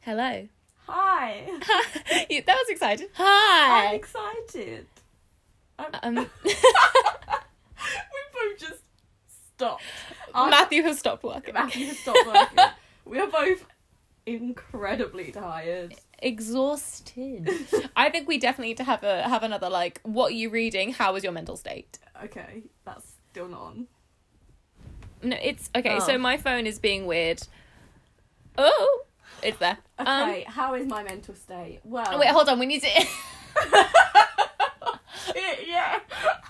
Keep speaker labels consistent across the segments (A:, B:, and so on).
A: Hello.
B: Hi.
A: You- that was exciting.
B: I'm
A: Hi.
B: excited. I'm...
A: Um,
B: we both just stopped. I-
A: Matthew has stopped working.
B: Matthew stopped working. we are both incredibly tired.
A: Exhausted. I think we definitely need to have a have another like. What are you reading? How was your mental state?
B: Okay, that's still not on.
A: No, it's okay.
B: Oh.
A: So my phone is being weird. Oh, it's there.
B: Okay, how is my mental state? Well,
A: Um, wait, hold on. We need to.
B: Shit, yeah.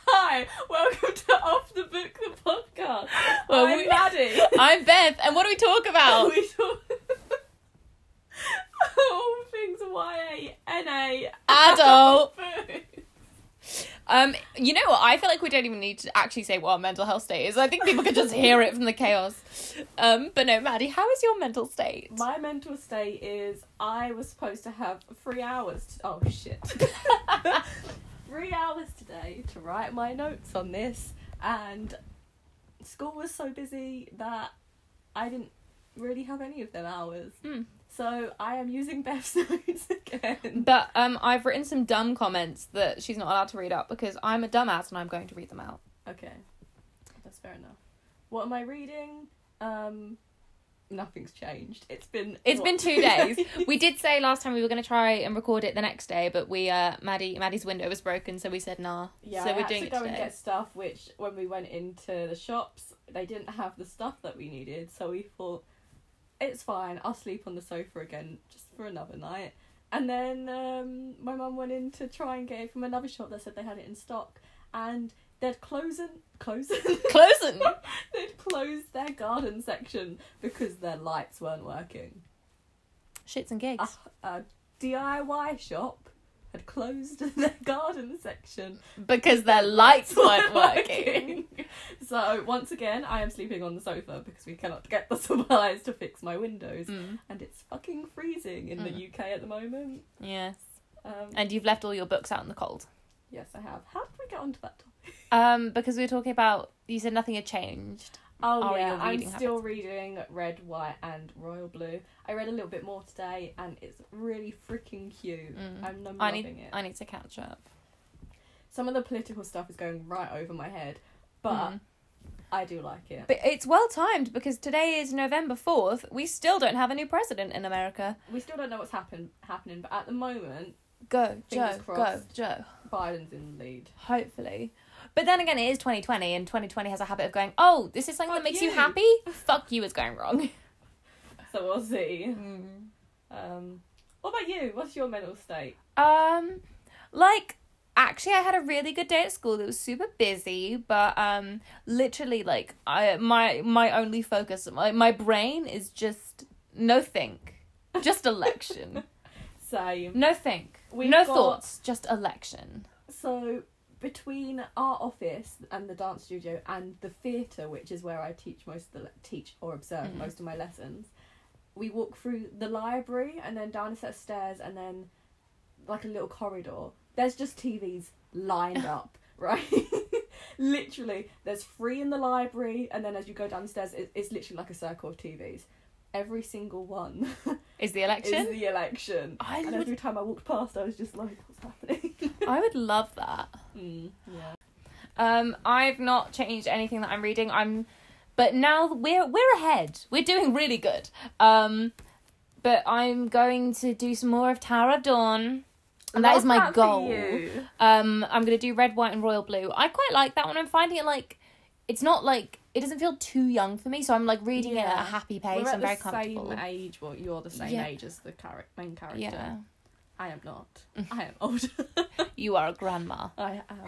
B: Hi, welcome to Off the Book the podcast.
A: Well,
B: I'm
A: we-
B: Maddie.
A: I'm Beth, and what do we talk about?
B: We talk all things YA, NA,
A: Adult.
B: food.
A: Um, you know what? I feel like we don't even need to actually say what our mental health state is. I think people can just hear it from the chaos. Um, but no, Maddie, how is your mental state?
B: My mental state is I was supposed to have three hours. To- oh shit. three hours today to write my notes on this, and school was so busy that I didn't really have any of them hours.
A: Hmm.
B: So I am using Beth's notes again.
A: But um, I've written some dumb comments that she's not allowed to read out because I'm a dumbass and I'm going to read them out.
B: Okay, that's fair enough. What am I reading? Um, nothing's changed. It's been
A: It's
B: what,
A: been two days. we did say last time we were going to try and record it the next day, but we uh, Maddie Maddie's window was broken, so we said nah.
B: Yeah,
A: so
B: I
A: we're
B: had
A: doing
B: to
A: it
B: go
A: today.
B: and get stuff, which when we went into the shops, they didn't have the stuff that we needed. So we thought, it's fine. I'll sleep on the sofa again just for another night. And then um, my mum went in to try and get it from another shop that said they had it in stock, and they'd closing closing
A: Closing.
B: they'd closed their garden section because their lights weren't working.
A: Shits and gigs.
B: A, a DIY shop had closed their garden section
A: because their lights weren't working.
B: so once again, I am sleeping on the sofa because we cannot get the supplies to fix my windows,
A: Mm.
B: and it's fucking freezing in the
A: Mm.
B: UK at the moment.
A: Yes.
B: Um,
A: And you've left all your books out in the cold.
B: yes, I have. How did we get onto that topic?
A: Um, because we were talking about you said nothing had changed.
B: Oh
A: Are
B: yeah,
A: your
B: I'm
A: reading
B: still reading Red, White, and Royal Blue. I read a little bit more today, and it's really freaking cute.
A: Mm.
B: I'm loving
A: I need
B: it.
A: I need to catch up.
B: Some of the political stuff is going right over my head, but
A: Mm.
B: I do like it.
A: but it's well timed because today is November fourth. We still don't have a new president in America.
B: We still don't know what's happen- happening, but at the moment,
A: Go
B: Fingers
A: Joe, go
B: crossed.
A: Joe.
B: Biden's in the lead.
A: Hopefully. But then again, it is 2020, and 2020 has a habit of going, oh, this is something that
B: Fuck
A: makes you,
B: you."
A: happy? Fuck you, is going wrong.
B: So we'll see.
A: Mm.
B: Um, what about you? What's your mental state?
A: Um, like actually, I had a really good day at school. It was super busy, but um, literally, like I my my only focus, my my brain is just no think, just election,
B: Same.
A: no think,
B: We've
A: no
B: got-
A: thoughts, just election.
B: So between our office and the dance studio and the theatre, which is where I teach most of the le- teach or observe
A: Mhm.
B: most of my lessons, we walk through the library and then down a set of stairs and then like a little corridor. There's just TVs lined up, right? literally, there's three in the library, and then as you go downstairs, it, it's literally like a circle of TVs. Every single one.
A: Is the election?
B: is the election.
A: I
B: and
A: would-
B: every time I walked past, I was just like, what's happening?
A: I would love that.
B: mm, yeah.
A: Um, I've not changed anything that I'm reading. I'm, but now we're we're ahead. We're doing really good. Um, but I'm going to do some more of Tower of Dawn. And that is my goal. Um, I'm gonna do red, white, and royal blue. I quite like that one. I'm finding it like, it's not like it doesn't feel too young for me. So I'm like reading it at
B: Yeah.
A: a happy
B: We're
A: pace.
B: at
A: I'm very
B: the
A: comfortable.
B: same age. Well, you're the same
A: Yeah.
B: age as the charac- main character.
A: Yeah,
B: I am not. I am older.
A: you are a grandma.
B: I am.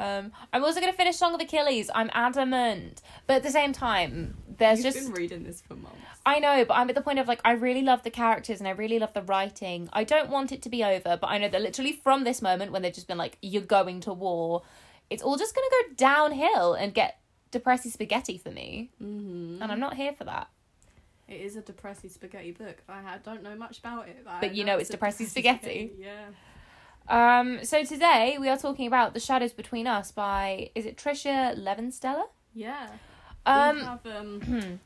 A: Um, I'm also gonna finish Song of Achilles. I'm adamant, but at the same time, there's
B: You've
A: just
B: been reading this for months.
A: I know, but I'm at the point of like I really love the characters and I really love the writing. I don't want it to be over, but I know that literally from this moment when they've just been like, "You're going to war," it's all just gonna go downhill and get depressy spaghetti for me,
B: Mm-hmm.
A: and I'm not here for that.
B: It is a depressing spaghetti book. I ha- don't know much about it, I
A: But you know it's
B: a
A: depressing
B: depressing
A: spaghetti.
B: Yeah.
A: Um, so today we are talking about "The Shadows Between Us" by is it Tricia Levensteller?
B: Yeah. we
A: Um,
B: have um,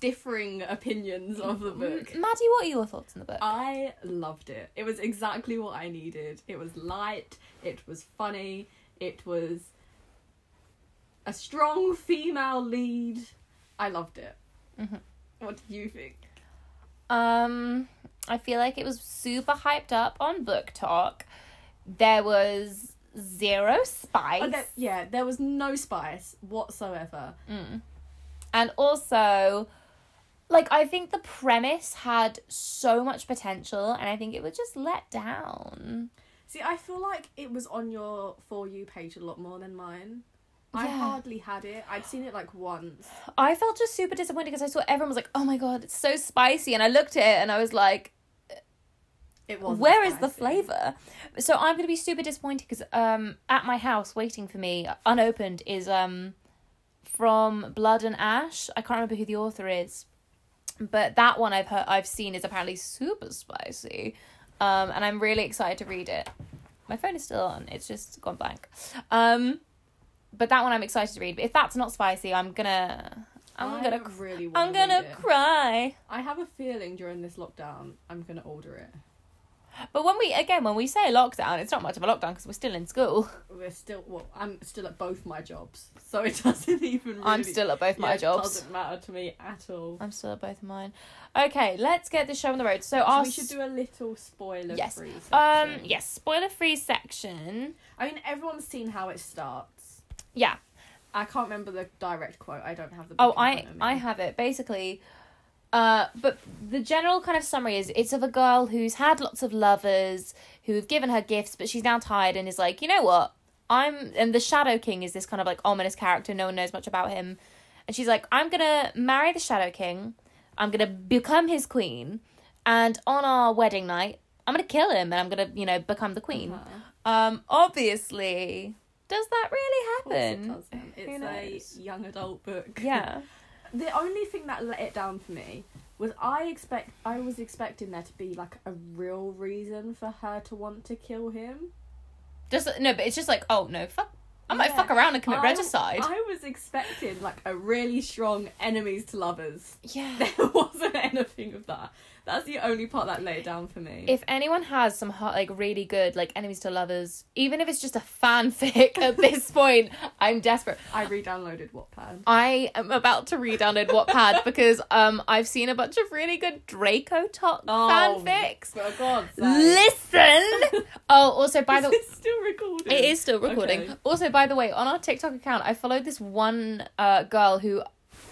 B: differing opinions of
A: mm,
B: the book.
A: Maddie, what are your thoughts on the book?
B: I loved it. It was exactly what I needed. It was light, it was funny, it was a strong female lead. I loved it.
A: Mhm.
B: What do you think?
A: Um, I feel like it was super hyped up on Book Talk. There was zero spice.
B: Oh, there- yeah, there was no spice whatsoever.
A: Mm. And also, like, I think the premise had so much potential, and I think it was just let down.
B: See, I feel like it was on your For You page a lot more than mine. I
A: Yeah.
B: hardly had it. I'd seen it like once.
A: I felt just super disappointed because I saw everyone was like, oh my god, it's so spicy. And I looked at it and I was like,
B: It was.
A: Where is the flavour? So I'm going to be super disappointed because um, at my house, waiting for me, unopened, is um, from Blood and Ash. I can't remember who the author is, but that one I've heard, I've seen is apparently super spicy, um, and I'm really excited to read it. My phone is still on; it's just gone blank. Um, but that one I'm excited to read. But if that's not spicy, I'm gonna, I'm gonna, cr-
B: really. wanna
A: I'm gonna
B: read it.
A: cry.
B: I have a feeling during this lockdown, I'm gonna order it.
A: But when we again, when we say lockdown, it's not much of a lockdown because we're still in school.
B: We're still. Well, I'm still at both my jobs, so it doesn't even. Really,
A: I'm still at both
B: yeah,
A: my
B: it
A: jobs.
B: Doesn't matter to me at all.
A: I'm still at both of mine. Okay, let's get this show on the road. So,
B: So
A: our
B: we should do a little spoiler
A: Yes.
B: free.
A: um yes, spoiler free section.
B: I mean, everyone's seen how it starts.
A: Yeah.
B: I can't remember the direct quote. I don't have the.
A: Oh,
B: book in
A: I
B: front of me.
A: I have it basically. Uh, but the general kind of summary is it's of a girl who's had lots of lovers who have given her gifts, but she's now tired and is like, you know what? I'm and the Shadow King is this kind of like ominous character. No one knows much about him, and she's like, I'm gonna marry the Shadow King. I'm gonna become his queen, and on our wedding night, I'm gonna kill him and I'm gonna you know become the queen.
B: Uh-huh.
A: Um, obviously, does that
B: Of course
A: really
B: it
A: happen?
B: doesn't.
A: Who
B: It's
A: knows?
B: a young adult book.
A: Yeah.
B: The only thing that let it down for me was I expect I was expecting there to be like a real reason for her to want to kill him.
A: Just no, but it's just like, oh no, fuck. I might
B: Yeah.
A: fuck around and commit
B: I-
A: regicide.
B: I was expecting like a really strong enemies to lovers.
A: yeah.
B: There wasn't anything of that. That's the only part that let it down for me.
A: If anyone has some hot, like really good, like enemies to lovers, even if it's just a fanfic at this point, I'm desperate.
B: I re-downloaded Wattpad.
A: I am about to re-download Wattpad because um I've seen a bunch of really good Draco talk fanfics.
B: For God's sake.
A: Oh. Listen. oh, also by
B: Is
A: the
B: it still recording.
A: It is still recording.
B: Okay.
A: Also, by the way, on our TikTok account, I followed this one uh, girl who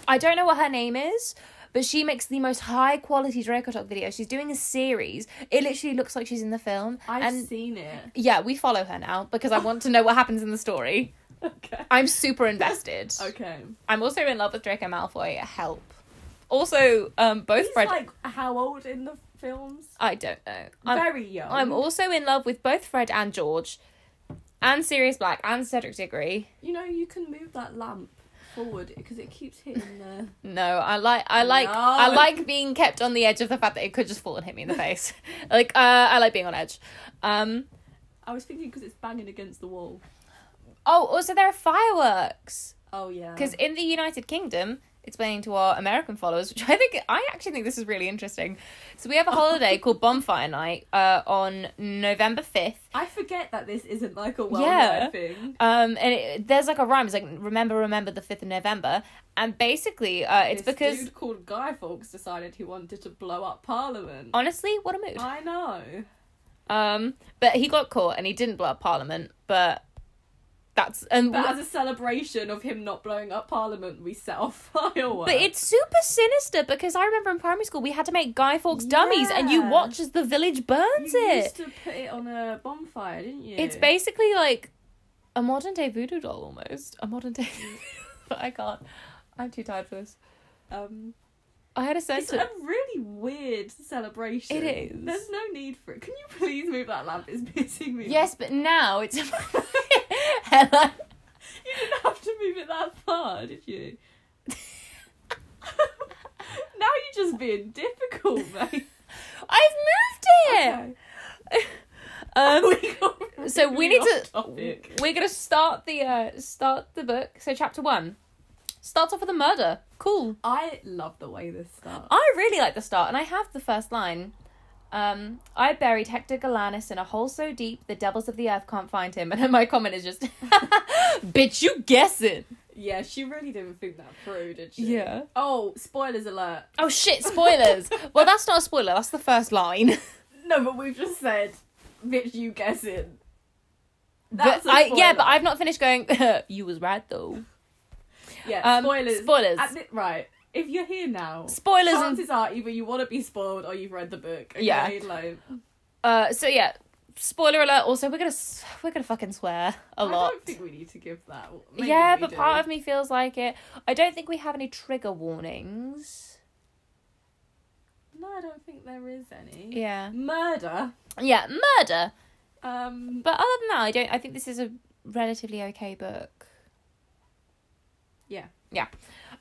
A: I don't know what her name is, but she makes the most high quality Draco Talk video. She's doing a series. It literally looks like she's in the film.
B: I've
A: and
B: seen it.
A: yeah, we follow her now because I want to know what happens in the story.
B: Okay.
A: I'm super invested.
B: Okay.
A: I'm also in love with Draco Malfoy. Help. Also, um, both
B: He's
A: Fred.
B: like how old in the films?
A: I don't know. I'm,
B: Very young.
A: I'm also in love with both Fred and George, and Sirius Black and Cedric Diggory.
B: You know, you can move that lamp forward because it keeps hitting the.
A: No, I like I like I
B: No.
A: like being kept on the edge of the fact that it could just fall and hit me in the face. like uh, I like being on edge. Um
B: I was thinking because it's banging against the wall.
A: oh, also there are fireworks
B: Oh yeah.
A: because in the United Kingdom, explaining to our American followers, which I think I actually think this is really interesting. So we have a holiday called Bonfire Night uh, on November fifth,
B: I forget that this isn't like a well-known
A: Yeah.
B: thing.
A: Um, and it, there's like a rhyme. It's like remember, remember the fifth of November, and basically, uh, it's
B: This
A: because
B: dude called Guy Fawkes decided he wanted to blow up Parliament.
A: honestly, what a mood.
B: I know.
A: Um, but he got caught and he didn't blow up Parliament. But that's and
B: But
A: but,
B: as a celebration of him not blowing up Parliament, we set off fireworks.
A: it's super sinister because I remember in primary school we had to make Guy Fawkes dummies, and you
B: Yeah.
A: watch as the village burns
B: you
A: it.
B: used to put it on a bonfire, didn't you?
A: It's basically like a modern day voodoo doll almost. A modern day, but I can't. I'm too tired for this.
B: Um,
A: I had a
B: it's
A: sense of
B: a really weird celebration.
A: It is.
B: There's no need for it. Can you please move that lamp? It's pissing me. off.
A: yes, but now it's Hella.
B: You didn't have to move it that far, did you? now you're just being difficult, mate.
A: I've moved it. Um,
B: Okay. We got
A: so we
B: really
A: need to
B: off topic.
A: we're gonna start the uh start the book so chapter one Starts off with a murder. Cool.
B: I love the way this starts.
A: I really like the start, and I have the first line. Um, I buried Hector Galanis in a hole so deep the devils of the earth can't find him. And then my comment is just, bitch, you guess it.
B: Yeah, she really didn't think that through, did she?
A: Yeah.
B: Oh, spoilers alert.
A: Oh shit, spoilers. well, that's not a spoiler, that's the first line.
B: No, but we've just said, bitch, you guess it.
A: But
B: That's a
A: I, yeah,
B: spoiler.
A: but I've not finished going, you was right though.
B: Yeah,
A: Um,
B: spoilers.
A: spoilers.
B: At thi- right. If you're here now,
A: Spoilers and
B: chances are either you want to be spoiled or you've read the book. Okay?
A: Yeah.
B: Like,
A: Uh, so yeah, spoiler alert. Also, we're gonna s- we're gonna fucking swear a
B: I
A: lot.
B: don't think we need to give that.
A: yeah, but part of me feels like it. I don't think we have any trigger warnings.
B: of. No, I don't think there is any.
A: Yeah,
B: Murder.
A: yeah, murder.
B: Um.
A: But other than that, I don't. I think this is a relatively okay book.
B: Yeah.
A: yeah.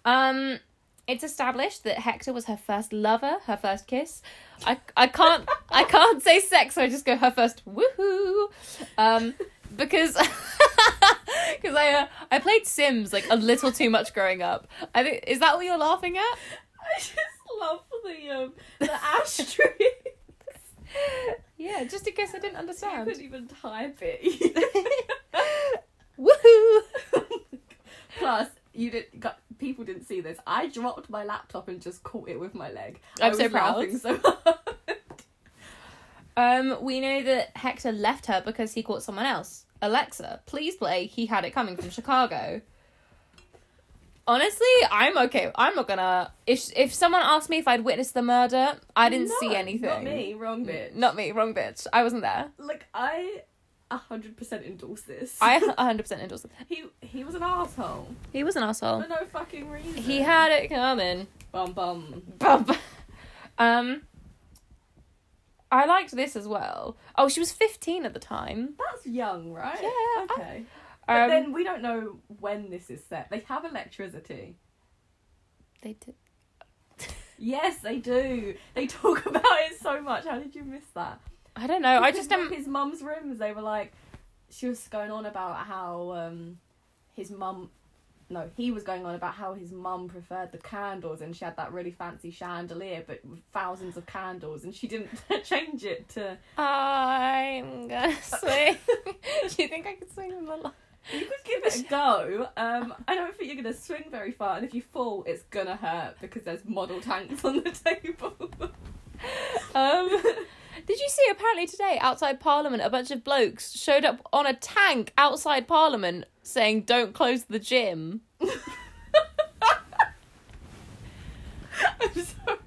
A: Um, it's established that Hector was her first lover, her first kiss. I I can't I can't say sex, so I just go her first woohoo. Um, because because I uh, I played Sims like a little too much growing up. I think is that what you're laughing at?
B: I just love the um the asterisk.
A: Yeah, just in case I didn't
B: I
A: understand.
B: couldn't even type it.
A: woohoo.
B: Plus, you did. Got, people didn't see this. I dropped my laptop and just caught it with my leg.
A: I'm
B: I
A: so
B: was
A: proud.
B: laughing So hard.
A: Um, we know that Hector left her because he caught someone else. Alexa, please play He Had It Coming from Chicago. Honestly, I'm okay. I'm not gonna. If if someone asked me if I'd witnessed the murder, I didn't
B: No,
A: see anything.
B: Not me. Wrong bit.
A: Not me. Wrong bitch. I wasn't there.
B: Like I, hundred percent endorse this.
A: I 100% endorse it.
B: he he was an asshole
A: He was an asshole.
B: for no fucking reason.
A: He had it coming.
B: bum bum.
A: Bub. Um. I liked this as well. Oh, she was 15 at the time.
B: That's young, right?
A: Yeah,
B: Okay. but
A: Um,
B: then we don't know when this is set. They have electricity.
A: they did.
B: Yes, they do. They talk about it so much. How did you miss that?
A: I don't know. I
B: Because
A: just am.
B: with his mum's rooms. They were like, she was going on about how um, his mum. No, he was going on about how his mum preferred the candles and she had that really fancy chandelier, but with thousands of candles, and she didn't change it to.
A: I'm gonna sing. Do you think I could sing in the line?
B: You could give it a go. Um, I don't think you're gonna swing very far, and if you fall, it's gonna hurt because there's model tanks on the table.
A: Um, did you see apparently today outside Parliament a bunch of blokes showed up on a tank outside Parliament saying don't close the gym?
B: I'm sorry.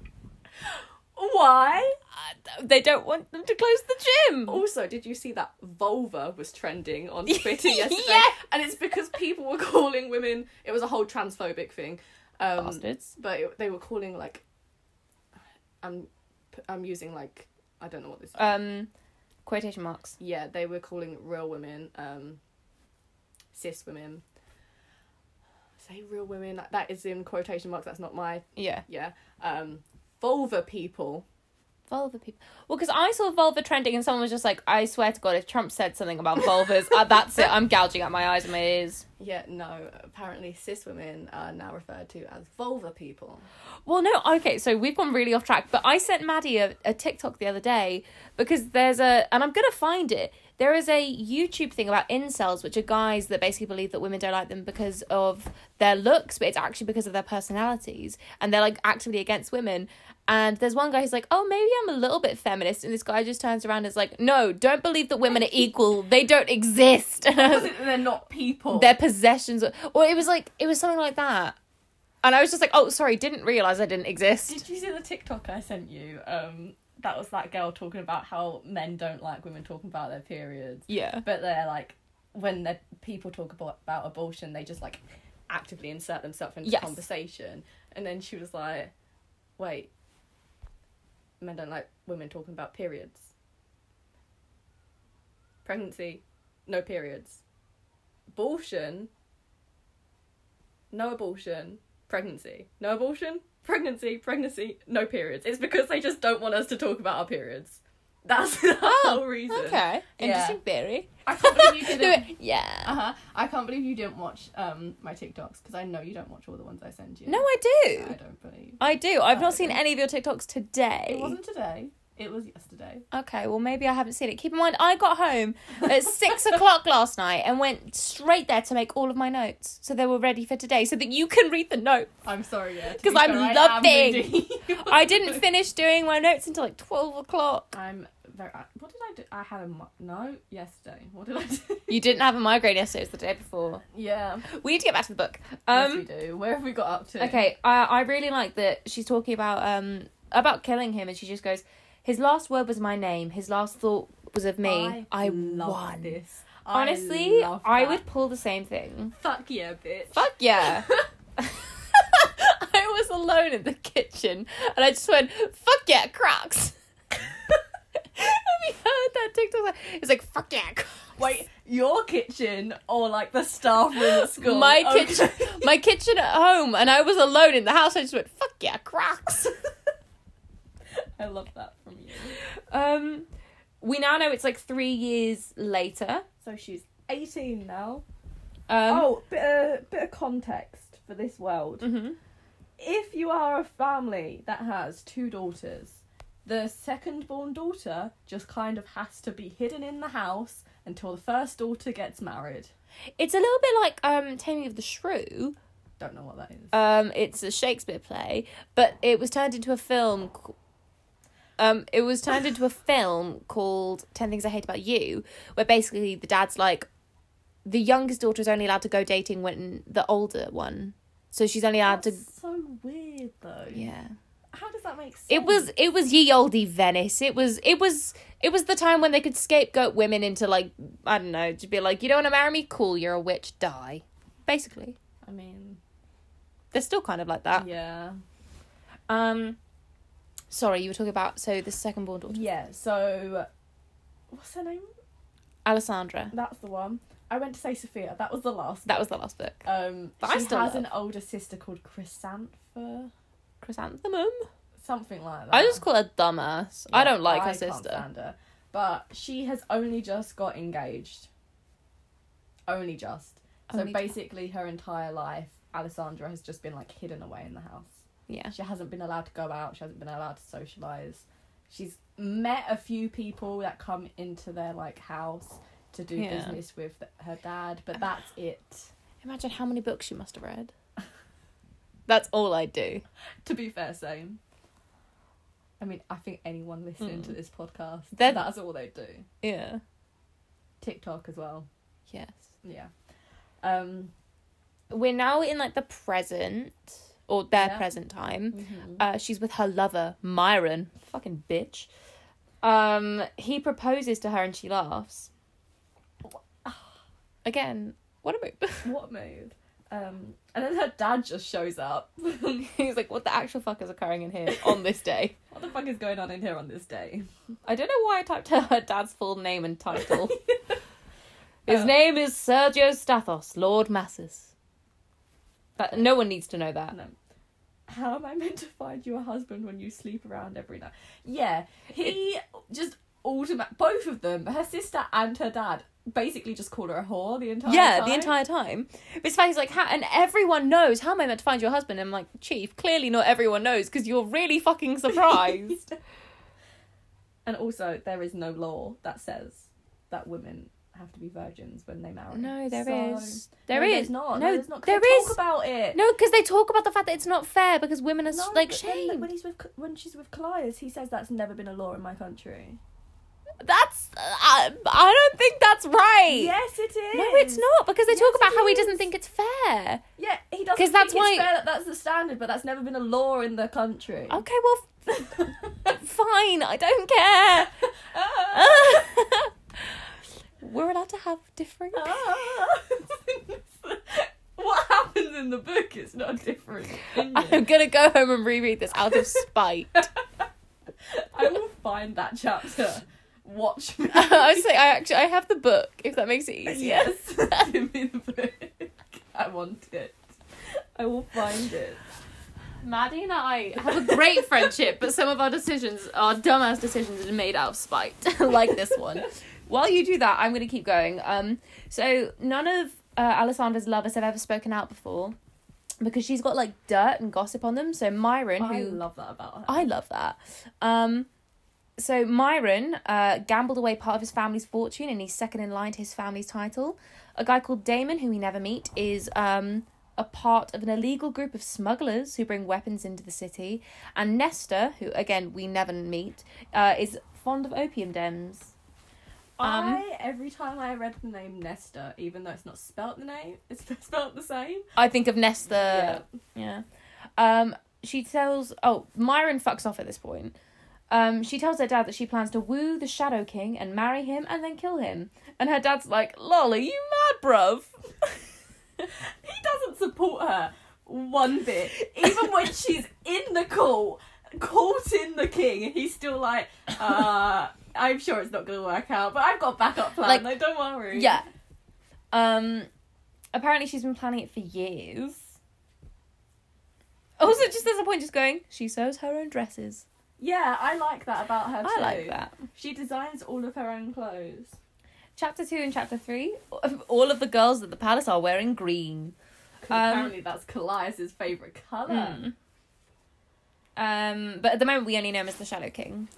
B: Why?
A: Uh, they don't want them to close the gym.
B: Also, did you see that vulva was trending on Twitter yesterday?
A: Yeah.
B: And it's because people were calling women. It was a whole transphobic thing. Um,
A: Bastards.
B: But it, they were calling like. I'm, I'm using like I don't know what this.
A: Um, quotation marks.
B: yeah, they were calling real women, um, cis women. Say real women. that- That is in quotation marks. That's not my
A: Yeah,
B: yeah. Um, vulva people.
A: vulva people. Well, because I saw vulva trending and someone was just like, I swear to God, if Trump said something about vulvas, uh, that's it. I'm gouging out my eyes and my ears.
B: Yeah, no. Apparently, cis women are now referred to as vulva people.
A: Well, no, okay, so we've gone really off track, but I sent Maddie a, a TikTok the other day because there's a, and I'm gonna find it. There is a YouTube thing about incels, which are guys that basically believe that women don't like them because of their looks, but it's actually because of their personalities, and they're like actively against women. And there's one guy who's like, "Oh, maybe I'm a little bit feminist," and this guy just turns around and is like, "No, don't believe that women are equal. They don't exist.
B: They're not people.
A: their possessions." Or it was like it was something like that, and I was just like, "Oh, sorry, didn't realize I didn't exist."
B: Did you see the TikTok I sent you? Um, that was that girl talking about how men don't like women talking about their periods,
A: Yeah.
B: but they're like, when the people talk about, about abortion, they just like actively insert themselves into
A: Yes.
B: conversation. And then she was like, "Wait, men don't like women talking about periods, pregnancy, no periods, abortion, no abortion, pregnancy, no abortion, pregnancy, pregnancy, no periods. It's because they just don't want us to talk about our periods. That's the
A: Oh,
B: whole reason.
A: Okay.
B: Yeah.
A: Interesting theory.
C: I can't believe you didn't.
A: yeah.
C: Uh huh. I can't believe you didn't watch um my TikToks because I know you don't watch all the ones I send you.
A: No, I
C: I
A: do.
C: don't believe.
A: I do. I've
C: Oh,
A: not seen
C: okay.
A: any of your TikToks today.
C: It wasn't today. It was yesterday.
A: Okay, well, maybe I haven't seen it. Keep in mind, I got home at six o'clock last night and went straight there to make all of my notes so they were ready for today so that you can read the note.
C: I'm sorry, yeah. to
A: 'Cause
C: be
A: I'm
C: fair, I am
A: loving-
C: reading you.
A: I didn't finish doing my notes until like 12 o'clock.
C: I'm very. I- What did I do? I had a mi- no yesterday. What did I do?
A: You didn't have a migraine yesterday, it was the day before.
C: Yeah.
A: We need to get back to the book.
C: Um.
A: Um,
C: we do. Where have we got up to?
A: okay, I, I really like that she's talking about um about killing him and she just goes, His last word was my name, his last thought was of me. I,
B: love
A: won.
B: this. I
A: Honestly,
B: love
A: I
B: that.
A: would pull the same thing.
B: Fuck yeah, bitch.
A: Fuck yeah. I was alone in the kitchen and I just went, fuck yeah, Crocs. Have you heard that TikTok? It's like, fuck yeah, Crocs.
B: Wait, your kitchen or like the staff room at school?
A: My
B: Okay.
A: kitchen, my kitchen at home, and I was alone in the house. I just went, "Fuck yeah, Crocs."
C: I love that from you.
A: um, we now know it's like three years later.
C: So she's 18 now.
A: Um,
B: oh, bit of, bit of context for this world.
A: mhm.
B: If you are a family that has two daughters, the second born daughter just kind of has to be hidden in the house until the first daughter gets married.
A: it's a little bit like um, Taming of the Shrew,
C: Don't know what that is.
A: Um, it's a Shakespeare play, but it was turned into a film. c- Um, it was turned into a film called Ten Things I Hate About You, where basically the dad's like, the youngest daughter is only allowed to go dating when the older one, so she's only allowed to.
B: That's so weird though.
A: Yeah,
B: How does that make sense?
A: it was it was ye olde Venice. It was it was it was the time when they could scapegoat women into like I don't know to be like you don't want to marry me, cool, you're a witch, die. Basically,
B: I mean,
A: they're still kind of like that.
B: yeah.
A: Um, sorry, you were talking about so the second born daughter,
B: Yeah, so what's her name?
A: Alessandra.
B: That's the one. I went to say Sophia. That was the last.
A: That was the last book.
B: Um,
A: But
B: she
A: I still
B: has
A: love.
B: an older sister called Chrysantha,
A: Chrysanthemum.
B: something like that.
A: I just call her dumbass. I
B: Yeah,
A: don't like her
B: I can't
A: sister.
B: stand her. But she has only just got engaged. Only just. so
A: Only-
B: basically, her entire life, Alessandra has just been like hidden away in the house.
A: yeah,
B: She hasn't been allowed to go out. She hasn't been allowed to socialize. She's met a few people that come into their like house to do
A: Yeah.
B: business with th- her dad, but that's it.
A: imagine how many books you must have read. That's all I do.
B: To be fair, same. I mean, I think anyone listening
A: Mm.
B: to this podcast,
A: They're-
B: that's all they do.
A: Yeah.
B: TikTok as well.
A: Yes.
B: Yeah. Um,
A: We're now in like the present or their
B: Yeah.
A: present time. Uh, she's with her lover Myron. Fucking bitch. Um, he proposes to her and she laughs. Again, what a move.
B: What move? Um, and then her dad just shows up. what
A: He's like, what the actual fuck is occurring in here on this day?
B: the fuck is going on in here on this day?
A: I don't know why I typed her dad's full name and title. His
B: Oh.
A: name is Sergio Stathos, Lord Masses. That no one needs to know that.
B: And then, how am I meant to find your husband when you sleep around every night? Yeah, he just automatic. Both of them, her sister and her dad, basically just called her a whore the entire
A: yeah,
B: time.
A: the entire time. But it's fact he's like, how, and everyone knows. How am I meant to find your husband? And I'm like, Chief, clearly not everyone knows because you're really fucking surprised.
B: And also, there is no law that says that women have to be virgins when they marry.
A: no, there is,
B: So-
A: there
B: no,
A: is
B: there's not.
A: No,
B: No, there's not. 'cause
A: there
B: they
A: is.
B: Talk about it.
A: No, because they talk about the fact that it's not fair because women are
B: No,
A: like
B: but then
A: shamed.
B: When he's with when she's with Colias, he says that's never been a law in my country.
A: That's I, I don't think that's right.
B: Yes, it is.
A: No, it's not because they
B: Yes,
A: talk about
B: it
A: how he
B: is.
A: doesn't think it's fair.
B: Yeah, he doesn't.
A: 'Cause
B: Because
A: that's
B: that's
A: why-
B: it's fair that that's the standard, but that's never been a law in the country.
A: Okay, well, f- fine. I don't care.
B: Ah.
A: We're allowed to have different.
B: Ah. what happens in the book is not different.
A: I'm gonna go home and reread this out of spite.
B: I will find that chapter. Watch me.
A: I was like, I actually I have the book. If that makes it easier.
B: Yes, give me the book. I want it. I will find it.
A: Maddie and I have a great friendship, but some of our decisions, our dumbass decisions, are made out of spite, like this one. While you do that, I'm going to keep going. Um, so none of uh, Alessandra's lovers have ever spoken out before, because she's got like dirt and gossip on them. So Myron,
C: I
A: who
C: love that about her.
A: I love that. Um, so Myron uh, gambled away part of his family's fortune, and he's second in line to his family's title. A guy called Damon, who we never meet, is um, a part of an illegal group of smugglers who bring weapons into the city. And Nestor, who again we never meet, uh, is fond of opium dens. Um,
B: I every time I read the name Nesta, even though it's not spelt the name, it's spelt the same.
A: I think of Nesta. Yeah. Um, she tells. Oh, Myron fucks off at this point. Um, she tells her dad that she plans to woo the Shadow King and marry him and then kill him. And her dad's like, "Lol, are you mad, bruv?"
B: He doesn't support her one bit. Even when she's in the call, caught in the king, he's still like, uh, I'm sure it's not going to work out, but I've got a backup plan,
A: Like-
B: like, don't worry.
A: Yeah. Um, apparently she's been planning it for years. Also, just there's a point just going. She sews her own dresses.
B: Yeah, I like that about her too.
A: I like that.
B: She designs all of her own clothes.
A: Chapter two and chapter three. All of the girls at the palace are wearing green.
B: 'Cause
A: Um,
B: apparently that's Callias's favourite colour.
A: Mm. Um, but at the moment we only know him as the Shadow King.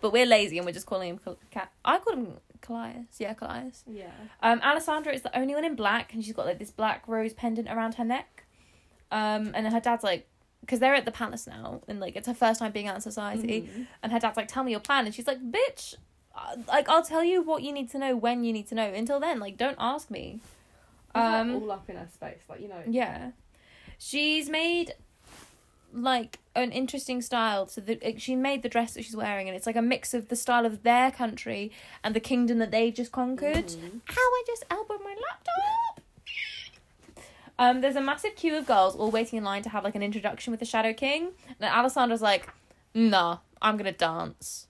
A: But we're lazy and we're just calling him Cal- Ca- I call him Callias. Yeah, Callias.
B: Yeah.
A: Um, Alessandra is the only one in black, and she's got like this black rose pendant around her neck. Um, and her dad's like, because they're at the palace now, and like it's her first time being out in society.
B: Mhm.
A: And her dad's like, "Tell me your plan," and she's like, "Bitch, uh, like I'll tell you what you need to know when you need to know. Until then, like don't ask me." Um,
B: He's, like, all up in her space, like, you know.
A: Yeah. She's made like an interesting style. So the, like, she made the dress that she's wearing, and it's like a mix of the style of their country and the kingdom that they've just conquered.
B: Mhm.
A: How I just elbowed my laptop! um, there's a massive queue of girls all waiting in line to have like an introduction with the Shadow King. And Alessandra's like, nah, I'm gonna dance.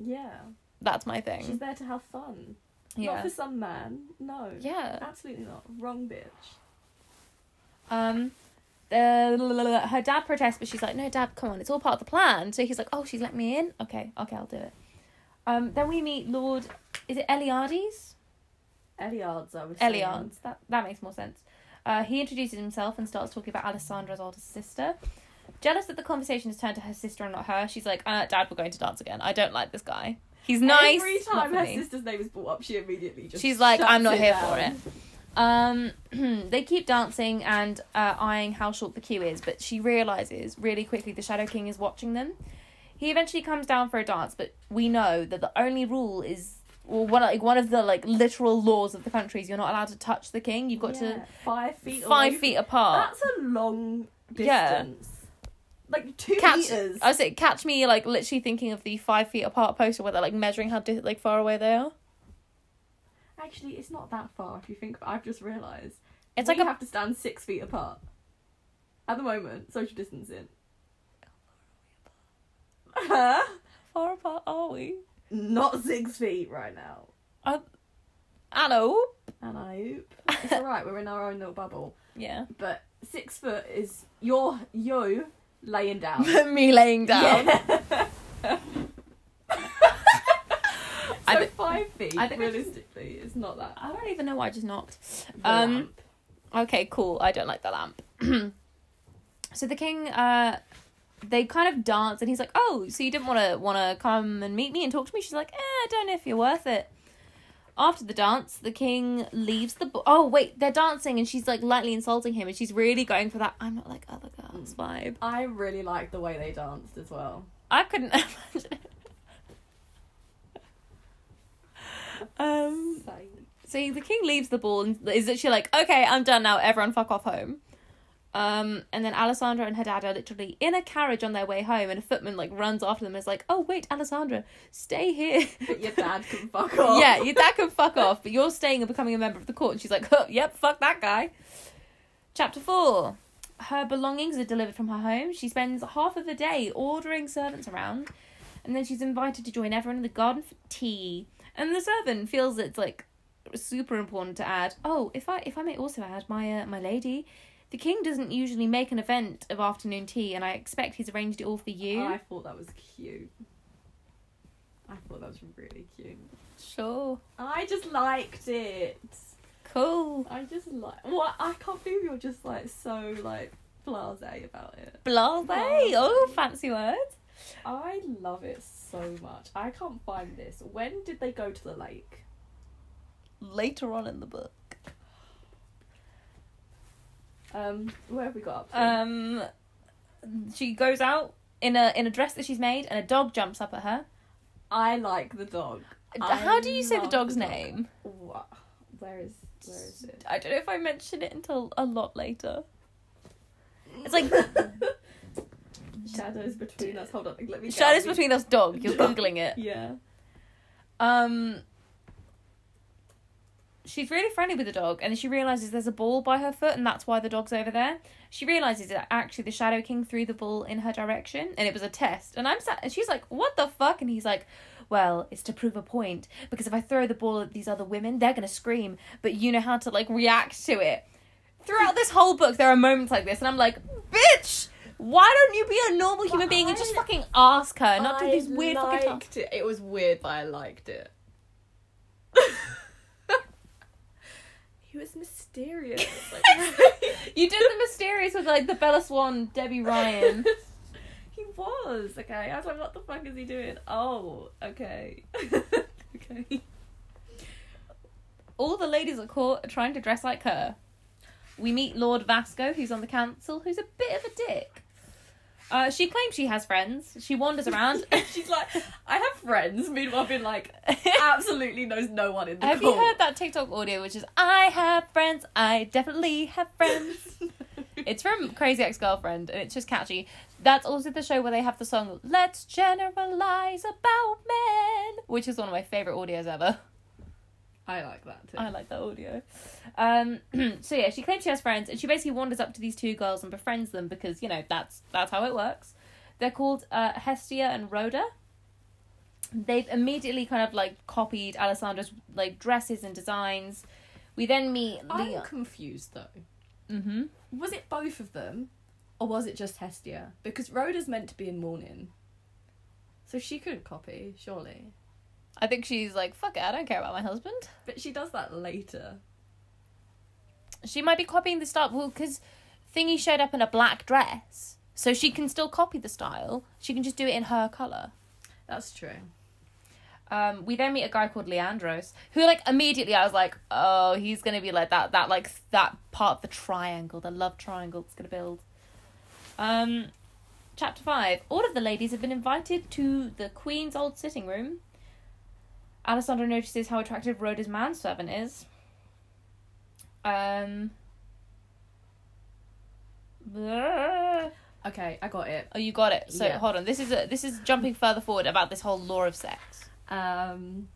B: Yeah.
A: That's my thing.
B: She's there to have fun. Not
A: yeah.
B: for some man. No.
A: Yeah.
B: Absolutely not. Wrong bitch.
A: Um, uh, la- la- la- la- her dad protests, but she's like, "No, dad, come on, it's all part of the plan." So he's like, "Oh, she's let me in. Okay, okay, I'll do it." Um, then we meet Lord. Is it Eliades?
B: Eliards, I was saying.
A: Eliades. That that makes more sense. Uh, he introduces himself and starts talking about Alessandra's older sister. Jealous that the conversation has turned to her sister and not her, she's like, uh, "Dad, we're going to dance again. I don't like this guy. He's nice."
B: Every
A: not
B: time
A: for
B: her
A: me."
B: sister's name is brought up, she immediately just.
A: She's like,
B: shuts
A: I'm not
B: it
A: here
B: down.
A: for it. Um, they keep dancing and uh, eyeing how short the queue is, but she realizes really quickly the Shadow King is watching them. He eventually comes down for a dance, but we know that the only rule is, well, one like one of the like literal laws of the country is you're not allowed to touch the king. You've got
B: Yeah, five
A: to
B: feet.
A: five
B: away
A: feet
B: from-
A: apart.
B: That's a long distance.
A: Oh. Yeah.
B: Like two
A: catch,
B: meters.
A: I say, catch me like literally thinking of the five feet apart poster where they're like measuring how di- like far away they are.
B: Actually, it's not that far. If you think, I've just realised
A: It's
B: we
A: like a
B: have to stand six feet apart. At the moment, social distancing. Huh?
A: far apart are we?
B: Not six feet right now.
A: Hello.
B: And I oop. It's alright, we're in our own little bubble.
A: Yeah.
B: But six foot is your yo laying down.
A: me laying down.
B: Yeah. so
A: I thi-
B: five feet,
A: I think I just-
B: realistically, it's not that.
A: I don't even know why I just knocked.
B: The
A: Um,
B: lamp.
A: Okay, cool. I don't like the lamp. so the king, uh, they kind of dance, and he's like, "Oh, so you didn't want to want to come and meet me and talk to me?" She's like, "Eh, I don't know if you're worth it." After the dance, the king leaves the. Bo- oh wait, they're dancing, and she's like lightly insulting him, and she's really going for that. I'm not like other girls vibe.
B: I really like the way they danced as well.
A: I couldn't imagine. it. um. So the king leaves the ball and is literally like, okay, I'm done now. Everyone fuck off home. Um, and then Alessandra and her dad are literally in a carriage on their way home, and a footman like runs after them and is like, "Oh wait, Alessandra, stay here."
B: But your dad can fuck off.
A: Yeah, your dad can fuck off, but you're staying and becoming a member of the court. And she's like, huh, yep, fuck that guy. Chapter four. Her belongings are delivered from her home. She spends half of the day ordering servants around, and then she's invited to join everyone in the garden for tea. And the servant feels it's like super important to add. Oh, if I if I may also add, my uh, my lady, The king doesn't usually make an event of afternoon tea, and I expect he's arranged it all for you.
B: I thought that was cute. I thought that was really cute.
A: Sure.
B: I just liked it.
A: Cool.
B: I just like. What? I can't believe you're just like so like blasé about it.
A: Blase.
B: Blase.
A: Oh, fancy word.
B: I love it so much. I can't find this. When did they go to the lake?
A: Later on in the book.
B: Um, where have we got up? to?
A: Um, she goes out in a in a dress that she's made, and a dog jumps up at her.
B: I like the dog. I
A: How do you say the
B: love
A: dog's
B: the dog.
A: name?
B: What? Where is where is it?
A: I don't know if I mention it until a lot later. It's like
B: Shadows between us. Hold on, let me. get
A: shadows
B: up.
A: between us. Dog. You're
B: Dog.
A: googling it.
B: Yeah.
A: Um, she's really friendly with the dog, and she realizes there's a ball by her foot, and that's why the dog's over there. She realizes that actually the Shadow King threw the ball in her direction, and it was a test. And I'm sat, and she's like, "What the fuck?" And he's like, "Well, it's to prove a point because if I throw the ball at these other women, they're gonna scream, but you know how to like react to it." Throughout this whole book, there are moments like this, and I'm like, "Bitch." Why don't you be a normal human being and just
B: I-
A: fucking ask her, not do
B: I
A: these weird fucking tasks?
B: liked it. It was weird, but I liked it. he was mysterious. Like,
A: You did the mysterious with like the Bella Swan, Debbie Ryan.
B: he was okay. I was like, what the fuck is he doing? Oh, okay, okay.
A: All the ladies at court are trying to dress like her. We meet Lord Vasco, who's on the council, who's a bit of a dick. Uh, she claims she has friends. She wanders around.
B: She's like, I have friends. Meanwhile, I've been like,
A: have
B: absolutely knows no one in the
A: you heard that TikTok audio, which is "I have friends. I definitely have friends." It's from Crazy Ex-Girlfriend, and it's just catchy. That's also the show where they have the song "Let's Generalize About Men," which is one of my favorite audios ever.
B: I like that too.
A: I like that audio. Um, so yeah, she claims she has friends, and she basically wanders up to these two girls and befriends them because you know that's that's how it works. They're called uh, Hestia and Rhoda. They've immediately kind of like copied Alessandra's like dresses and designs. We then meet
C: I'm
A: Leon.
C: confused though.
A: mm-hmm.
C: Was it both of them, or was it just Hestia? Because Rhoda's meant to be in mourning, so she couldn't copy surely.
A: I think she's like fuck it, I don't care about my husband.
B: But she does that later.
A: She might be copying the style. Well, because Thingy showed up in a black dress, so she can still copy the style. She can just do it in her color.
C: That's true.
A: Um, we then meet a guy called Leandros, who like immediately I was like, oh, he's gonna be like that that like that part of the triangle, the love triangle that's gonna build. Um, chapter five. All of the ladies have been invited to the queen's old sitting room. Alessandra notices how attractive Rhoda's manservant is. Um. bleh.
C: Okay, I got it.
A: Oh, you got it. So
C: Yeah.
A: hold on. This is a, this is jumping further forward about this whole law of sex.
C: Um,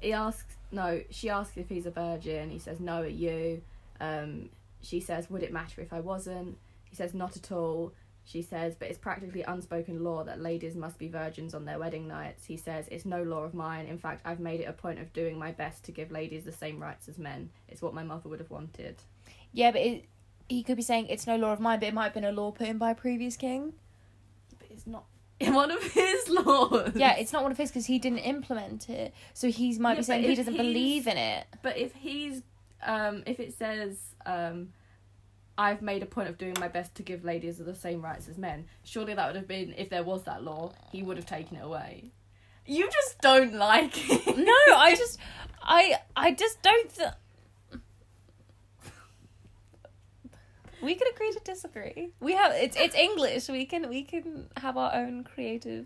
C: he asks. No, she asks if he's a virgin. He says, "No, are you?" Um, she says, "Would it matter if I wasn't?" He says, "Not at all." She says, "But it's practically unspoken law that ladies must be virgins on their wedding nights." He says, "It's no law of mine. In fact, I've made it a point of doing my best to give ladies the same rights as men. It's what my mother would have wanted."
A: Yeah, but it, he could be saying it's no law of mine, but it might have been a law put in by a previous king.
C: But it's not one of his laws.
A: Yeah, it's not one of his because he didn't implement it, so he might
C: Yeah,
A: be
C: but
A: saying he
C: if
A: doesn't
C: he's-
A: believe in it.
C: But if he's, um, if it says, um, I've made a point of doing my best to give ladies the same rights as men, surely that would have been, if there was that law, he would have taken it away. You just don't like it.
A: No, I just, I, I just don't. Th- we could agree to disagree. We have it's it's English. We can we can have our own creative.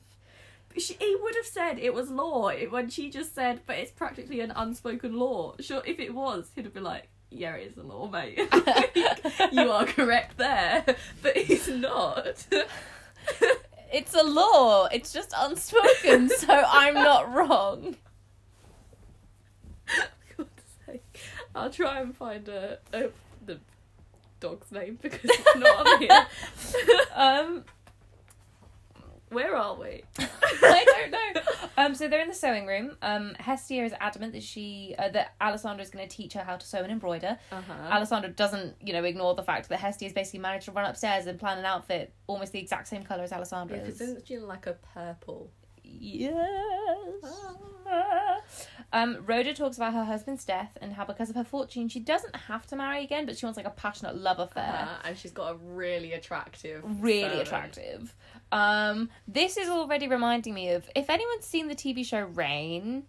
B: She, he would have said it was law it- when she just said, but it's practically an unspoken law. Sure, if it was, he'd have been like, yeah, it is a law, mate. you are correct there, but it's not.
A: It's a law. It's just unspoken, so I'm not wrong.
B: God's sake. I'll try and find a, a the dog's name because it's not on here.
A: Um,
B: Where are we?
A: I don't know. Um, so they're in the sewing room. Um, Hestia is adamant that she uh, that Alessandra is going to teach her how to sew and embroider.
B: Uh-huh.
A: Alessandra doesn't, you know, ignore the fact that Hestia's basically managed to run upstairs and plan an outfit almost the exact same color as Alessandra's.
B: Because isn't she like a purple?
A: Yes. Um, Rhoda talks about her husband's death and how because of her fortune she doesn't have to marry again, but she wants like a passionate love affair.
B: Uh, and she's got a really attractive.
A: Really
B: servant.
A: attractive. Um, this is already reminding me of if anyone's seen the TV show Rain,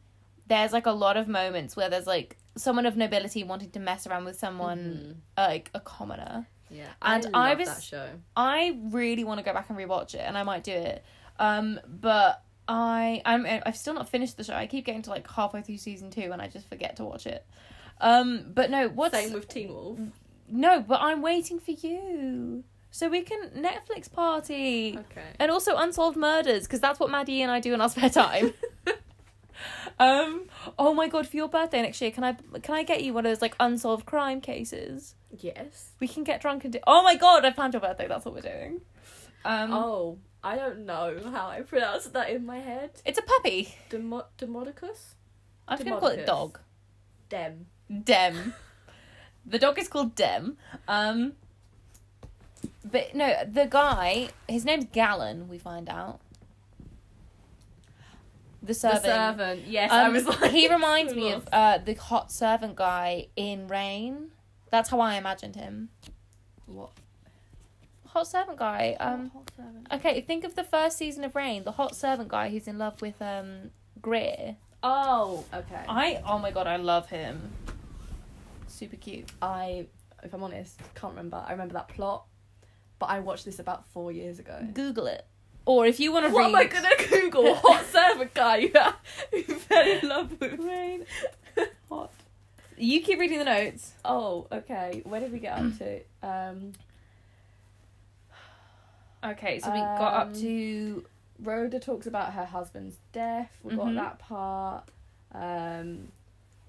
A: there's like a lot of moments where there's like someone of nobility wanting to mess around with someone uh, like a commoner.
B: Yeah.
A: And
B: Mm-hmm. I, love
A: I was-
B: that show.
A: I really want to go back and rewatch it, and I might do it. Um, but I I'm I've still not finished the show. I keep getting to like halfway through season two, and I just forget to watch it. Um, but no, what's Mm-hmm.
B: Same with Teen Wolf.
A: no? But I'm waiting for you, so we can Netflix party.
B: Okay.
A: And also unsolved murders, because that's what Maddie and I do in our spare time. um. Oh my god! For your birthday next year, can I can I get you one of those like unsolved crime cases?
B: Yes.
A: We can get drunk and do. Oh my god! I planned your birthday. That's what we're doing. Um.
B: oh, I don't know how I pronounced that in my head.
A: It's a puppy.
B: Demo- Demodocus?
A: I'm just gonna call it
B: Demodocus.
A: dog.
B: Dem.
A: Dem. the dog is called Dem. Um. But no, the guy. His name's Gallon. We find out. The servant.
B: The servant. Yes, I
A: Um,
B: was like.
A: he reminds me of uh, the hot servant guy in Rain. That's how I imagined him. uh,
B: What?
A: Hot servant guy. Um, okay, think of the first season of Rain. The hot servant guy who's in love with um Greer.
B: Oh, okay.
A: I oh my god, I love him. Super cute.
B: I, if I'm honest, can't remember. I remember that plot, but I watched this about four years ago.
A: Google it, or if you want to read.
B: What am I gonna Google? Hot servant guy who fell in love with rain. Hot.
A: You keep reading the notes.
B: Oh, okay. Where did we get up to? Um,
A: Okay, so we got up
B: Um,
A: to
B: Rhoda talks about her husband's death. We got
A: Mhm.
B: that part. Um,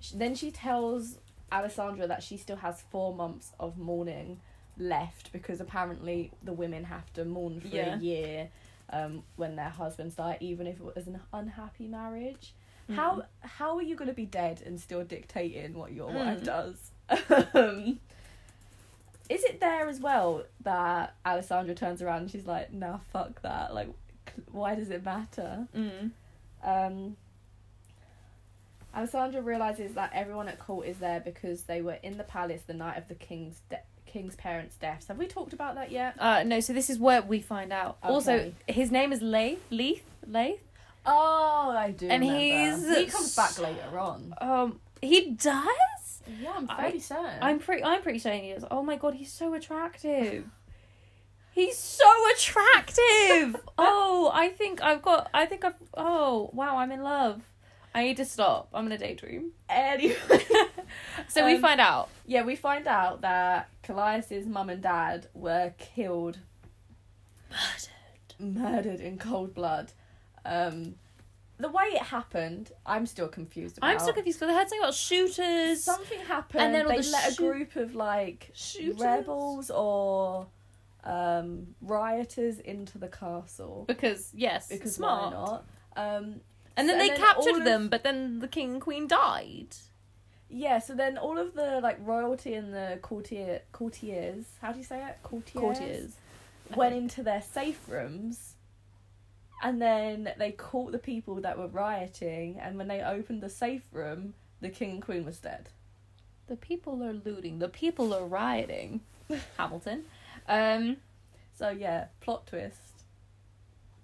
B: sh- then she tells Alessandra that she still has four months of mourning left because apparently the women have to mourn for
A: Yeah.
B: a year um, when their husbands die, even if it was an unhappy marriage.
A: Um,
B: How how are you going to be dead and still dictating what your wife
A: Mm.
B: does? um, is it there as well that Alessandra turns around and she's like, "Nah, fuck that. Like, c- why does it matter?"
A: Mm.
B: Um, Alessandra realizes that everyone at court is there because they were in the palace the night of the king's de- king's parents' deaths. Have we talked about that yet?
A: Uh, no, so this is where we find out. Also,
B: Okay.
A: his name is Leith. Leith. Leith.
B: Oh, I do.
A: And he's-
B: he comes back later on.
A: Um, he does.
B: Yeah, I'm
A: I-
B: fairly certain.
A: I'm pretty. I'm pretty certain he is. Oh my god, he's so attractive. He's so attractive. oh, I think I've got. I think I've. Oh wow, I'm in love. I need to stop. I'm in a daydream.
B: anyway.
A: So we
B: Um,
A: find out.
B: Yeah, we find out that Callias's mum and dad were killed, murdered in cold blood. Um, the way it happened, I'm still confused about.
A: I'm still confused because I heard something about shooters.
B: Something happened,
A: And
B: and
A: then
B: then
A: all
B: they
A: the
B: let
A: shoot-
B: a group of like
A: Shooters?
B: rebels or um, rioters into the castle
A: because yes,
B: because
A: smart.
B: why not? Um,
A: And then
B: And
A: they
B: then all
A: captured
B: of-
A: them, but then the king and queen died.
B: yeah, so then all of the like royalty and the courtier courtiers, how do you say it? Courtiers.
A: Courtiers.
B: went into their safe rooms and then they caught the people that were rioting and when they opened the safe room the king and queen was dead
A: The people are looting. The people are rioting. Hamilton. Um.
B: so yeah plot twist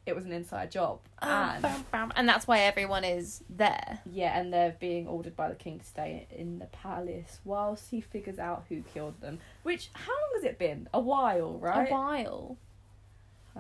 B: it was an inside job
A: And,
B: and
A: Ah, and that's why everyone is there.
B: yeah and they're being ordered by the king to stay in the palace whilst he figures out who killed them which how long has it been a while right
A: A while.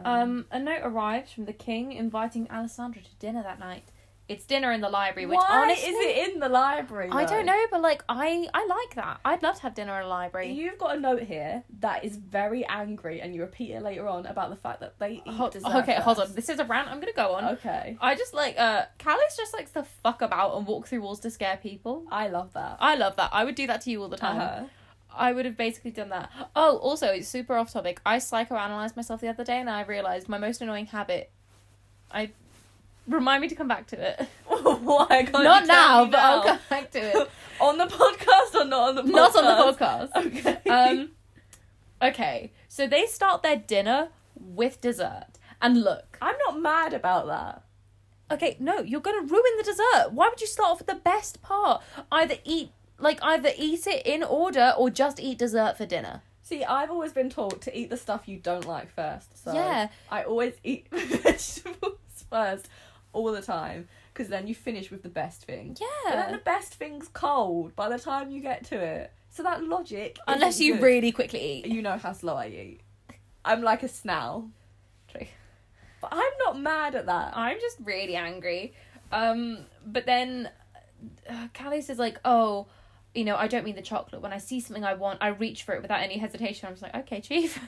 A: Um, a note arrives from the king inviting Alessandra to dinner that night. It's dinner in the library, which
B: why
A: Um, honestly,
B: is it in the library
A: I
B: though?
A: don't know, but like I, I like that. I'd love to have dinner in a library.
B: You've got a note here that is very angry, and you repeat it later on about the fact that they eat
A: Ho-
B: dessert.
A: okay, hold on.
B: first.
A: This is a rant. I'm gonna go on.
B: Okay,
A: I just like uh, Callis just likes to fuck about and walk through walls to scare people.
B: I love that.
A: I love that. I would do that to you all the time.
B: Uh-huh.
A: I would have basically done that. Oh, also, it's super off topic. I psychoanalyzed myself the other day and I realized my most annoying habit I remind me to come back to it.
B: Uh-huh. Why? Can't Oh, you
A: Not
B: tell
A: now,
B: me
A: but I'll
B: now?
A: come back to it.
B: on the podcast or not on the podcast?
A: Not on the podcast.
B: Okay.
A: um okay so they start their dinner with dessert and look
B: I'm not mad about that.
A: okay no you're gonna ruin the dessert why would you start off with the best part either eat like either eat it in order or just eat dessert for dinner
B: See, I've always been taught to eat the stuff you don't like first. So
A: yeah
B: I always eat vegetables first all the time because then you finish with the best thing. But then
A: yeah
B: the best thing's cold by the time you get to it. So that logic.
A: unless
B: isn't
A: you
B: good.
A: really quickly eat
B: You know how slow I eat. I'm like a snail.
A: True.
B: But I'm not mad at that.
A: i'm just really angry um but then uh, Callis is like oh you know i don't mean the chocolate when i see something i want i reach for it without any hesitation i'm just like okay chief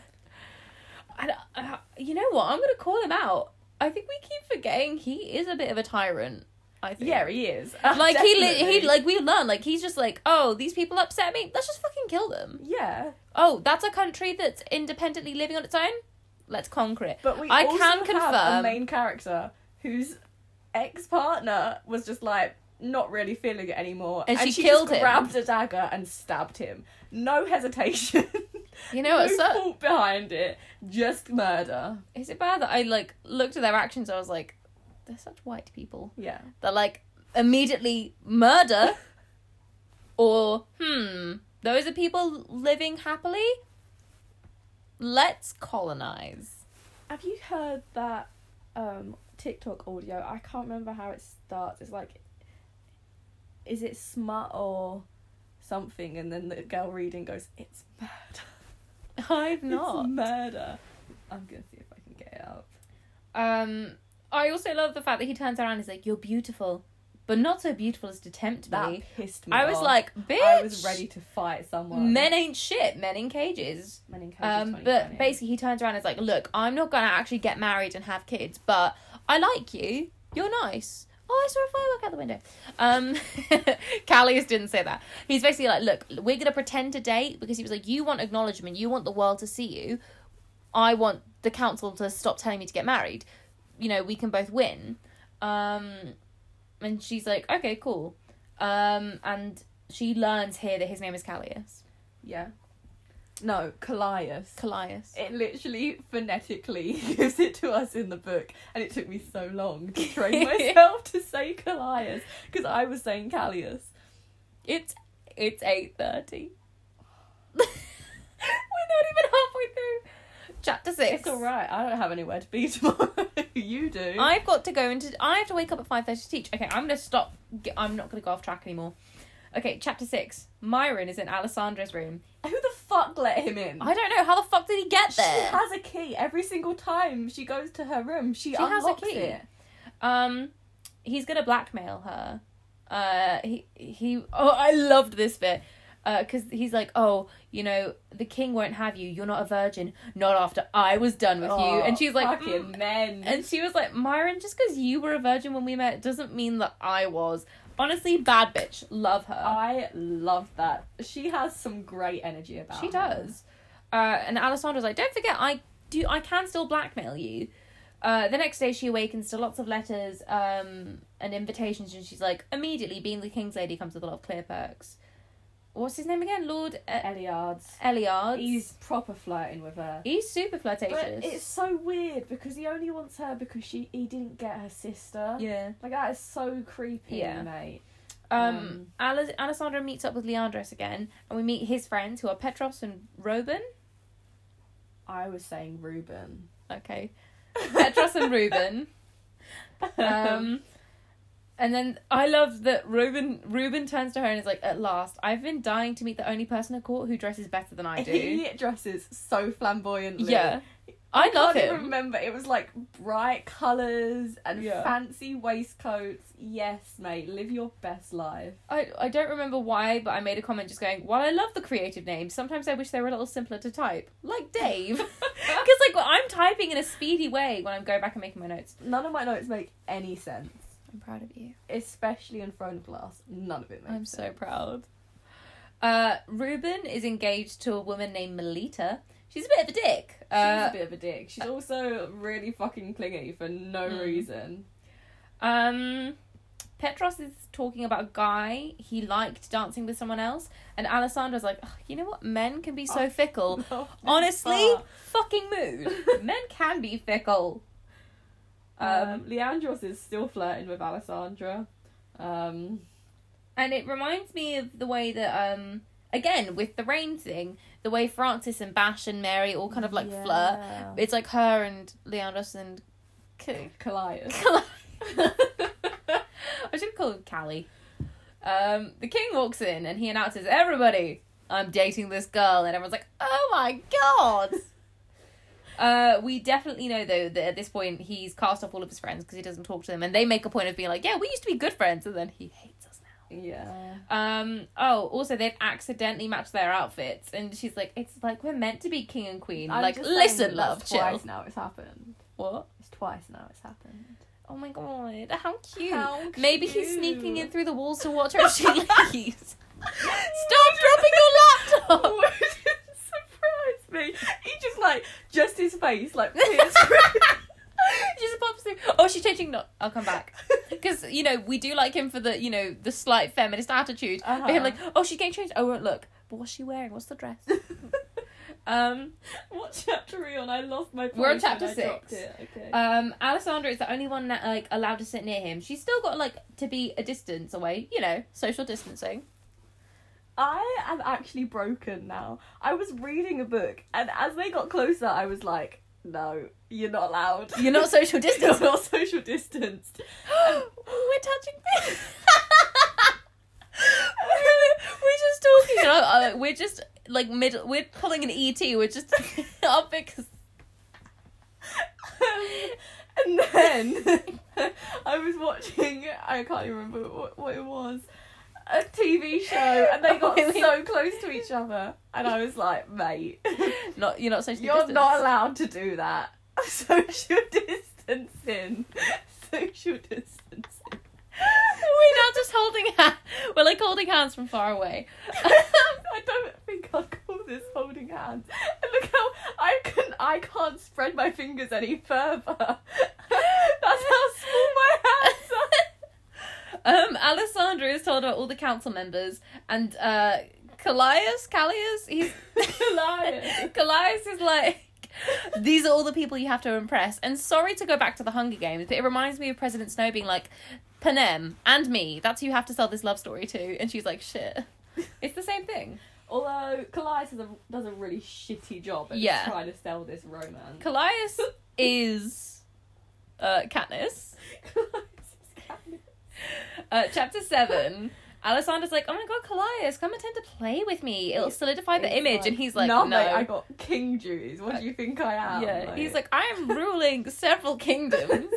A: I, don't- I, you know what i'm gonna call him out i think we keep forgetting he is a bit of a tyrant i think
B: Yeah, he is.
A: like he li-
B: Definitely.
A: he like we learn like he's just like oh these people upset me let's just fucking kill them
B: Yeah,
A: oh that's a country that's independently living on its own let's conquer it
B: but we.
A: I
B: also
A: can
B: have a
A: confirm-
B: main character whose ex partner was just like not really feeling it anymore,
A: And she
B: just
A: killed him.
B: Grabbed a dagger and stabbed him. No hesitation.
A: you know
B: no
A: what's up
B: thought behind it. Just murder.
A: is it bad that I like looked at their actions? I was like, they're such white people.
B: Yeah.
A: They're like immediately murder, or hmm, those are people living happily. Let's colonize.
B: Have you heard that um, TikTok audio? I can't remember how it starts. It's like, is it smut or something? And then the girl reading goes, "It's murder.
A: I've
B: It's murder." I'm gonna see if I can get it up.
A: Um, I also love the fact that he turns around. and He's like, "You're beautiful, but not so beautiful as to tempt
B: That
A: me."
B: pissed me.
A: I was
B: off.
A: like, "Bitch,
B: I was ready to fight someone.
A: men ain't shit. Men in cages."
B: Men in cages
A: Um,
B: 2020.
A: but basically, he turns around and is like, "Look, I'm not gonna actually get married and have kids, but I like you. You're nice. Oh, I saw a firework out the window." Um, Callius didn't say that. He's basically like, "Look, we're gonna pretend to date because he was like, you want acknowledgement, you want the world to see you. I want the council to stop telling me to get married. You know, we can both win." Um, and she's like, "Okay, cool." Um, and she learns here that his name is Callius.
B: yeah. No, Callias.
A: Callius.
B: It literally phonetically gives it to us in the book, and it took me so long to train myself to say Callias because I was saying Callias.
A: It's it's eight thirty. We're not even halfway through chapter six.
B: It's all right. I don't have anywhere to be tomorrow. you do.
A: I've got to go into. I have to wake up at five thirty to teach. Okay, I'm gonna stop. G- I'm not gonna go off track anymore. Okay, chapter six. Myron is in Alessandra's room.
B: Who the fuck let him in?
A: I don't know how the fuck did he get
B: she
A: there.
B: has a key every single time she goes to her room. She,
A: She has a
B: unlocks
A: key.
B: it.
A: Um, he's gonna blackmail her. Uh, he he. Oh, I loved this bit. Uh, cause he's like, oh, you know, the king won't have you. You're not a virgin. Not after I was done with you. And she's like,
B: fucking
A: "Mm,
B: men.
A: And she was like, Myron, just because you were a virgin when we met doesn't mean that I was. Honestly, bad bitch. Love her.
B: I love that. She has some great energy about.
A: she
B: her.
A: does. Uh, and Alessandra's like, don't forget, I do. I can still blackmail you. Uh, the next day, she awakens to lots of letters um, and invitations, and she's like, immediately, being the king's lady comes with a lot of clear perks. What's his name again? Lord uh,
B: Eliards.
A: Eliard.
B: He's proper flirting with her.
A: He's super flirtatious.
B: But it's so weird because he only wants her because she he didn't get her sister.
A: yeah.
B: Like that is so creepy,
A: Yeah.
B: mate.
A: Um,
B: Um,
A: Ale- Alessandra meets up with Leandros again, and we meet his friends who are Petros and Robin.
B: I was saying Ruben.
A: Okay, Petros and Ruben. Um, and then I love that Ruben. Ruben turns to her and is like, "At last, I've been dying to meet the only person at court who dresses better than I do."
B: he dresses so flamboyantly.
A: yeah, I, love
B: can't
A: him.
B: even remember it was like bright colours and
A: Yeah.
B: fancy waistcoats. Yes, mate, live your best life.
A: I I don't remember why, but I made a comment just going, "While I love the creative names, sometimes I wish they were a little simpler to type, like Dave." Because like I'm typing in a speedy way when I'm going back and making my notes.
B: None of my notes make any sense.
A: I'm proud of you.
B: Especially in front of glass. None of it makes
A: I'm so
B: sense.
A: proud. Uh, Ruben is engaged to a woman named Melita, She's a bit of a dick.
B: She's
A: Uh,
B: a bit of a dick. She's also really fucking clingy for no
A: Mm.
B: reason.
A: um, Petros is talking about a guy he liked dancing with someone else, and Alessandra's like, "Ugh, you know what? Men can be so
B: Oh,
A: fickle.
B: Love this
A: Honestly,
B: part.
A: fucking mood. Men can be fickle.
B: um, Leandros is still flirting with Alessandra. Um,
A: And it reminds me of the way that, um, again, with the rain thing, the way Francis and Bash and Mary all kind of like flirt. It's like her and Leandros and. K-
B: Callias.
A: Cal- I should call him Callie. Um, the king walks in and he announces, Everybody, I'm dating this girl. And everyone's like, Oh my god! Uh, we definitely know though that at this point he's cast off all of his friends because he doesn't talk to them, and they make a point of being like, "Yeah, we used to be good friends," and then he hates us now.
B: yeah.
A: Um. Oh, also they've accidentally matched their outfits, and she's like, "It's like we're meant to be king and queen."
B: I'm
A: like,
B: just saying
A: listen,
B: that
A: love,
B: that's Twice
A: chill.
B: now it's happened.
A: What?
B: It's twice now it's happened.
A: Oh my god, how cute!
B: How cute.
A: Maybe he's sneaking in through the walls to watch her as she leaves. Stop dropping your laptop.
B: Wouldn't surprise me. He just like just his face like pierced through.
A: She just pops through. Oh, she's changing. No, I'll come back because you know we do like him for the you know the slight feminist attitude. But him
B: Uh-huh.
A: like, oh, she's getting changed. Oh, won't look. But what's she wearing? What's the dress? Um.
B: what chapter are we on? I lost my.
A: We're on
B: place when
A: chapter
B: I dropped
A: six.
B: it. Okay.
A: Um, Alessandra is the only one that like allowed to sit near him. She's still got like to be a distance away, you know, social distancing.
B: I am actually broken now. I was reading a book, and as they got closer, I was like, "No, you're not allowed.
A: You're not social
B: you're
A: distancing.
B: not social distanced."
A: We're touching things. we're just talking. And I, I, we're just like mid. We're pulling an ET. We're just up because
B: and then I was watching, I can't even remember what, what it was, a TV show, and they got
A: Wait, wait.
B: so close to each other, and I was like, mate,
A: not you're not social.
B: you're
A: distance.
B: not allowed to do that. Social distancing. Social distancing.
A: We're now just holding hands. We're like holding hands from far away.
B: I don't think I'll call this holding hands. And look how I can I can't spread my fingers any further. That's how small my hands are.
A: um, Alessandra is told about all the council members, and uh, Callias, Callias, he's
B: Callias.
A: Callias is like, these are all the people you have to impress. And sorry to go back to the Hunger Games, but it reminds me of President Snow being like, Panem and me, that's who you have to sell this love story to. And she's like, shit. It's the same thing.
B: Although Callias does a, does a really shitty job at
A: Yeah.
B: trying to sell this romance.
A: Callias is uh, Katniss. Uh, chapter 7. Alessandra's like, oh my god, Callias, come attend to play with me. It'll solidify the
B: It's
A: image. and he's like,
B: "Nah,
A: no. Uh,
B: mate, I got king duties. What do you think I am?
A: yeah, he's like, I am ruling several kingdoms.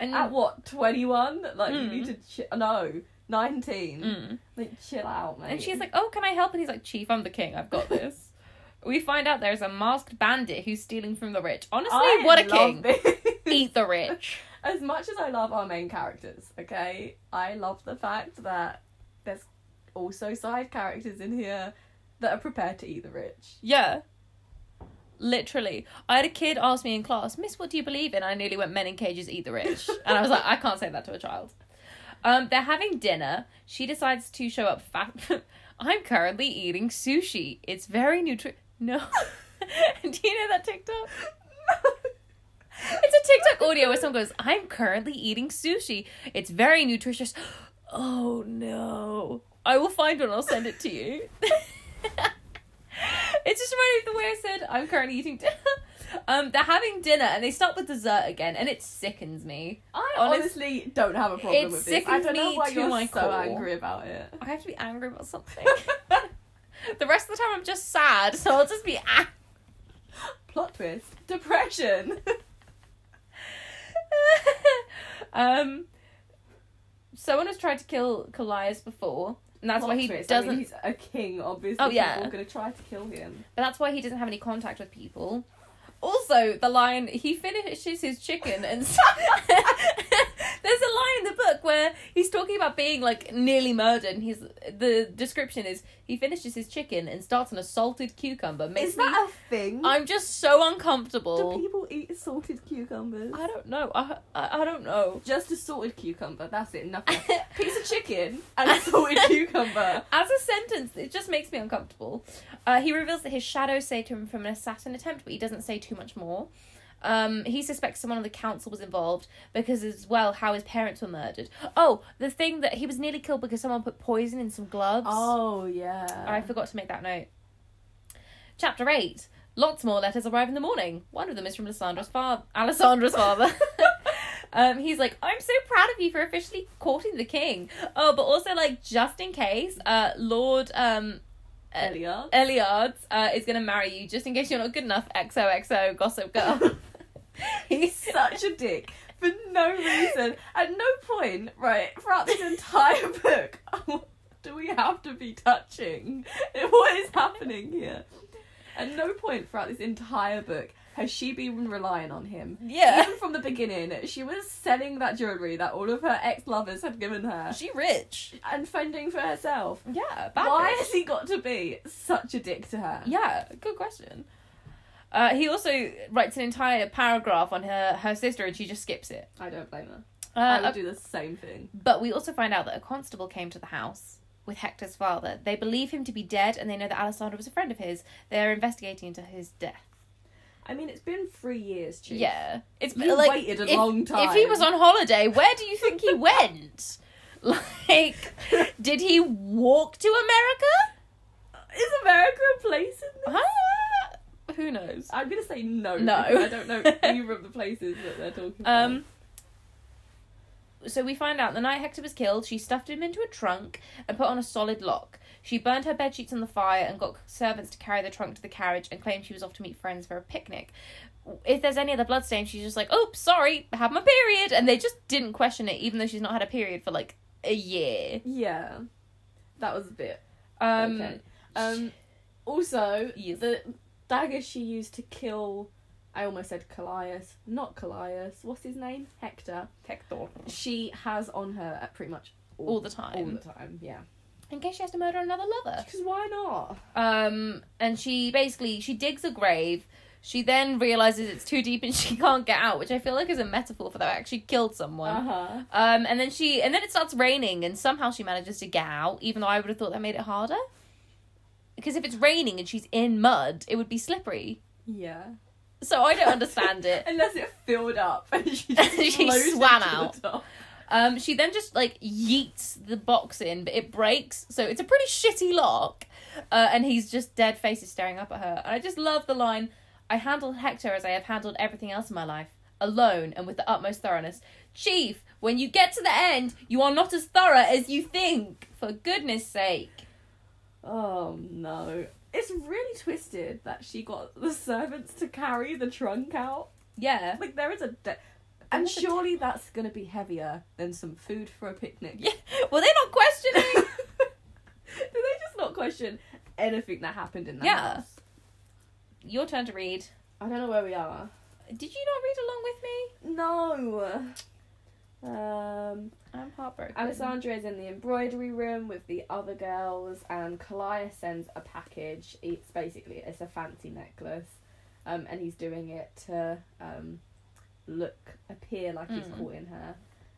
A: And
B: at what twenty one? Like
A: Mm.
B: you need to chi- no nineteen.
A: Mm.
B: Like chill out, mate.
A: And she's like, "Oh, can I help?" And he's like, "Chief, I'm the king. I've got this." we find out there's a masked bandit who's stealing from the rich. Honestly,
B: I
A: what a
B: love
A: king!
B: this.
A: Eat the rich.
B: as much as I love our main characters, okay, I love the fact that there's also side characters in here that are prepared to eat the rich.
A: Yeah. Literally, I had a kid ask me in class, "Miss, what do you believe in?" I nearly went, "Men in cages eat the rich," and I was like, "I can't say that to a child." Um, they're having dinner. She decides to show up. Fat- I'm currently eating sushi. It's very nutri. No, do you know that TikTok? It's a TikTok audio where someone goes, I'm currently eating sushi. It's very nutritious. Oh no. I will find one, I'll send it to you. it just reminded me of the way I said, I'm currently eating dinner. Um, they're having dinner and they start with dessert again, and it sickens me.
B: I
A: Honest-
B: honestly don't have a problem
A: It
B: with this. I
A: sickens
B: don't know
A: me
B: why
A: to
B: you're
A: my
B: so
A: core.
B: angry about it.
A: I have to be angry about something. the rest of the time, I'm just sad, so I'll just be angry.
B: Plot twist: depression.
A: um, someone has tried to kill Callias before, and that's why
B: Plot
A: he
B: twist. I mean,
A: doesn't.
B: he's a king, obviously.
A: Oh, yeah.
B: people are gonna try to kill him.
A: but that's why he doesn't have any contact with people. Also, the lion he finishes his chicken, and s- there's a line in the book where he's talking about being like nearly murdered. And he's the description is he finishes his chicken and starts on a salted cucumber. Makes
B: Is that a
A: me,
B: thing?
A: I'm just so uncomfortable.
B: Do people eat salted cucumbers?
A: I don't know. I I, I don't know.
B: Just a salted cucumber. That's it. Nothing. else. Piece of chicken and a salted cucumber.
A: As a sentence, it just makes me uncomfortable. Uh, he reveals that his shadow saved him from an assassin attempt, but he doesn't say too much more. Um, he suspects someone on the council was involved because, as well, how his parents were murdered. Oh, the thing that he was nearly killed because someone put poison in some gloves.
C: Oh yeah.
A: I forgot to make that note. Chapter 8. Lots more letters arrive in the morning. One of them is from Alessandra's father. Alessandra's father. um, he's like, I'm so proud of you for officially courting the king. Oh, but also, like, just in case, uh, Lord um,
B: Elliot.
A: Eliards uh, is going to marry you, just in case you're not good enough. XOXO, gossip girl.
B: He's such a dick for no reason. At no point, right, throughout this entire book, do we have to be touching? What is happening here? At no point throughout this entire book has she been relying on him.
A: yeah.
B: Even from the beginning, she was selling that jewellery that all of her ex lovers had given her
A: She rich.
B: and fending for herself.
A: Yeah, bad
B: Why
A: bitch.
B: has he got to be such a dick to her?
A: Yeah, good question. Uh, he also writes an entire paragraph on her, her sister and she just skips it.
B: I don't blame her. I
A: Uh,
B: would do the same thing.
A: but we also find out that a constable came to the house with Hector's father. They believe him to be dead and they know that Alessandra was a friend of his. They're investigating into his death.
B: I mean, it's been three years, Chief.
A: Yeah. it's
B: You
A: like,
B: waited a
A: if,
B: long
A: If he
B: time.
A: was on holiday, where do you think he went? Like, did he walk to America?
B: Is America a place in this?
A: Huh? Who knows?
B: I'm gonna say no.
A: No.
B: because I don't know either of the places that they're talking about.
A: Um. So we find out the night Hector was killed, she stuffed him into a trunk and put on a solid lock. She burned her bed sheets on the fire and got servants to carry the trunk to the carriage and claimed she was off to meet friends for a picnic. If there's any other bloodstain, she's just like, "Oops, sorry, I had my period," and they just didn't question it, even though she's not had a period for like a year.
B: Yeah, that was a bit.
A: Um,
B: okay. Um. Also,
A: Yes.
B: the dagger she used to kill. I almost said Callias, not Callias. What's his name? Hector.
A: Hector
B: She has on her at pretty much all,
A: all the
B: all the
A: time, Uh,
B: time. Yeah.
A: in case she has to murder another lover.
B: Because why not?
A: um and she basically she digs a grave she then realizes it's too deep and she can't get out which i feel like is a metaphor for that actually killed someone
B: Uh huh.
A: um and then she and then it starts raining and somehow she manages to get out even though i would have thought that made it harder because if it's raining and she's in mud it would be slippery
B: Yeah.
A: so i don't understand it
B: Unless it filled up and she just
A: She
B: floated
A: swam
B: to the
A: out.
B: top.
A: Um, she then just like yeets the box in, but it breaks, so it's a pretty shitty lock. Uh, and he's just dead faces staring up at her. And I just love the line I handled Hector as I have handled everything else in my life, alone and with the utmost thoroughness. Chief, when you get to the end, you are not as thorough as you think. For goodness sake.
B: Oh no. It's really twisted that she got the servants to carry the trunk out.
A: Yeah.
B: Like there is a de- and
A: There's a de-
B: surely that's going to be heavier than some food for a picnic.
A: Yeah. Well, they're not
B: Do
A: questioning.
B: they just not question anything that happened in that
A: Yeah.
B: house?
A: Your turn to read.
B: I don't know where we are.
A: Did you not read along with me?
B: No. Um
A: I'm heartbroken.
B: Alessandra is in the embroidery room with the other girls, and Kalia sends a package. It's basically it's a fancy necklace, um, and he's doing it to um, look appear like he's
A: Mm.
B: courting her.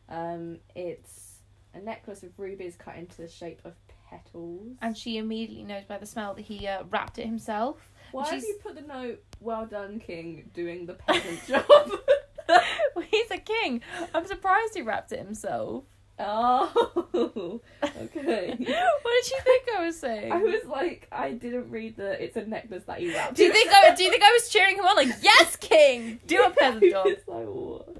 B: Um, it's a necklace with rubies cut into the shape of petals.
A: And she immediately knows by the smell that he uh, wrapped it himself.
B: why have
A: she's-
B: you put the note? Well done, King, doing the peasant job.
A: Well, he's a king. I'm surprised he wrapped it himself.
B: oh, okay.
A: what did you think I was saying?
B: I was like, I didn't read the. It's a necklace that you wrapped.
A: do you think I? Do you think I was cheering him on? Like, yes, king, do a peasant job.
B: It's like, what?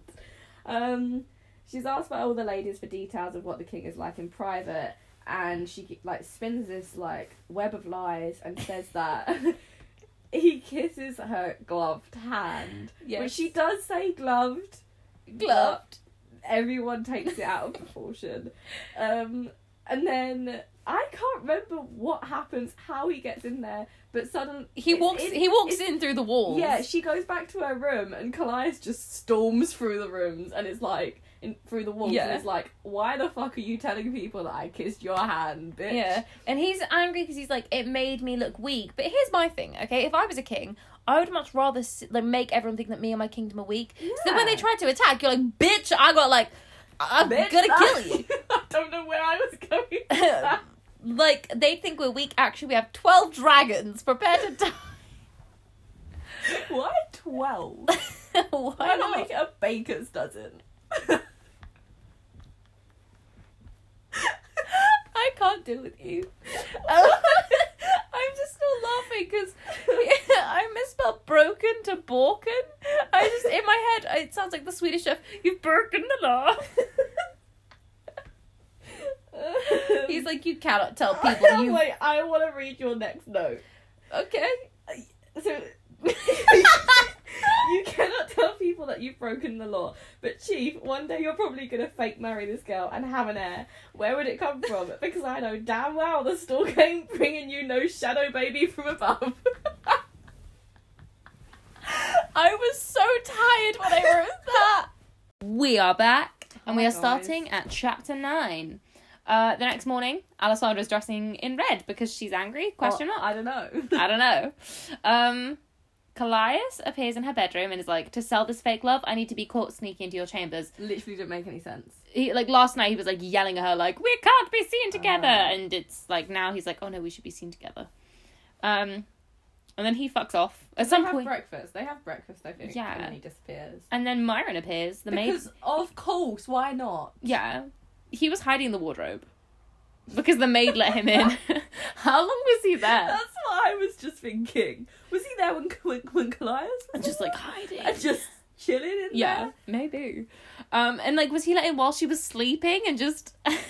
B: Um, she's asked by all the ladies for details of what the king is like in private, and she like spins this like web of lies and says that he kisses her gloved hand,
A: Yes.
B: which she does say gloved.
A: Gloved.
B: Everyone takes it out of proportion. Um, and then I can't remember what happens, how he gets in there, but suddenly
A: He
B: it's
A: walks.
B: in-
A: he walks
B: it's-
A: in through the walls.
B: Yeah, she goes back to her room, and Callias just storms through the rooms, and it's like in, through the walls, and
A: Yeah.
B: it's like, why the fuck are you telling people that I kissed your hand, bitch?
A: Yeah, and he's angry because he's like, it made me look weak. But here's my thing, okay? If I was a king, I would much rather s- like make everyone think that me and my kingdom are weak. So that when they
B: Yeah.
A: try to attack, you're like, bitch, I got like, I'm
B: Bitch,
A: gonna
B: I-
A: kill you.
B: I don't know where I was going. with that.
A: Like they think we're weak. Actually, we have twelve dragons prepared to die.
B: Why twelve?
A: Why
B: Why not make
A: not?
B: it a baker's dozen?
A: I can't deal with you. Um, I'm just still laughing because I misspelled broken to borken. I just in my head it sounds like the Swedish chef. You've broken the law. He's like you cannot tell people you.
B: Wait, I want to read your next note.
A: Okay.
B: So you cannot tell people that you've broken the law. But Chief, one day you're probably gonna fake marry this girl and have an heir. Where would it come from? Because I know damn well the stalk ain't bringing you no shadow baby from above.
A: I was so tired when I wrote that. We are back and
B: Oh
A: we
B: my
A: are
B: God.
A: starting at chapter nine. Uh, the next morning, Alessandra's dressing in red because she's angry. Question
B: Well,
A: mark.
B: I don't know.
A: I don't know. Um, Callias appears in her bedroom and is like, "To sell this fake love, I need to be caught sneaking into your chambers."
B: Literally didn't make any sense.
A: He, like last night, he was like yelling at her, like, "We can't be seen together,"
B: Oh.
A: and it's like now he's like, "Oh no, we should be seen together." Um, and then he fucks off at some
B: they
A: point,
B: have breakfast. They have breakfast. I think.
A: Yeah.
B: And then he disappears.
A: and then Myron appears. The maid,
B: because of course, why not?
A: yeah, he was hiding in the wardrobe because the maid let him in. How long was he there?
B: That's what I was just thinking. Was he there when when, when Callias was
A: Just like
B: there?
A: hiding.
B: and just chilling in
A: Yeah,
B: there?
A: maybe. Um, and like, was he let in while she was sleeping and just? um,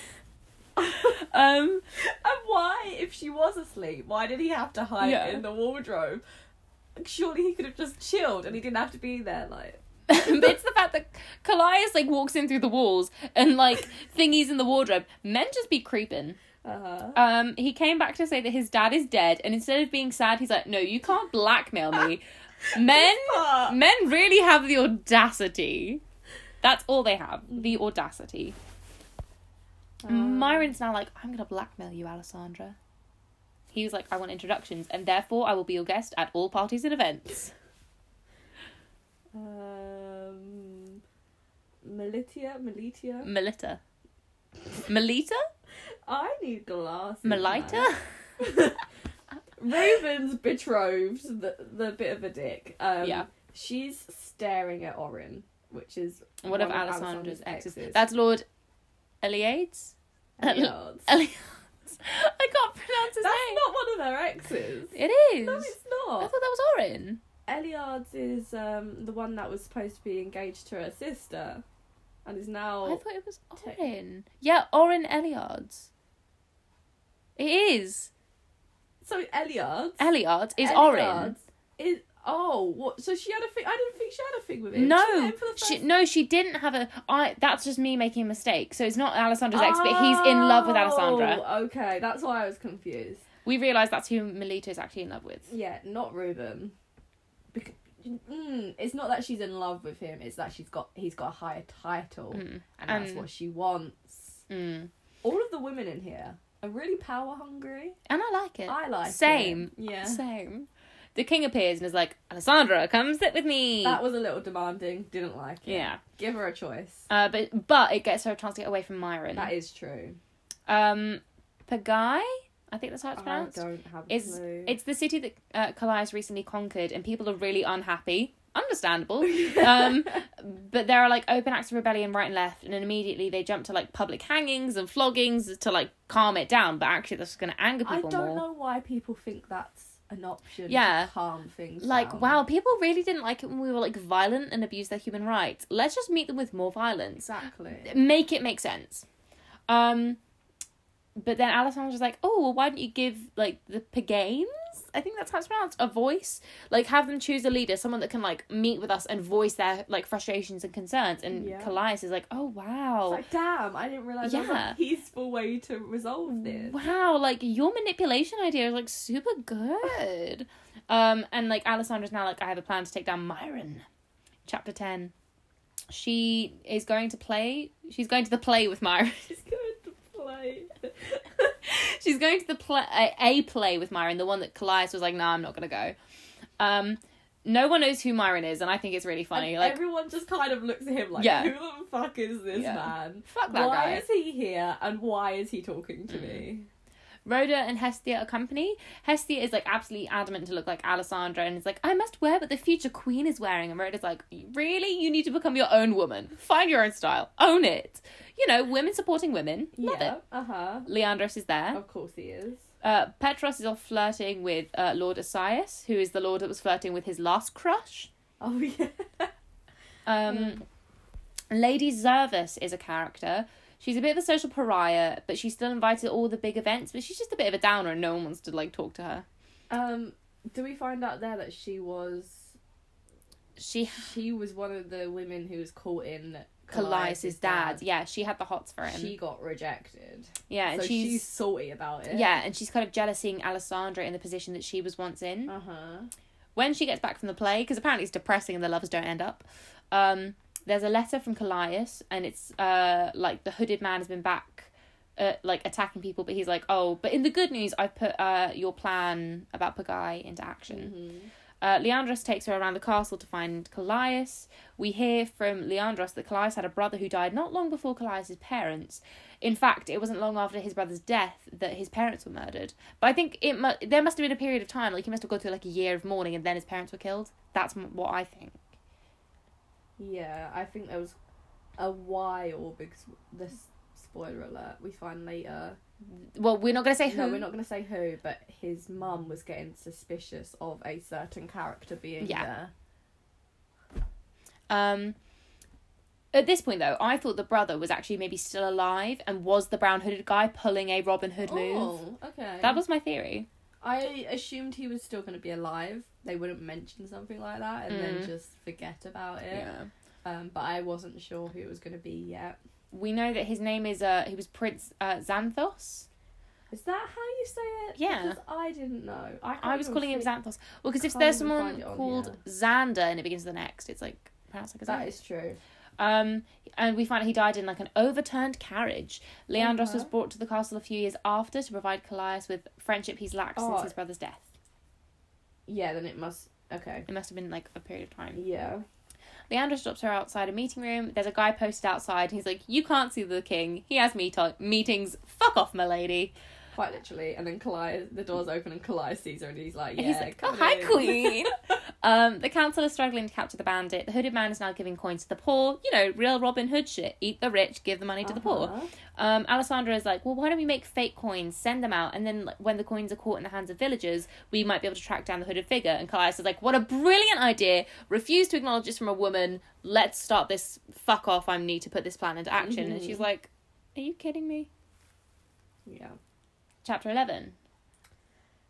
B: And why, if she was asleep, why did he have to hide
A: Yeah.
B: in the wardrobe? Surely he could have just chilled and he didn't have to be there. Like
A: but it's the fact that Callias like walks in through the walls and like thingies in the wardrobe. Men just be creeping.
B: uh-huh.
A: Um, he came back to say that his dad is dead, and instead of being sad, he's like, "No, you can't blackmail me." Men,
B: But-
A: men really have the audacity. That's all they have, the audacity. Myron's now like, I'm gonna blackmail you, Alessandra. He was like, I want introductions, and therefore I will be your guest at all parties and events.
B: um, Melitia, Melitia.
A: Melita. Melita?
B: I need glasses. man.
A: Melita?
B: Raven's betrothed, the, the bit of a dick. Um,
A: Yeah.
B: She's staring at Orin, which is
A: One of Alessandra's exes. That's Lord Eliades?
B: That's
A: Eliades. I can't pronounce his
B: That's
A: name.
B: not one of her exes.
A: It is.
B: No, it's
A: I
B: not.
A: thought that was Orin.
B: Eliard's is um, the one that was supposed to be engaged to her sister, and is now.
A: I thought it was
B: Tech-
A: Orin. Yeah, Orin Eliades. It is.
B: So Eliard's.
A: Eliades is Orin.
B: Eliard's Is oh what? So she had a thing. I didn't think she had a thing with him. She met
A: No,
B: him for the
A: she,
B: first-
A: no, she didn't have a. I. That's just me making a mistake. So it's not Alessandra's ex, but he's in love with Alessandra.
B: Oh, Okay, that's why I was confused.
A: We realise that's who Melita is actually in love with.
B: Yeah, not Reuben. Because, mm, it's not that she's in love with him. It's that she's got he's got a higher title,
A: Mm.
B: and that's
A: and-
B: what she wants.
A: Mm.
B: All of the women in here are really power hungry.
A: And I like it.
B: I like it.
A: Eh, Same.
B: Yeah.
A: Same. The king appears and is like, Alessandra, come sit with me.
B: That was a little demanding. Didn't like it.
A: yeah.
B: Give her a choice.
A: Uh, but but it gets her a chance to get away from Myron.
B: That is true.
A: um, Pagai, I think that's how it's
B: I
A: pronounced.
B: don't have a
A: It's
B: clue.
A: it's the city that uh, Callias recently conquered, and people are really unhappy. Understandable. um, but there are like open acts of rebellion right and left, and then immediately they jump to like public hangings and floggings to like calm it down. But actually, that's going to anger
B: I
A: people
B: don't
A: more.
B: know why people think that's an option.
A: Yeah.
B: To calm things.
A: Like,
B: down.
A: wow, people really didn't like it when we were like violent and abused their human rights. Let's just meet them with more violence.
B: Exactly.
A: Make it make sense. Um, but then Alessandra's like, oh, well, why don't you give like the Paganes? I think that's how it's pronounced. A voice, like have them choose a leader, someone that can like meet with us and voice their like frustrations and concerns. And
B: Yeah.
A: Callias is like, oh wow,
B: It's like, damn, I didn't realize that was
A: Yeah.
B: a peaceful way to resolve this.
A: Wow, like your manipulation idea is like super good. Um, and like Alessandra's now like, I have a plan to take down Myron. Chapter ten. She is going to play. She's going to the play with Myron.
B: She's going to play.
A: she's going to the play a, a play with Myron, the one that Callias was like, Nah, I'm not gonna go. Um, no one knows who Myron is, and I think it's really funny.
B: And
A: like,
B: everyone just kind of looks at him like,
A: Yeah.
B: who the fuck is this
A: Yeah.
B: man?
A: fuck that
B: why
A: guy.
B: is he here and why is he talking to
A: Mm.
B: me?
A: Rhoda and Hestia accompany. Hestia is like absolutely adamant to look like Alessandra and is like, I must wear what the future queen is wearing. And Rhoda's like, Really? You need to become your own woman. Find your own style. Own it. You know, women supporting women. Mm. Love
B: yeah.
A: it.
B: Uh huh.
A: Leandros is there.
B: Of course he is.
A: Uh, Petros is off flirting with uh, Lord Asias, who is the lord that was flirting with his last crush.
B: Oh yeah.
A: Um, Lady Zervus is a character. She's a bit of a social pariah, but she's still invited to all the big events. But she's just a bit of a downer, and no one wants to like talk to her.
B: Um, do we find out there that she was
A: She
B: she was one of the women who was caught in
A: Callias's dad. Yeah, she had the hots for him.
B: She got rejected.
A: yeah, and
B: so she's,
A: she's,
B: salty about it.
A: yeah, and she's kind of jealous seeing Alessandra in the position that she was once in.
B: Uh huh.
A: When she gets back from the play, because apparently it's depressing and the lovers don't end up. Um, there's a letter from Callias, and it's uh like the hooded man has been back. Uh, like attacking people, but he's like, oh, but in the good news, I put uh your plan about Pagai into action.
B: Mm-hmm.
A: Uh, Leandros takes her around the castle to find Callias. We hear from Leandros that Callias had a brother who died not long before Callias' parents. In fact, it wasn't long after his brother's death that his parents were murdered. But I think it mu- there must have been a period of time, like he must have gone through like a year of mourning, and then his parents were killed. That's m- what I think.
B: Yeah, I think there was a while because this spoiler alert we find later.
A: Well, we're not gonna say who.
B: No, we're not going to say who, but his mum was getting suspicious of a certain character being
A: Yeah.
B: there.
A: Um, at this point, though, I thought the brother was actually maybe still alive and was the brown hooded guy pulling a Robin Hood move.
B: Oh, okay.
A: That was my theory.
B: I assumed he was still going to be alive. They wouldn't mention something like that and
A: Mm.
B: then just forget about it. Um, but I wasn't sure who it was going to be yet.
A: we know that his name is uh he was Prince uh, Xanthos.
B: Is that how you say it?
A: Yeah.
B: Because I didn't know. I,
A: I was calling him
B: Zach.
A: Xanthos. Well, because if
B: Oh, Can't
A: there's
B: even
A: someone
B: find it on
A: called Xander and it begins with the next, it's like pronounced like a
B: That
A: Xander.
B: is true.
A: Um, and we find out he died in like an overturned carriage. Leandros was
B: Okay.
A: brought to the castle a few years after to provide Callias with friendship he's lacked
B: Oh.
A: since his brother's death.
B: Yeah, then it must. Okay.
A: It must have been like a period of time.
B: Yeah.
A: Leandros stops her outside a meeting room. There's a guy posted outside, and he's like, "You can't see the king. He has meet- meetings. Fuck off, my lady."
B: Quite literally. And then Callias, the door's open and Callias sees her and he's like, yeah.
A: And Mm. he's like, oh,
B: come
A: hi,
B: in."
A: Queen. um, the council is struggling to capture the bandit. The hooded man is now giving coins to the poor. You know, real Robin Hood shit. Eat the rich, give the money to the poor.
B: Uh-huh.
A: Um, Alessandra is like, well, why don't we make fake coins, send them out, and then like, when the coins are caught in the hands of villagers, we might be able to track down the hooded figure. And Callias is like, what a brilliant idea. Refuse to acknowledge this from a woman. Let's start this. Fuck off. I need to put this plan into action. And
B: Mhm.
A: she's like, are you kidding me?
B: Yeah.
A: Chapter 11.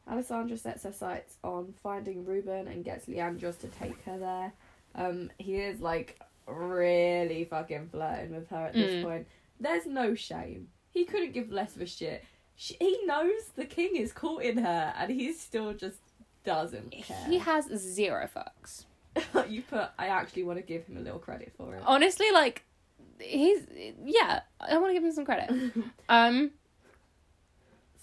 B: Alessandra sets her sights on finding Ruben and gets Leandros to take her there. Um, he is like really fucking flirting with her at
A: Mm.
B: this point. There's no shame. He couldn't give less of a shit. She, he knows the king is caught in her, and he still just doesn't care.
A: He has zero fucks.
B: you put. I actually want to give him a little credit for it.
A: honestly like he's yeah i want to give him some credit um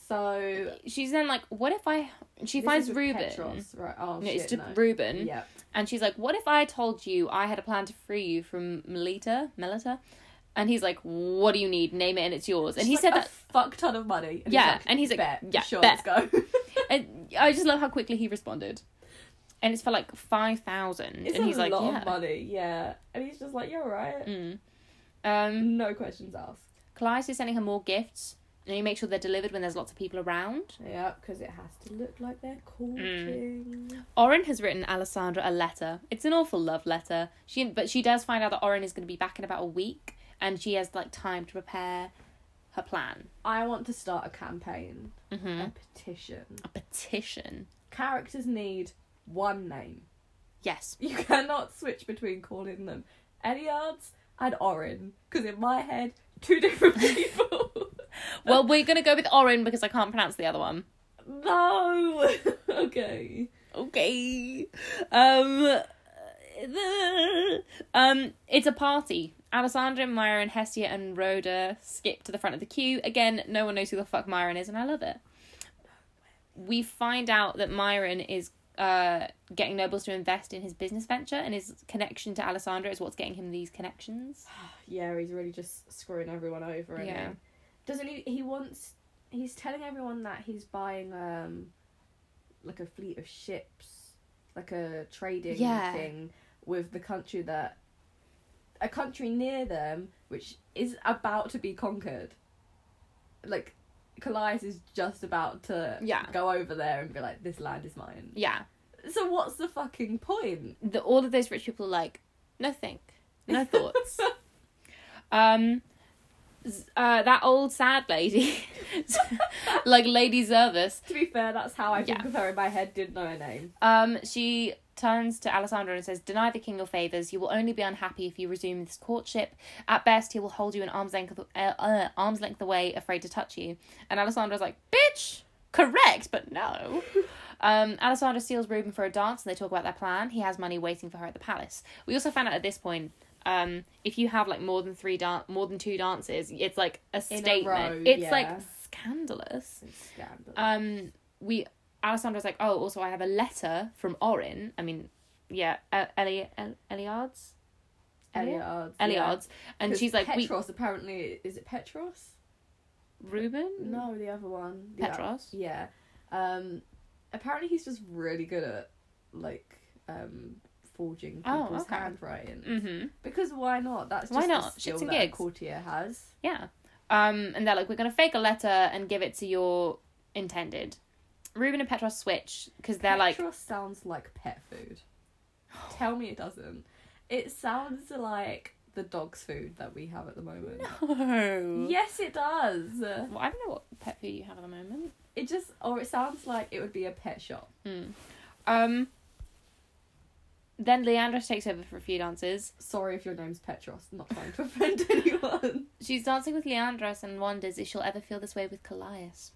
B: So
A: she's then like what if i she
B: this
A: finds
B: is with
A: ruben
B: Petros, right? Oh
A: no,
B: shit,
A: it's just
B: no.
A: ruben
B: Yeah.
A: and she's like what if i told you i had a plan to free you from melita melita and he's like what do you need name it and it's yours and he
B: She's
A: said
B: like,
A: that
B: a fuck ton of money. And
A: Yeah,
B: he's like,
A: and he's like,
B: bet.
A: yeah,
B: sure,
A: bet."
B: let's go.
A: and i just love how quickly he responded and it's for like 5000
B: It's
A: and he's
B: a
A: like
B: lot
A: yeah
B: of money, yeah. And he's just like, you're right.
A: Mm. um
B: No questions asked.
A: Callias is sending her more gifts and you make sure they're delivered when there's lots of people around
B: Yeah, because it has to look like they're courting.
A: Oren has written Alessandra a letter. It's an awful love letter. She but she does find out that Oren is going to be back in about a week, and she has like time to prepare. her plan.
B: I want to start a campaign,
A: Mm-hmm.
B: a petition.
A: A petition.
B: Characters need one name.
A: Yes.
B: You cannot switch between calling them Ediards and Orin, because in my head, two different people.
A: Well, we're gonna go with Orin because I can't pronounce the other one.
B: no! okay.
A: Okay. Um. the- Um. It's a party. Alessandra, Myron, Hestia, and Rhoda skip to the front of the queue. Again, no one knows who the fuck Myron is, and I love it. We find out that Myron is uh, getting Nobles to invest in his business venture, and his connection to Alessandra is what's getting him these connections.
B: Yeah, he's really just screwing everyone over. isn't
A: Yeah.
B: he? Doesn't he? He wants. He's telling everyone that he's buying um, like a fleet of ships, like a trading
A: Yeah.
B: thing with the country that, a country near them which is about to be conquered. Like, Callias is just about to
A: Yeah.
B: go over there and be like, "This land is mine."
A: Yeah.
B: So what's the fucking point?
A: the, all of those rich people are like, no think, no thoughts. um, z- uh, that old sad lady, like Lady Zervus,
B: To be fair, that's how I think
A: Yeah.
B: of her in my head. Didn't know her name.
A: um, she turns to Alessandra and says, Deny the king your favours. You will only be unhappy if you resume this courtship. At best, he will hold you an arm's length, uh, uh, arm's length away, afraid to touch you. And Alessandra's like, Bitch! Correct, but no. Um, Alessandra steals Ruben for a dance and they talk about their plan. He has money waiting for her at the palace. We also found out at this point, um, if you have like more than three dan- more than two dances, it's like a
B: In a
A: statement.
B: row,
A: it's
B: yeah.
A: like scandalous.
B: It's scandalous.
A: Um, we Alessandra's like, oh, also I have a letter from Orin. I mean, yeah, uh, Eli El- Eliards,
B: Eliards.
A: Eliards, and she's like, we
B: Petros. Apparently, is it Petros?
A: Ruben,
B: No, the other one. The o-
A: Mm. Petros,
B: yeah. Um, apparently, he's just really good at like um forging
A: Oh,
B: people's
A: okay.
B: handwriting.
A: mm-hmm,
B: Because why not? That's just
A: Why
B: the
A: not? Shits
B: skill
A: and
B: that a
A: gigs.
B: courtier has.
A: yeah, um, and they're like, we're gonna fake a letter and give it to your intended. Ruben and Petros switch because they're like,
B: Petros sounds like pet food. Tell me it doesn't. It sounds like the dog's food that we have at the moment.
A: no,
B: Yes, it does.
A: Well, I don't know what pet food you have at the moment.
B: It just, or it sounds like it would be a pet shop.
A: Mm. Um. Then Leandros takes over for a few dances.
B: Sorry if your name's Petros. Not trying to offend anyone.
A: She's dancing with Leandros and wonders if she'll ever feel this way with Callias.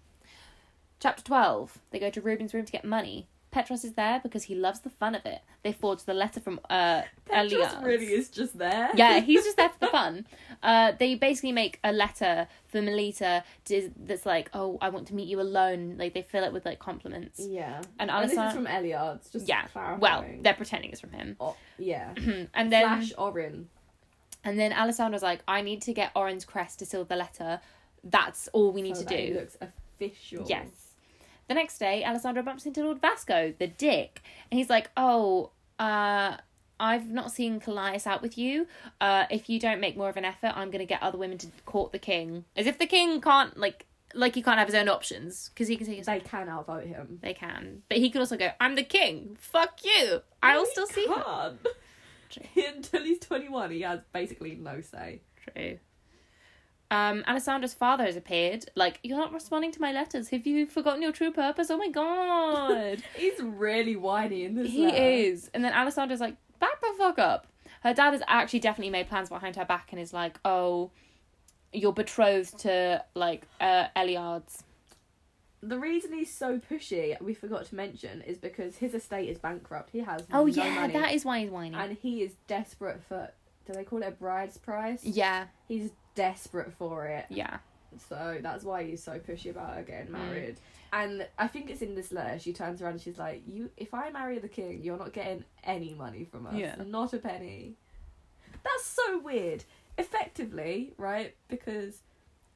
A: Chapter 12. They go to Ruben's room to get money. Petros is there because he loves the fun of it. They forge the letter from uh,
B: Petros
A: Elias.
B: really is just there.
A: yeah, he's just there for the fun. Uh, they basically make a letter for Melita to, that's like, oh, I want to meet you alone. Like, they fill it with, like, compliments.
B: Yeah.
A: And
B: And this is
A: Alessandra...
B: from Eliards, just
A: Yeah,
B: clarifying.
A: Well, they're pretending it's from him.
B: Oh, yeah.
A: and then...
B: Flash Orin.
A: And then Alessandra's like, I need to get Orin's crest to seal the letter. That's all we need
B: so
A: to
B: that
A: do.
B: It looks official.
A: Yes. The next day, Alessandro bumps into Lord Vasco, the dick, and he's like, "Oh, uh, I've not seen Callias out with you. Uh, if you don't make more of an effort, I'm gonna get other women to court the king. As if the king can't like like he can't have his own options because he can say
B: They can outvote him.
A: they can, but he could also go, "I'm the king. Fuck you. I will
B: No, he
A: still see her."
B: can't. Until he's 21, he has basically no say.
A: True. Um, Alessandra's father has appeared. Like, you're not responding to my letters. Have you forgotten your true purpose? Oh my god.
B: He's really whiny in this
A: He
B: letter.
A: is. And then Alessandra's like, back the fuck up. Her dad has actually definitely made plans behind her back and is like, oh, you're betrothed to, like, uh, Eliards.
B: The reason he's so pushy, we forgot to mention, is because his estate is bankrupt. He has
A: Oh,
B: no
A: yeah,
B: money.
A: that is why he's whining.
B: and he is desperate for do they call it a bride's price
A: yeah,
B: he's desperate for it
A: yeah.
B: so that's why he's so pushy about her
A: Mm.
B: getting married and i think it's in this letter she turns around and she's like you if i marry the king you're not getting any money from us
A: Yeah.
B: not a penny that's so weird effectively right because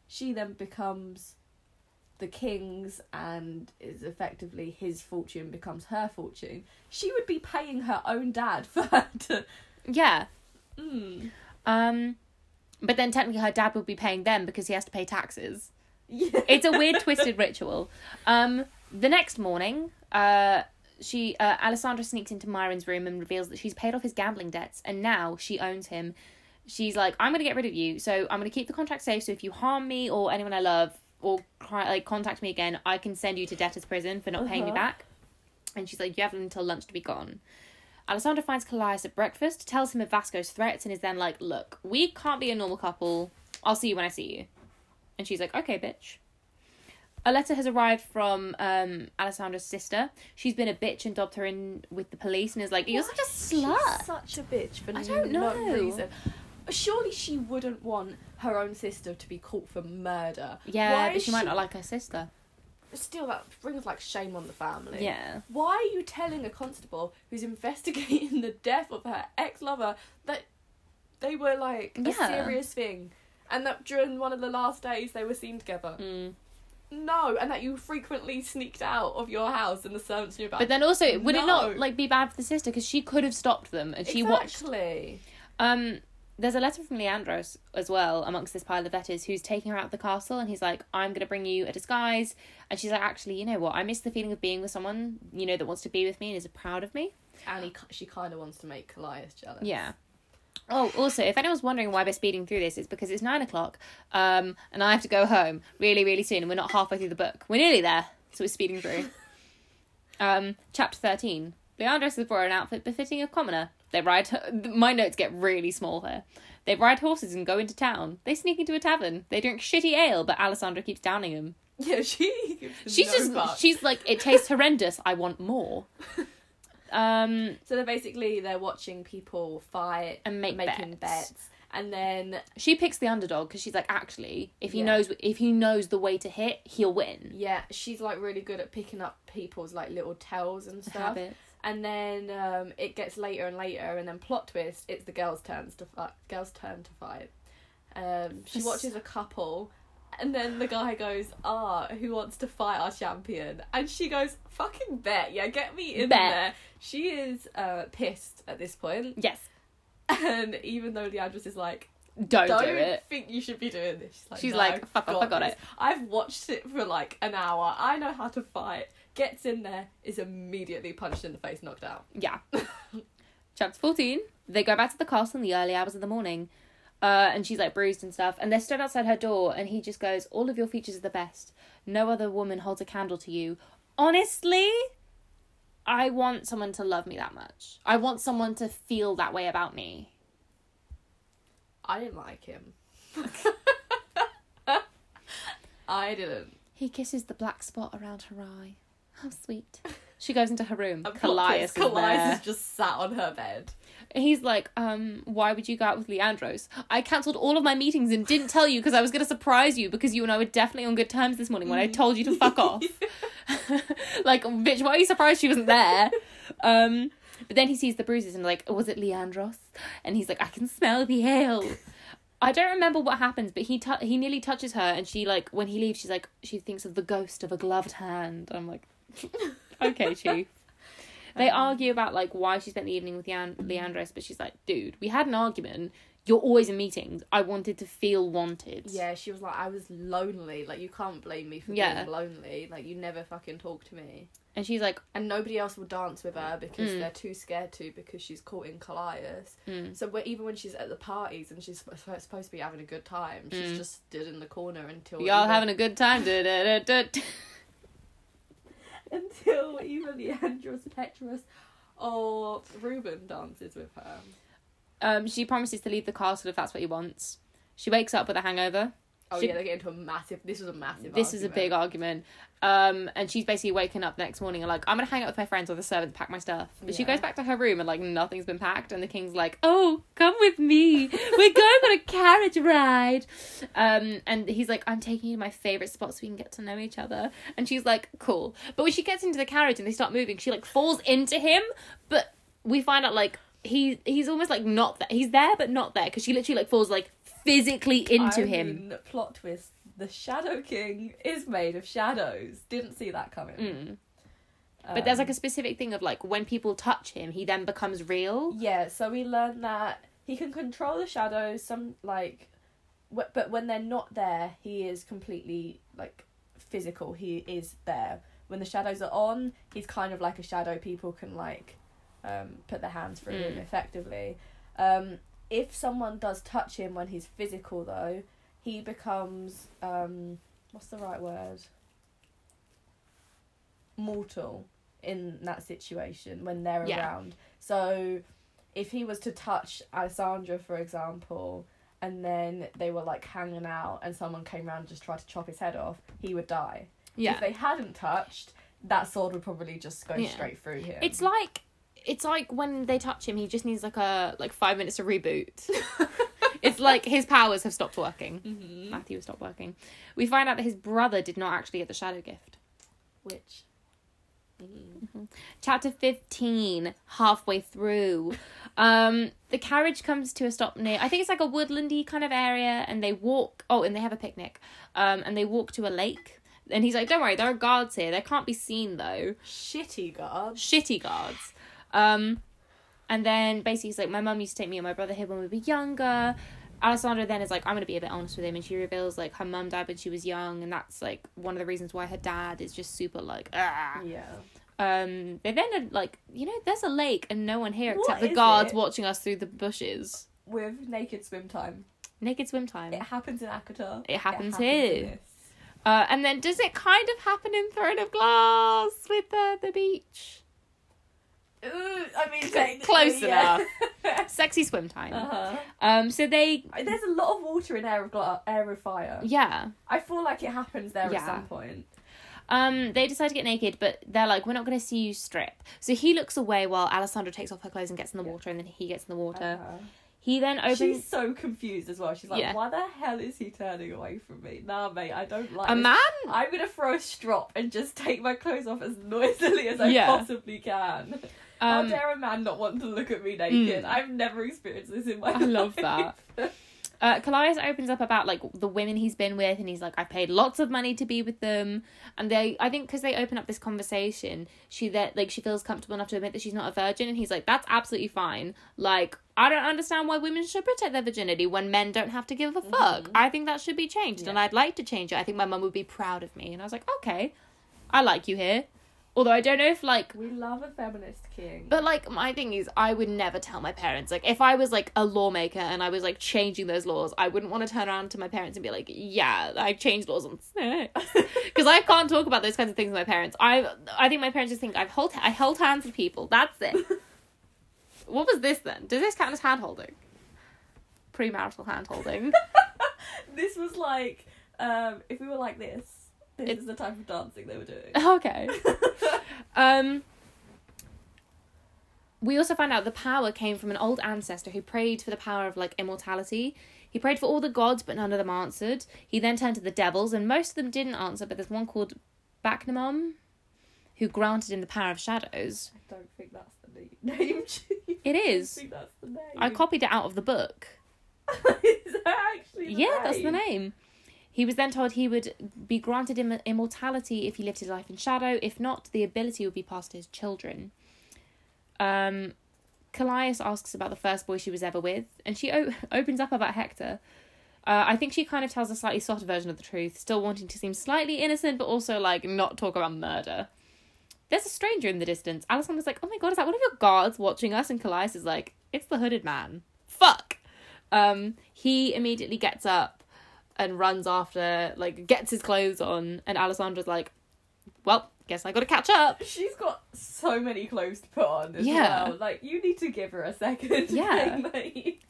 B: she then becomes the king's and is effectively his fortune becomes her fortune she would be paying her own dad for her to
A: Yeah.
B: Mm.
A: Um, but then technically her dad would be paying them because he has to pay taxes.
B: Yeah.
A: it's a weird twisted ritual. Um, the next morning, uh, she uh, Alessandra sneaks into Myron's room and reveals that she's paid off his gambling debts and now she owns him. she's like, I'm gonna get rid of you, so I'm gonna keep the contract safe. So if you harm me or anyone I love or cry, like contact me again, I can send you to debtor's prison for not paying me
B: Uh-huh.
A: back. And she's like, you have until lunch to be gone. Alessandra finds Callias at breakfast, tells him of Vasco's threats, and is then like, look, we can't be a normal couple. I'll see you when I see you. And she's like, okay, bitch. A letter has arrived from um, Alessandra's sister. She's been a bitch and dobbed her in with the police and is like, you're
B: Why
A: such a
B: is she
A: slut.
B: such a bitch for
A: I don't
B: no
A: know.
B: reason. Surely she wouldn't want her own sister to be caught for murder.
A: Yeah,
B: Why
A: but
B: is
A: she, might
B: she-
A: not like her sister.
B: Still, that brings like shame on the family.
A: Yeah.
B: Why are you telling a constable who's investigating the death of her ex lover that they were like a
A: Yeah.
B: serious thing? And that during one of the last days they were seen together.
A: Mm.
B: No, and that you frequently sneaked out of your house and the servants knew about
A: But then also, would it
B: No.
A: not like be bad for the sister because she could have stopped them and she watched.
B: Exactly.
A: Um, there's a letter from Leandros as well amongst this pile of letters who's taking her out of the castle and he's like, "I'm gonna bring you a disguise," and she's like, "Actually, you know what? I miss the feeling of being with someone you know that wants to be with me and is proud of me."
C: And he,
B: She kind of wants to make Callias jealous.
A: Yeah. Oh, also, if anyone's wondering why we're speeding through this, it's because it's nine o'clock, um, and I have to go home really, really soon, and we're not halfway through the book. We're nearly there, so we're speeding through. um, chapter thirteen. Leandros has brought an outfit befitting a commoner. They ride. My notes get really small here. They ride horses and go into town. They sneak into a tavern. They drink shitty ale, but Alessandra keeps downing them.
B: Yeah, she. gives
A: She's
B: no
A: just.
B: fucks.
A: She's like, it tastes horrendous. I want more. Um,
B: So they're basically they're watching people fight
A: and make
B: making
A: bets.
B: bets. and then
A: she picks the underdog because she's like actually if he
B: Yeah.
A: knows if he knows the way to hit he'll win
B: yeah, she's like really good at picking up people's like little tells and stuff.
A: Habit.
B: And then um, it gets later and later, and then plot twist: it's the girls' turns to fight. Girls' turn to fight. Um, she
A: That's-
B: watches a couple, and then the guy goes, "Ah, who wants to fight our champion?" And she goes, "Fucking bet, yeah, get me in
A: Bet.
B: there." She is uh, pissed at this point,
A: yes
B: and even though Leandris is like,
A: don't,
B: don't
A: do it
B: think you should be doing this. She's like,
A: She's
B: "No,
A: like, fuck off, I got
B: this.
A: it."
B: I've watched it for like an hour. I know how to fight. Gets in there, is immediately punched in the face, knocked out.
A: yeah chapter 14 they go back to the castle in the early hours of the morning uh, and she's like bruised and stuff and they're stood outside her door and he just goes all of your features are the best no other woman holds a candle to you honestly i want someone to love me that much i want someone to feel that way about me
B: I didn't like him. I didn't.
A: He kisses the black spot around her eye. How sweet. She goes into her room.
B: And plot
A: Callias
B: twist,
A: is
B: Callias
A: there.
B: is just sat on her bed.
A: He's like, um, why would you go out with Leandros? I cancelled all of my meetings and didn't tell you because I was going to surprise you because you and I were definitely on good terms this morning when I told you to fuck off. like, bitch, why are you surprised she wasn't there? Um, but then he sees the bruises and like, was it Leandros? And he's like, I can smell the ale. I don't remember what happens, but he tu- he nearly touches her, and she like when he leaves, she's like she thinks of the ghost of a gloved hand. I'm like, okay, chief. They argue about like why she spent the evening with Leand- Leandros, but she's like, dude, we had an argument. You're always in meetings. I wanted to feel wanted.
B: Yeah, she was like, I was lonely. Like, you can't blame me for
A: Yeah.
B: being lonely. Like, you never fucking talk to me.
A: And she's like,
B: and nobody else will dance with her because
A: Mm.
B: they're too scared to because she's caught in Callias.
A: Mm.
B: So whe- even when she's at the parties and she's sp- supposed to be having a good time, she's
A: Mm.
B: just stood in the corner until
A: y'all
B: even-
A: having a good time. Da-da-da-da.
B: until even Leandros Petrus or Reuben dances with her.
A: um, she promises to leave the castle if that's what he wants. She wakes up with a hangover.
B: Oh
A: She-
B: yeah, they get into a massive. This was a massive.
A: this is a big
B: argument.
A: argument. Um, and she's basically waking up the next morning and like, I'm gonna hang out with my friends or the servants pack my stuff. But she
B: Yeah.
A: goes back to her room and like nothing's been packed. And the king's like, Oh, come with me. We're going on a carriage ride. Um, and he's like, I'm taking you to my favorite spot so we can get to know each other. And she's like, Cool. But when she gets into the carriage and they start moving, she like falls into him. But we find out like he he's almost like not there. He's there but not there because she literally like falls like physically into
B: I
A: him.
B: mean, plot twist: the Shadow King is made of shadows. Didn't see that coming.
A: Mm. But there's
B: Um,
A: like a specific thing of like when people touch him, he then becomes real.
B: Um, Yeah, so we learn that he can control the shadows. Some like, w- but when they're not there, he is completely like physical. He is there. When the shadows are on, he's kind of like a shadow. People can like um, put their hands through him
A: Mm.
B: effectively. Um, if someone does touch him when he's physical, though, he becomes um, what's the right word? Mortal in that situation when they're
A: Yeah.
B: around. So, if he was to touch Alessandra, for example, and then they were like hanging out, and someone came around and just tried to chop his head off, he would die. If
A: Yeah.
B: they hadn't touched, that sword would probably just go
A: Yeah.
B: straight through him.
A: It's like it's like when they touch him, he just needs like a like five minutes to reboot. it's like his powers have stopped working.
B: mm-hmm.
A: Matthew has stopped working. We find out that his brother did not actually get the shadow gift.
B: which. Mm.
A: Chapter fifteen, halfway through, um, the carriage comes to a stop near. I think it's like a woodlandy kind of area, and they walk. Oh, and they have a picnic, um, and they walk to a lake. And he's like, "Don't worry, there are guards here. They can't be seen though."
B: Shitty guard.
A: shitty guards. Um, and then basically, he's like, my mum used to take me and my brother here when we were younger. Alessandra then is like, I'm gonna be a bit honest with him, and she reveals like her mum died when she was young, and that's like one of the reasons why her dad is just super like, ah.
B: Yeah.
A: Um, they then are like, you know, there's a lake and no one here
B: What
A: except the
B: is
A: guards
B: it?
A: watching us through the bushes.
B: With naked swim time.
A: Naked swim time.
B: It happens in Akatar.
A: It happens
B: in
A: here.
B: this.
A: Uh, and then does it kind of happen in Throne of Glass with the, the beach?
B: Ooh, I mean,
A: Cl-
B: technically,
A: close
B: yeah.
A: Sexy swim time.
B: uh-huh.
A: Um, so they,
B: There's a lot of water in Air of, Gla- Air of Fire.
A: yeah.
B: I feel like it happens there
A: Yeah.
B: at some point.
A: Um, they decide to get naked, but they're like, "We're not going to see you strip." So he looks away while Alessandra takes off her clothes and gets in the
B: Yeah.
A: water, and then he gets in the water.
B: Uh-huh.
A: He then opens.
B: She's so confused as well. She's like,
A: Yeah.
B: why the hell is he turning away from me? Nah, mate, I don't like
A: a
B: this.
A: man.
B: I'm gonna throw a strop and just take my clothes off as noisily as I
A: Yeah.
B: possibly can. How
A: Um,
B: dare a man not want to look at me naked?
A: Mm.
B: I've never experienced this in my
A: I
B: life.
A: love that. uh, Callias opens up about like the women he's been with, and he's like, "I paid lots of money to be with them," and they, I think, because they open up this conversation, she that like she feels comfortable enough to admit that she's not a virgin, and he's like, "That's absolutely fine." Like, I don't understand why women should protect their virginity when men don't have to give a fuck. I think that should be changed, and
B: Yeah.
A: I'd like to change it. I think my mum would be proud of me, and I was like, "Okay, I like you here," although I don't know if like
B: We love a feminist king.
A: but like my thing is I would never tell my parents. Like if I was like a lawmaker and I was like changing those laws, I wouldn't want to turn around to my parents and be like, "Yeah, I changed laws on Because I can't talk about those kinds of things with my parents. I I think my parents just think I've hold I held hands with people. That's it. what was this then? Does this count as hand holding? Premarital hand holding.
B: this was like, um, if we were like this, this
A: It-
B: is the type of dancing they were doing.
A: okay. Um, we also find out the power came from an old ancestor who prayed for the power of like immortality. He prayed for all the gods, but none of them answered. He then turned to the devils, and most of them didn't answer. But there's one called Baknamon, who granted him the power of shadows.
B: I don't think that's the na- name. Julie.
A: It
B: I don't
A: is.
B: think that's the name.
A: I copied it out of the book.
B: is that actually? The
A: yeah, that's the
B: name.
A: name. He was then told he would be granted Im- immortality if he lived his life in shadow. If not, the ability would be passed to his children. Um, Callias asks about the first boy she was ever with, and she o- opens up about Hector. Uh, I think she kind of tells a slightly softer version of the truth, still wanting to seem slightly innocent, but also like not talk about murder. There's a stranger in the distance. Alessandra's like, "Oh my god, is that one of your guards watching us?" And Callias is like, "It's the hooded man." Fuck. Um, he immediately gets up and runs after, like, gets his clothes on, and Alessandra's like, "Well, guess I got to catch up."
B: She's got so many clothes to put on as
A: Yeah.
B: well. Like you need to give her a second.
A: Yeah.
B: thing, mate.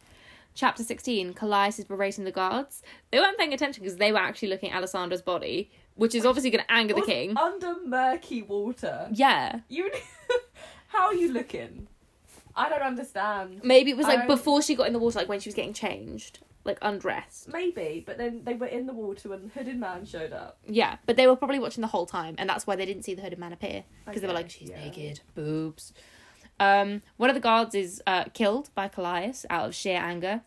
A: Chapter sixteen: Callias is berating the guards. They weren't paying attention because they were actually looking at Alessandra's body, which is obviously going to anger the
B: Also,
A: king.
B: Under murky water.
A: Yeah,
B: You. How are you looking? I don't understand.
A: maybe it was like
B: I-
A: before she got in the water, like when she was getting changed, like undressed.
B: Maybe, but then they were in the water when the hooded man showed up.
A: Yeah, but they were probably watching the whole time, and that's why they didn't see the hooded man appear because they were
B: Okay,
A: like, "She's
B: yeah.
A: naked, boobs." Um, one of the guards is uh, killed by Callias out of sheer anger,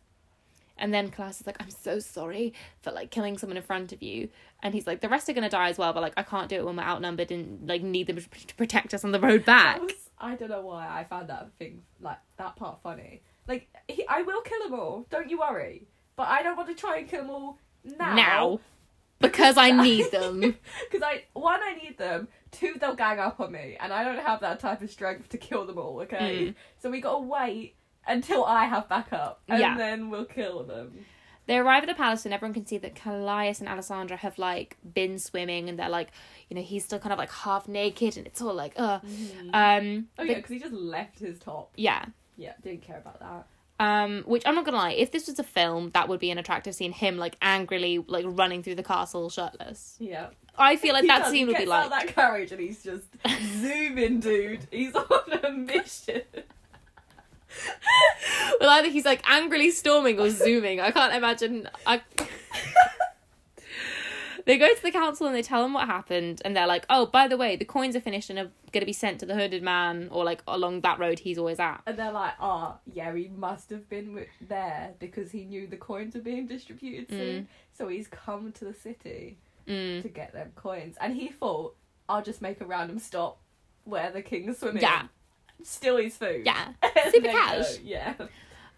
A: and then Callias is like, "I'm so sorry for like killing someone in front of you," and he's like, "The rest are gonna die as well, but like I can't do it when we're outnumbered and like need them to p- to protect us on the road back."
B: That was- I don't know why I found that thing like that part funny. Like he, I will kill them all. Don't you worry. But I don't want to try and kill them all now.
A: now, because I need them.
B: Because I one, I need them. Two,
A: Mm.
B: they'll gang up on me, and I don't have that type of strength to kill them all. Okay, so we gotta wait until I have backup, and
A: Yeah.
B: then we'll kill them.
A: They arrive at the palace and everyone can see that Callias and Alessandra have like been swimming and they're like, you know, he's still kind of like half naked and it's all like, uh. Um,
B: Oh
A: but-
B: yeah, because he just left his top.
A: yeah.
B: Yeah, didn't care about that.
A: Um, which I'm not gonna lie, if this was a film, that would be an attractive scene. Him like angrily like running through the castle shirtless.
B: Yeah,
A: I feel like
B: He
A: that
B: does,
A: scene
B: he
A: would be
B: gets out
A: like
B: of that carriage, and he's just zooming, dude. He's on a mission.
A: Well, either he's like angrily storming or zooming. I can't imagine. I... they go to the council and they tell them what happened, and they're like, "Oh, by the way, the coins are finished and are going to be sent to the hooded man, or like along that road he's always at."
B: And they're like, ah, yeah, he must have been wi- there because he knew the coins were being distributed soon. So he's come to the city
A: Mm.
B: to get them coins. And he thought, I'll just make a random stop where the king's swimming.
A: Yeah.
B: Steal his food.
A: Yeah.
B: And
A: Super
B: they
A: cash.
B: go, Yeah.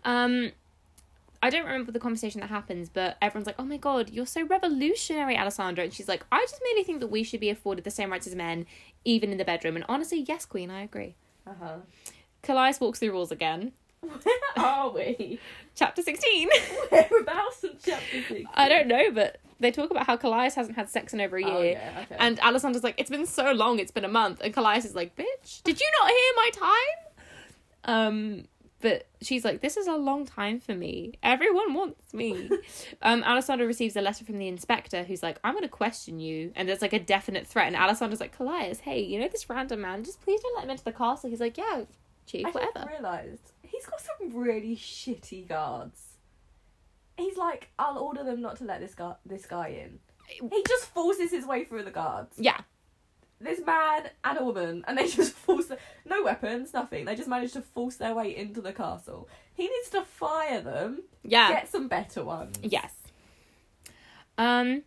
A: Um, I don't remember the conversation that happens, but everyone's like, "Oh my god, you're so revolutionary, Alessandra," and she's like, "I just merely think that we should be afforded the same rights as men, even in the bedroom." And honestly, yes, Queen, I agree.
B: Uh-huh.
A: Callias walks through rules again.
B: Where are we?
A: Chapter sixteen.
B: Whereabouts in chapter six?
A: I don't know, but they talk about how Callias hasn't had sex in over a year.
B: Oh, yeah, okay.
A: And Alessandra's like, it's been so long, it's been a month. And Callias is like, bitch, did you not hear my time? Um, but she's like, this is a long time for me. Everyone wants me. um, Alessandra receives a letter from the inspector who's like, I'm going to question you. And there's like a definite threat. And Alessandra's like, Callias, hey, you know this random man? Just please don't let him into the castle. He's like, yeah, chief,
B: I just
A: whatever.
B: realised he's got some really shitty guards. He's like, I'll order them not to let this guy this guy in. He just forces his way through the guards.
A: Yeah.
B: This man and a woman, and they just force the, no weapons, nothing. They just manage to force their way into the castle. He needs to fire them.
A: Yeah.
B: Get some better ones.
A: Yes. Um.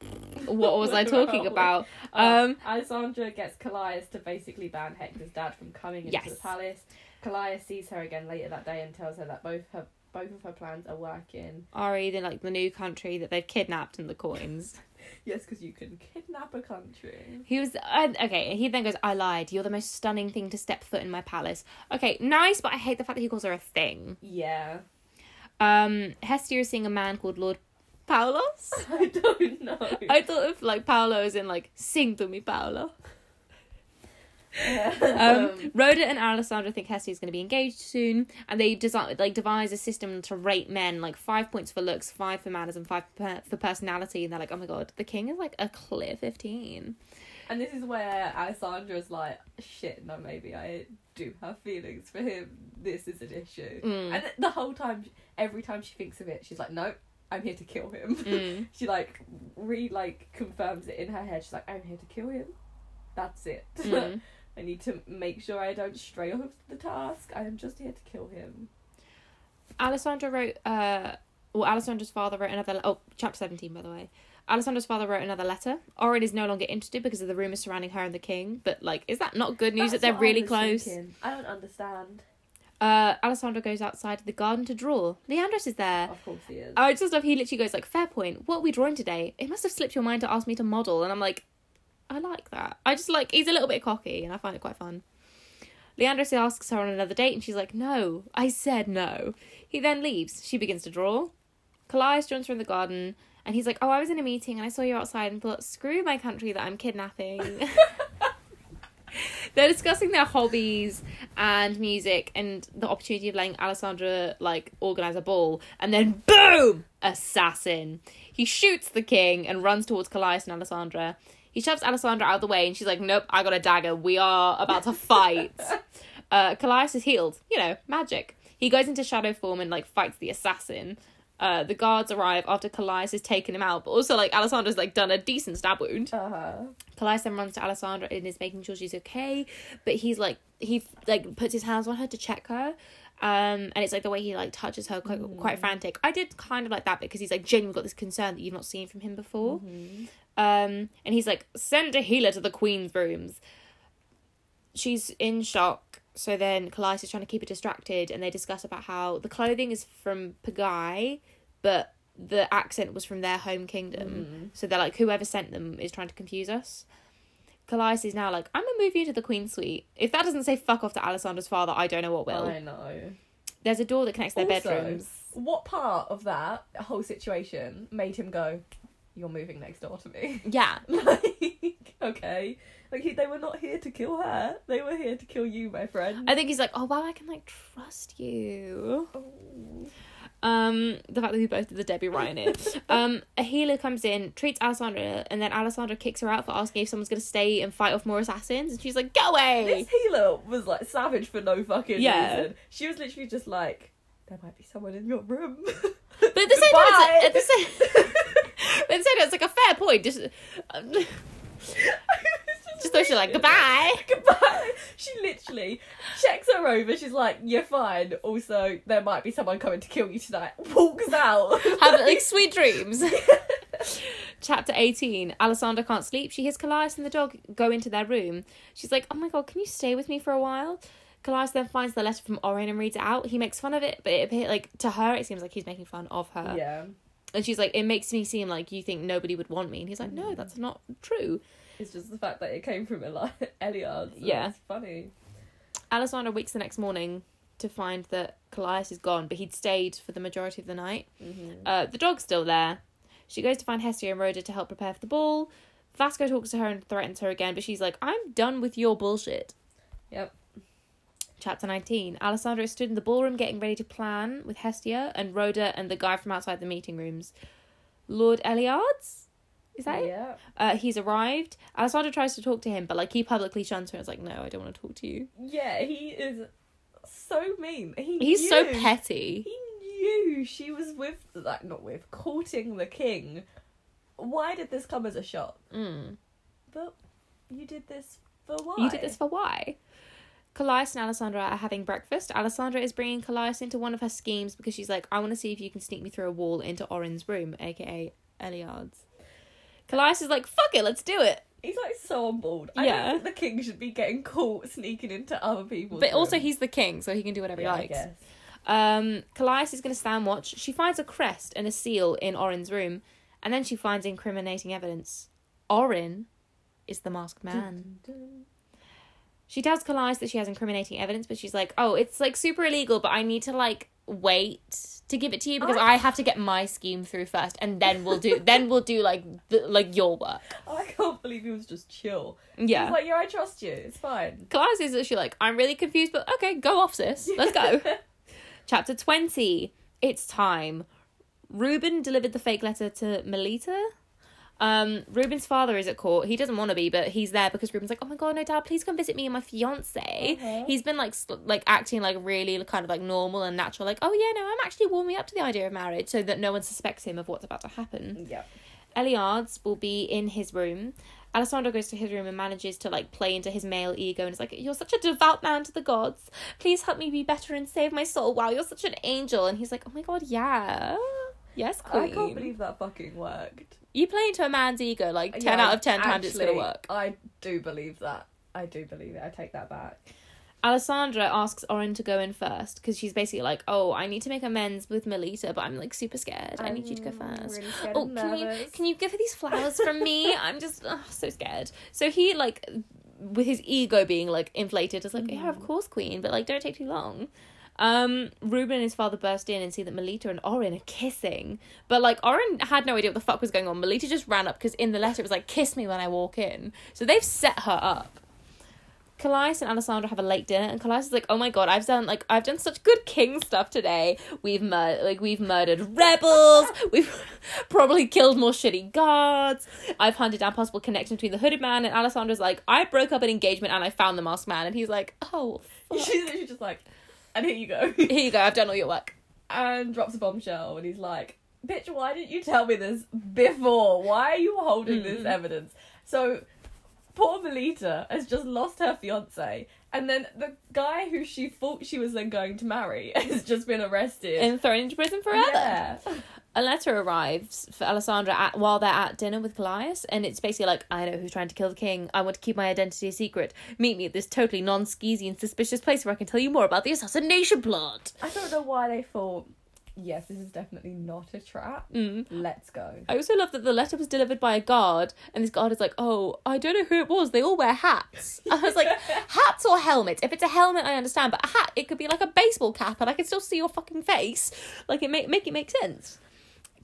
A: What was I
B: Where are
A: talking
B: we?
A: about?
B: Um,
A: Um.
B: Alessandra gets Callias to basically ban Hector's dad from coming into
A: Yes.
B: the palace. Callias sees her again later that day and tells her that both her both of her plans are working.
A: Ari, the like the new country that they've kidnapped and the coins.
B: Yes, because you can kidnap a country.
A: He was uh, okay. He then goes, "I lied. You're the most stunning thing to step foot in my palace." Okay, nice, but I hate the fact that he calls her a thing.
B: Yeah,
A: Um, Hestia is seeing a man called Lord Paulos.
B: I don't know.
A: I thought of like Paolo as in like sing to me, Paolo. um, Rhoda and Alessandra think Hestia is going to be engaged soon, and they design like devise a system to rate men like five points for looks, five for manners, and five per- for personality. And they're like, oh my god, the king is like a clear fifteen.
B: and this is where Alessandra's like, shit, no, maybe I do have feelings for him. This is an issue.
A: Mm.
B: And the whole time, every time she thinks of it, she's like, nope, I'm here to kill him.
A: Mm.
B: she like re like confirms it in her head. She's like, I'm here to kill him. That's it.
A: Mm.
B: I need to make sure I don't stray off the task. I am just here to kill him.
A: Alessandra wrote, uh, well, Alessandra's father wrote another. Oh, chapter seventeen, by the way. Alessandra's father wrote another letter. Orin is no longer interested because of the rumors surrounding her and the king. But like, is that not good news
B: That's
A: that they're
B: what I
A: really
B: was
A: close?
B: thinking. I don't understand.
A: Uh, Alessandra goes outside the garden to draw. Leandros is there.
B: Of course he is.
A: I just love he literally goes like, "Fair point. What are we drawing today? It must have slipped your mind to ask me to model." And I'm like, I like that. I just like he's a little bit cocky, and I find it quite fun. Leandros asks her on another date, and she's like, "No, I said no." He then leaves. She begins to draw. Callias joins her in the garden, and he's like, "Oh, I was in a meeting, and I saw you outside, and thought, screw my country that I'm kidnapping." They're discussing their hobbies and music and the opportunity of letting Alessandra like organize a ball, and then boom, assassin. He shoots the king and runs towards Callias and Alessandra. He shoves Alessandra out of the way, and she's like, "Nope, I got a dagger. We are about to fight." uh, Callias is healed. You know, magic. He goes into shadow form and like fights the assassin. Uh, the guards arrive after Callias has taken him out, but also like Alessandra's like done a decent stab wound.
B: Uh huh.
A: Callias then runs to Alessandra and is making sure she's okay, but he's like he like puts his hands on her to check her, um, and it's like the way he like touches her quite, quite frantic. I did kind of like that because he's like genuinely got this concern that you've not seen from him before, um, and he's like send a healer to the queen's rooms. She's in shock, so then Callias is trying to keep her distracted, and they discuss about how the clothing is from Pagai, but the
B: Mm.
A: accent was from their home kingdom. So they're like, whoever sent them is trying to confuse us. Calliope's now like, I'm gonna move you to the Queen's Suite. If that doesn't say fuck off to Alessandra's father, I don't know what will.
B: I know.
A: There's a door that connects their
D: Also-
A: bedrooms.
B: What part of that whole situation made him go, You're moving next door to me?
A: Yeah.
B: like, okay. Like, he, they were not here to kill her, they were here to kill you, my friend.
A: I think he's like, oh wow, I can like trust you.
B: Oh.
A: Um, the fact that we both did the Debbie Ryan it. um, a healer comes in, treats Alessandra, and then Alessandra kicks her out for asking if someone's gonna stay and fight off more assassins, and she's like, go away.
B: This healer was like savage for no fucking
A: Yeah.
B: reason. She was literally just like, There might be someone in your room.
A: But at the same time,
B: Goodbye.
A: it's, at the same, but at the same time, it's like a fair point. Just, um, just thought she like goodbye.
B: Goodbye. She literally checks her over. She's like, "You're fine." Also, there might be someone coming to kill you tonight. Walks out.
A: Have like sweet dreams. Chapter 18. Alessandra can't sleep. She hears Callias and the dog go into their room. She's like, Oh my god, can you stay with me for a while? Callias then finds the letter from Orion and reads it out. He makes fun of it, but it appears like to her it seems like he's making fun of her.
B: yeah,
A: And she's like, It makes me seem like you think nobody would want me. And he's like, No, that's not true.
B: it's just the fact that it came from Eli- Eliard. so
A: Yeah.
B: it's funny.
A: Alessandra wakes the next morning to find that Callias is gone, but he'd stayed for the majority of the night. Uh, the dog's still there. She goes to find Hestia and Rhoda to help prepare for the ball. Vasco talks to her and threatens her again, but she's like, I'm done with your bullshit.
B: Yep.
A: Chapter 19. Alessandra is stood in the ballroom getting ready to plan with Hestia and Rhoda and the guy from outside the meeting rooms. Lord Eliards? Is that it?
B: yeah.
A: Uh, he's arrived. Alessandra tries to talk to him, but like he publicly shuns her and is like, No, I don't want to talk to you.
B: Yeah, he is so mean. He
A: He's so
B: knew-
A: petty.
B: He knew she was with like not with courting the king. Why did this come as a shock?
A: Mm.
B: But you did this for why?
A: You did this for why? Callias and Alessandra are having breakfast. Alessandra is bringing Callias into one of her schemes because she's like, I want to see if you can sneak me through a wall into Orin's room, aka Eliard's. Callias is like, fuck it, let's do it.
B: He's like so on board. I
A: Yeah.
B: yeah. think the king should be getting caught sneaking into other people's.
A: But also,
B: rooms.
A: he's the king, so he can do whatever
B: Yeah, I
A: he likes.
B: guess.
A: Um, Callias is going to stand watch. She finds a crest and a seal in Orin's room, and then she finds incriminating evidence. Orin is the masked man. She tells Callias that she has incriminating evidence, but she's like, "Oh, it's like super illegal, but I need to like wait to give it to you because I,
B: I-
A: have to get my scheme through first, and then we'll do then we'll do like the, like your work."
B: Oh, I can't believe he was just chill. He was
A: Yeah,
B: like, yeah, I trust you. It's fine.
A: Callias is actually like, "I'm really confused, but okay, go off, sis. Let's go." Chapter twenty. It's time. Reuben delivered the fake letter to Melita. Um, Ruben's father is at court. He doesn't want to be, but he's there because Ruben's like, "Oh my god, no, Dad, please come visit me and my fiance."
B: Uh-huh.
A: He's been like, sl- like acting like really kind of like normal and natural, like, "Oh yeah, no, I'm actually warming up to the idea of marriage," so that no one suspects him of what's about to happen.
B: yeah.
A: Eliards will be in his room. Alessandro goes to his room and manages to like play into his male ego and is like, You're such a devout man to the gods. Please help me be better and save my soul. Wow, you're such an angel. And he's like, Oh my god, yeah. Yes, queen.
B: I can't believe that fucking worked.
A: you play into a man's ego like 10
B: Yeah,
A: out of 10 times it's going to
B: actually,
A: work.
B: I do believe that. I do believe it. I take that back.
A: Alessandra asks Orin to go in first because she's basically like, Oh, I need to make amends with Melita, but I'm like super scared. I need you to go first.
B: Really scared
A: oh
B: and
A: can you
B: nervous.
A: can you give her these flowers from me i'm just oh, so scared so he like with his ego being like inflated is like yeah of course queen but like don't take too long um ruben and his father burst in and see that melita and orin are kissing but like orin had no idea what the fuck was going on melita just ran up because in the letter it was like kiss me when i walk in so they've set her up Callias and Alessandra have a late dinner, and Callias is like, "Oh my god, I've done like I've done such good king stuff today. We've mur- like we've murdered rebels. We've probably killed more shitty guards. I've hunted down possible connection between the hooded man and Alessandra's like, I broke up an engagement and I found the masked man, and he's like, oh, fuck.
B: She's literally just like, and here you go.
A: here you go, I've done all your work.
B: and drops a bombshell and he's like, Bitch, why didn't you tell me this before? Why are you holding this evidence? So poor Melita has just lost her fiance and then the guy who she thought she was then going to marry has just been arrested.
A: And thrown into prison forever.
B: yeah.
A: a letter arrives for Alessandra at, while they're at dinner with Callias, and it's basically like, I know who's trying to kill the king. I want to keep my identity a secret. Meet me at this totally non skeezy and suspicious place where I can tell you more about the assassination plot.
B: I don't know why they thought yes, this is definitely not a trap.
A: Mm.
B: Let's go.
A: I also love that the letter was delivered by a guard, and this guard is like, "Oh, I don't know who it was. They all wear hats." I was like, "Hats or helmets? If it's a helmet, I understand, but a hat, it could be like a baseball cap, and I can still see your fucking face. Like, it make make it make sense."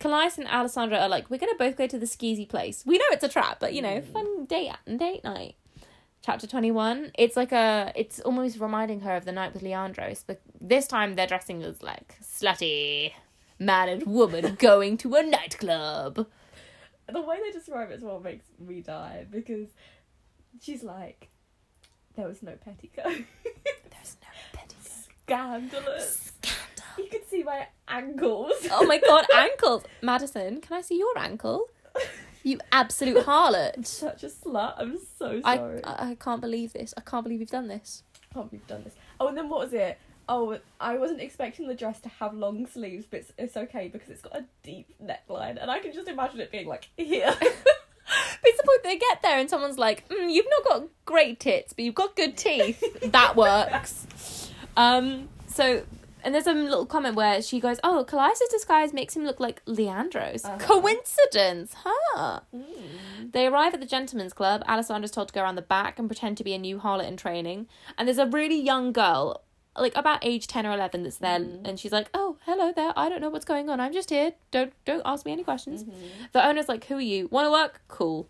A: Callias and Alessandra are like, "We're gonna both go to the skeezy place. We know it's a trap, but you know, fun date date night." Chapter twenty one. It's like a. It's almost reminding her of the night with Leandros, but this time they're dressing as like slutty man and woman going to a nightclub.
B: The way they describe it is what makes me die because she's like, there was no petticoat.
A: There's no petticoat.
B: Scandalous.
A: Scandal.
B: You could see my ankles.
A: Oh my god, ankles. Madison, can I see your ankle? You absolute harlot.
B: Such a slut. I'm so
A: I,
B: sorry.
A: I I can't believe this. I can't believe you've done this.
B: can't believe we've done this. Oh, and then what was it? Oh, I wasn't expecting the dress to have long sleeves, but it's, it's okay because it's got a deep neckline, and I can just imagine it being like here.
A: But it's the point they get there and someone's like, mm, "You've not got great tits, but you've got good teeth. that works." Um. So, and there's a little comment where she goes, "Oh, Callias' disguise makes him look like Leandros.
B: Uh-huh.
A: Coincidence, huh?" They arrive at the gentlemen's club. Alessandra's told to go around the back and pretend to be a new harlot in training. And there's a really young girl, like about age 10 or 11, that's there. And she's like, Oh, hello there. I don't know what's going on. I'm just here. Don't don't ask me any
B: Mm-hmm.
A: questions. The owner's like, Who are you? Want to work? Cool.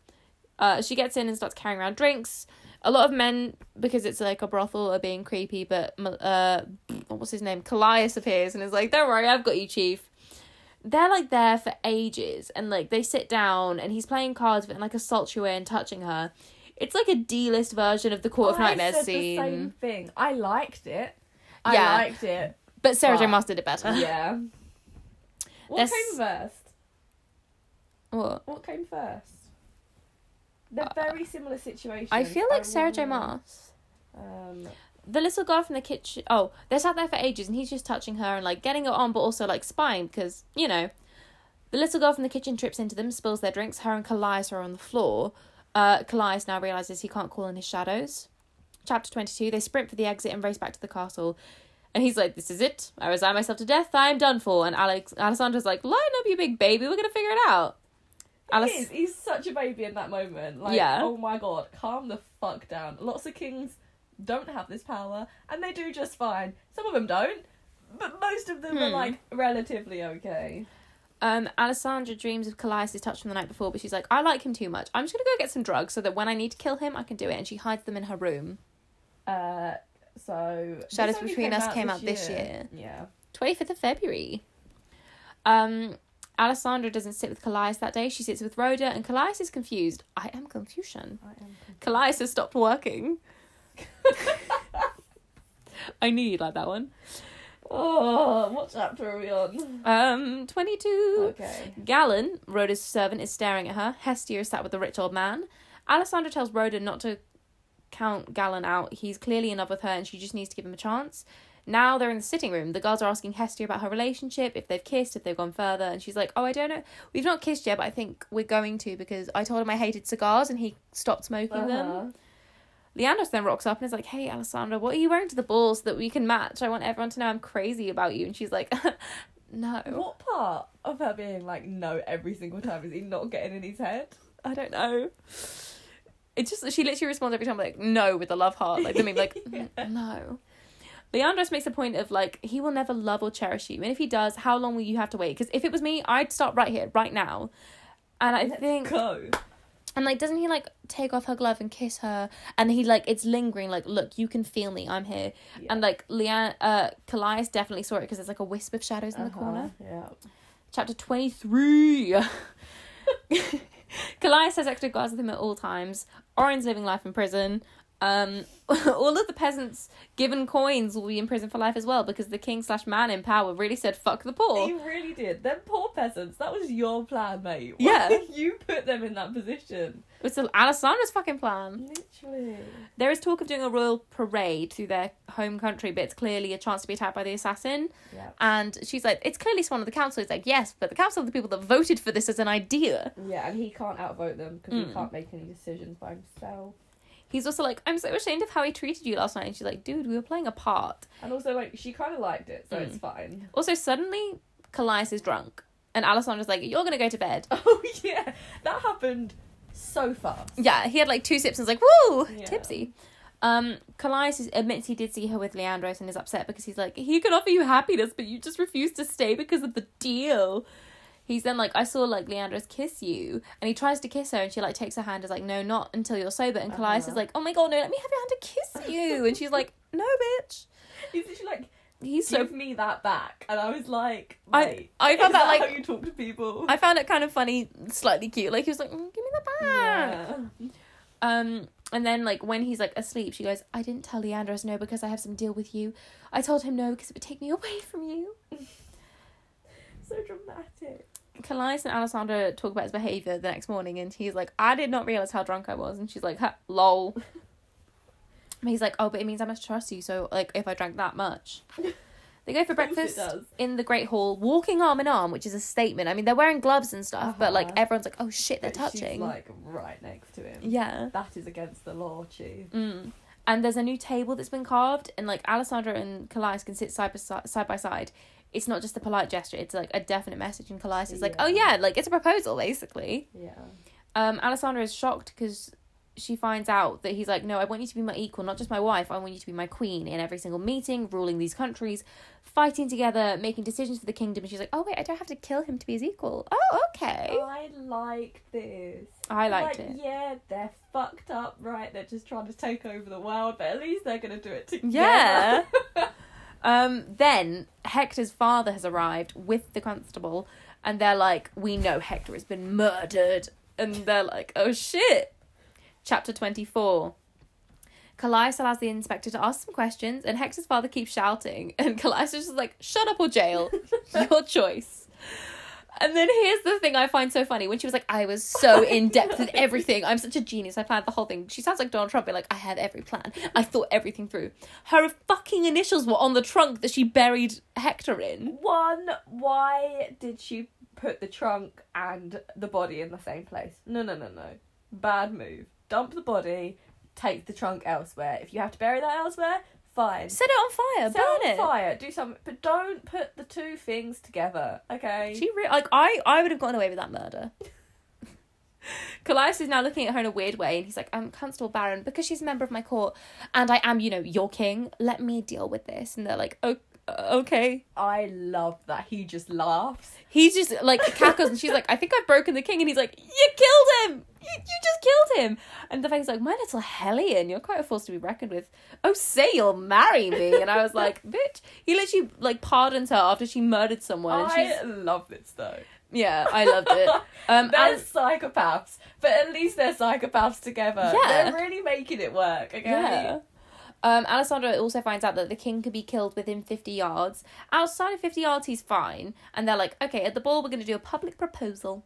A: Uh, she gets in and starts carrying around drinks. A lot of men, because it's like a brothel, are being creepy, but uh, what's his name? Callias appears and is like, Don't worry, I've got you, chief they're like there for ages and like they sit down and he's playing cards but in like a sultry way and touching her. It's like a D list version of the Court of
B: Oh, I
A: Nightmares
B: said
A: scene.
B: the same thing. I liked it. I
A: Yeah.
B: liked it.
A: But Sarah J.
B: But-
A: Maas did it better.
B: Yeah. What
A: That's-
B: came first?
A: What?
B: What came first? They're
A: Uh,
B: very similar situations.
A: I feel like Sarah J.
B: wanna-
A: Maas.
B: Um,
A: The little girl from the kitchen. Oh, they sat there for ages and he's just touching her and like getting her on, but also like spying because, you know. The little girl from the kitchen trips into them, spills their drinks. Her and Callias are on the floor. Uh, Callias now realizes he can't call in his shadows. Chapter 22 They sprint for the exit and race back to the castle. And he's like, This is it. I resign myself to death. I am done for. And Alex- Alessandra's like, Line up, you big baby. We're going to figure it out. Alice-
B: he is. He's such a baby in that moment. Like,
A: Yeah.
B: oh my god, calm the fuck down. Lots of kings don't have this power, and they do just fine. Some of them don't, but most of them are
A: Hmm.
B: like relatively okay.
A: Um, Alessandra dreams of Callias' touch from the night before, but she's like, I like him too much. I'm just gonna go get some drugs so that when I need to kill him, I can do it. And she hides them in her room.
B: Uh, so this
A: Shadows
B: only
A: Between Us came out this year.
B: Yeah.
A: 25th of February. Um, Alessandra doesn't sit with Callias that day. She sits with Rhoda, and Callias is confused. I am Confucian.
B: I am.
A: Callias has stopped working. I knew you'd like that one.
B: Oh, what chapter are we on?
A: Um, 22.
B: Okay.
A: Galen, Rhoda's servant, is staring at her. Hestia is sat with the rich old man. Alessandra tells Rhoda not to count Galen out. He's clearly in love with her and she just needs to give him a chance. Now they're in the sitting room. The girls are asking Hestia about her relationship, if they've kissed, if they've gone further, and she's like, Oh, I don't know. We've not kissed yet, but I think we're going to because I told him I hated cigars and he stopped smoking them.
B: Uh-huh.
A: Leandros then rocks up and is like, Hey, Alessandra, what are you wearing to the ball so that we can match? I want everyone to know I'm crazy about you. And she's like, No.
B: What part of her being like no every single time is he not getting in his head?
A: I don't know. It just she literally responds every time like no with a love heart like the meme like
B: Yeah.
A: "N- no. Leandros makes a point of like he will never love or cherish you, and if he does, how long will you have to wait? Because if it was me, I'd start right here, right now. And I think
B: Go.
A: and like doesn't he like take off her glove and kiss her, and he like it's lingering like look you can feel me, I'm here, and like Leanne uh Callias definitely saw it because there's like a wisp of shadows in the corner.
B: Uh-huh. Yeah.
A: Chapter 23. Callias has extra guards with him at all times. Orin's living life in prison. Um, all of the peasants given coins will be in prison for life as well because the king slash man in power really said fuck the poor.
B: You really did. Them poor peasants. That was your plan, mate.
A: Yeah.
B: you put them in that position.
A: It's Alessandra's fucking plan.
B: Literally.
A: There is talk of doing a royal parade through their home country, but it's clearly a chance to be attacked by the assassin.
B: Yeah.
A: And she's like, it's clearly someone of the council. He's like, yes, but the council are the people that voted for this as an idea.
B: Yeah, and he can't outvote them because
A: Mm.
B: he can't make any decisions by himself.
A: He's also like, I'm so ashamed of how he treated you last night. And she's like, dude, we were playing a part.
B: And also, like, she kind of liked it, so
A: Mm.
B: it's fine.
A: Also, suddenly, Callias is drunk. And Alessandra's like, You're gonna go to bed.
B: Oh yeah, that happened so fast.
A: Yeah, he had like two sips and was like, Woo!
B: Yeah.
A: Tipsy. Um, Callias is, admits he did see her with Leandros and is upset because he's like, He could offer you happiness, but you just refused to stay because of the deal. He's then like, I saw like Leandros kiss you. And he tries to kiss her and she like takes her hand and is like, No, not until you're sober. And Callias
B: Uh-huh.
A: is like, Oh my god, no, let me have your hand to kiss you. and she's like, No, bitch.
B: He's literally like,
A: He's so
B: give me that back, and I was like,
A: I-
B: Mate,
A: I found
B: is
A: that,
B: how
A: like-
B: you talk to people.
A: I found it kind of funny, slightly cute. Like he was like, mm, "Give me the back."
B: Yeah.
A: Um, and then like when he's like asleep, she goes, "I didn't tell Leandros no because I have some deal with you. I told him no because it would take me away from you."
B: So dramatic.
A: Callias and Alessandra talk about his behavior the next morning, and he's like, "I did not realize how drunk I was," and she's like, ha, "Lol." And he's like, "Oh, but it means I must trust you. So like, if I drank that much." They go for
B: Of course it
A: breakfast
B: does.
A: in the Great Hall, walking arm in arm, which is a statement. I mean, they're wearing gloves and stuff, but like
B: Uh-huh.
A: everyone's like, "Oh shit, they're
B: But she's,
A: touching."
B: like right next to him.
A: yeah.
B: That is against the law, chief.
A: Mm. And there's a new table that's been carved, and like Alessandra and Callias can sit side by side, side by side. It's not just a polite gesture; it's like a definite message. And Callias is like,
B: Yeah.
A: "Oh yeah, like it's a proposal, basically."
B: Yeah.
A: Um, Alessandra is shocked because she finds out that he's like, "No, I want you to be my equal, not just my wife. I want you to be my queen in every single meeting, ruling these countries, fighting together, making decisions for the kingdom." And she's like, "Oh wait, I don't have to kill him to be his equal. Oh okay,
B: I like this.
A: I liked
B: like,
A: it."
B: Yeah, they're fucked up, right? They're just trying to take over the world, but at least they're gonna do it together.
A: Yeah. Um, then Hector's father has arrived with the constable, and they're like, "We know Hector has been murdered," and they're like, "Oh shit!" Chapter twenty-four. Callias allows the inspector to ask some questions, and Hector's father keeps shouting, and Callias is just like, "Shut up or jail, your choice." And then here's the thing I find so funny when she was like, "I was so in depth with everything. I'm such a genius. I planned the whole thing." She sounds like Donald Trump, being like, "I had every plan. I thought everything through." Her fucking initials were on the trunk that she buried Hector in.
B: One, why did she put the trunk and the body in the same place? No, no, no, no. Bad move. Dump the body, take the trunk elsewhere. If you have to bury that elsewhere, fine.
A: Set it on fire.
B: Set
A: Uh, burn
B: it
A: it.
B: on fire, do something, but don't put the two things together, okay?
A: She re- like I I would have gotten away with that murder. Callias is now looking at her in a weird way, and he's like, "I'm Constable Baron because she's a member of my court, and I am, you know, your king. Let me deal with this." And they're like, "Oh, uh, okay."
B: I love that he just laughs.
A: He's just like cackles, and she's like, "I think I've broken the king," and he's like, "You killed him! You, you just killed him!" And the thing's like, "My little hellion, you're quite a force to be reckoned with. Oh, say you'll marry me!" And I was like, "Bitch!" He literally like pardons her after she murdered someone. And
B: I
A: she's,
B: love this though.
A: yeah, I loved it. Um,
B: they're
A: and-
B: psychopaths, but at least they're psychopaths together.
A: Yeah.
B: They're really making it work, okay?
A: Yeah. Um, Alessandra also finds out that the king could be killed within 50 yards. Outside of 50 yards, he's fine. And they're like, okay, at the ball, we're going to do a public proposal.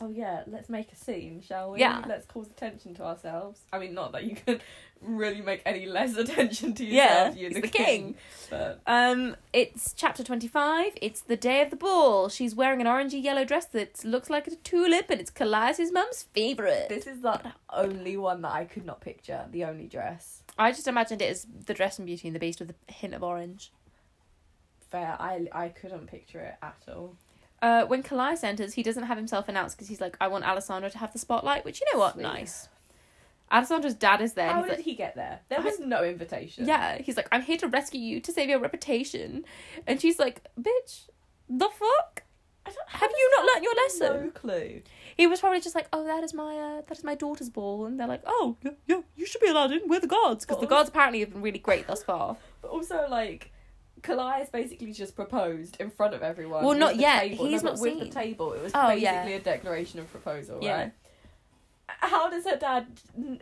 B: Oh yeah, let's make a scene, shall we?
A: Yeah.
B: Let's cause attention to ourselves. I mean, not that you can really make any less attention to
A: Yeah,
B: yourself. You're
A: he's
B: the,
A: the
B: king. But
A: Um, it's chapter 25. It's the day of the ball. She's wearing an orangey yellow dress that looks like a tulip, and it's Callias' mum's favourite.
B: this is the only one that I could not picture. The only dress.
A: I just imagined it as the dress from Beauty and the Beast with a hint of orange.
B: Fair. I I couldn't picture it at all.
A: Uh, when Callias enters, he doesn't have himself announced because he's like, I want Alessandra to have the spotlight, which you know what?
B: Sweet.
A: Nice. Alessandra's dad is there. and
B: How
A: he's like-
B: did he get there? There was no invitation.
A: Yeah, he's like, I'm here to rescue you to save your reputation. And she's like, Bitch, the fuck?
B: I don't,
A: Have you not learnt your
B: No
A: lesson?
B: clue.
A: He was probably just like, Oh, that is my uh, that is my daughter's ball and they're like, Oh, yeah, yeah you should be allowed in, we're the gods because the
B: What
A: gods apparently have been really great thus far.
B: But also, like, Callias basically just proposed in front of everyone.
A: Well,
B: with
A: not
B: the
A: yet.
B: Table.
A: He's
B: no, but
A: not
B: with the
A: seen.
B: table. It was
A: Oh,
B: basically
A: yeah.
B: a declaration of proposal,
A: Yeah.
B: right? How does her dad?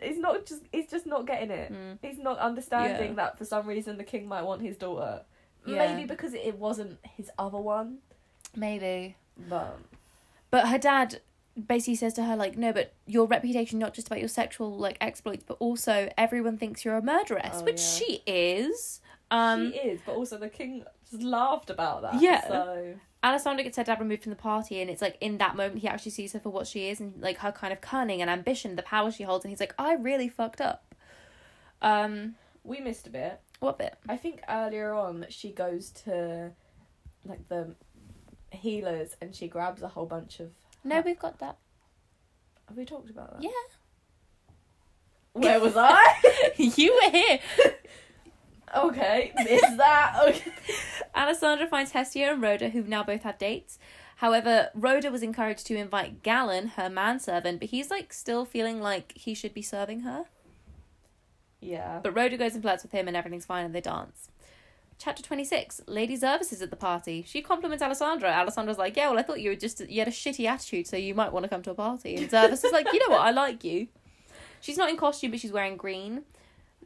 B: He's not just. He's just not getting it.
A: Mm.
B: He's not understanding
A: Yeah.
B: that for some reason the king might want his daughter.
A: Yeah.
B: Maybe because it wasn't his other one.
A: Maybe.
B: But
A: But her dad basically says to her, like, no, but your reputation not just about your sexual like exploits, but also everyone thinks you're a murderess,
B: Oh,
A: which
B: yeah.
A: she is. Um
B: he is. But also the king just laughed about that.
A: Yeah.
B: So
A: Alessandra gets her dad removed from the party, and it's like in that moment he actually sees her for what she is and like her kind of cunning and ambition, the power she holds, and he's like, I really fucked up. Um,
B: we missed a bit.
A: what bit?
B: I think earlier on she goes to like the healers and she grabs a whole bunch of.
A: No, we've got that.
B: Have we talked about that?
A: Yeah.
B: Where was I?
A: you were here.
B: okay, is that okay?
A: Alessandra finds Hestia and Rhoda, who now both have dates. However, Rhoda was encouraged to invite Galen, her manservant, but he's like still feeling like he should be serving her.
B: Yeah.
A: But Rhoda goes and flirts with him, and everything's fine, and they dance. Chapter twenty six. Lady Zervis is at the party. She compliments Alessandra. Alessandra's like, "Yeah, well, I thought you were just you had a shitty attitude, so you might want to come to a party." And Zervis is like, "You know what? I like you." She's not in costume, but she's wearing green.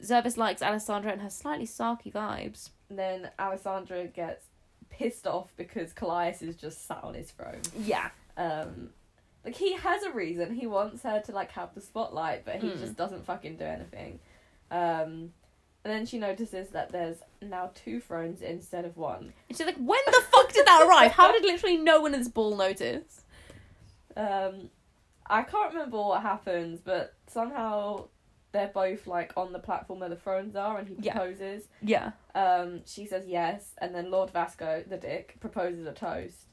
A: Zervis likes Alessandra and her slightly sarky vibes.
B: And then Alessandra gets pissed off because Callias is just sat on his throne.
A: Yeah,
B: Um, like he has a reason. He wants her to like have the spotlight, but he
A: Mm.
B: just doesn't fucking do anything. Um, and then she notices that there's now two thrones instead of one.
A: And she's like, when the fuck did that arrive? How did literally no one in this ball notice?
B: Um, I can't remember what happens, but somehow they're both like on the platform where the thrones are, and he
A: Yeah.
B: proposes.
A: Yeah.
B: Um, she says yes, and then Lord Vasco, the dick, proposes a toast,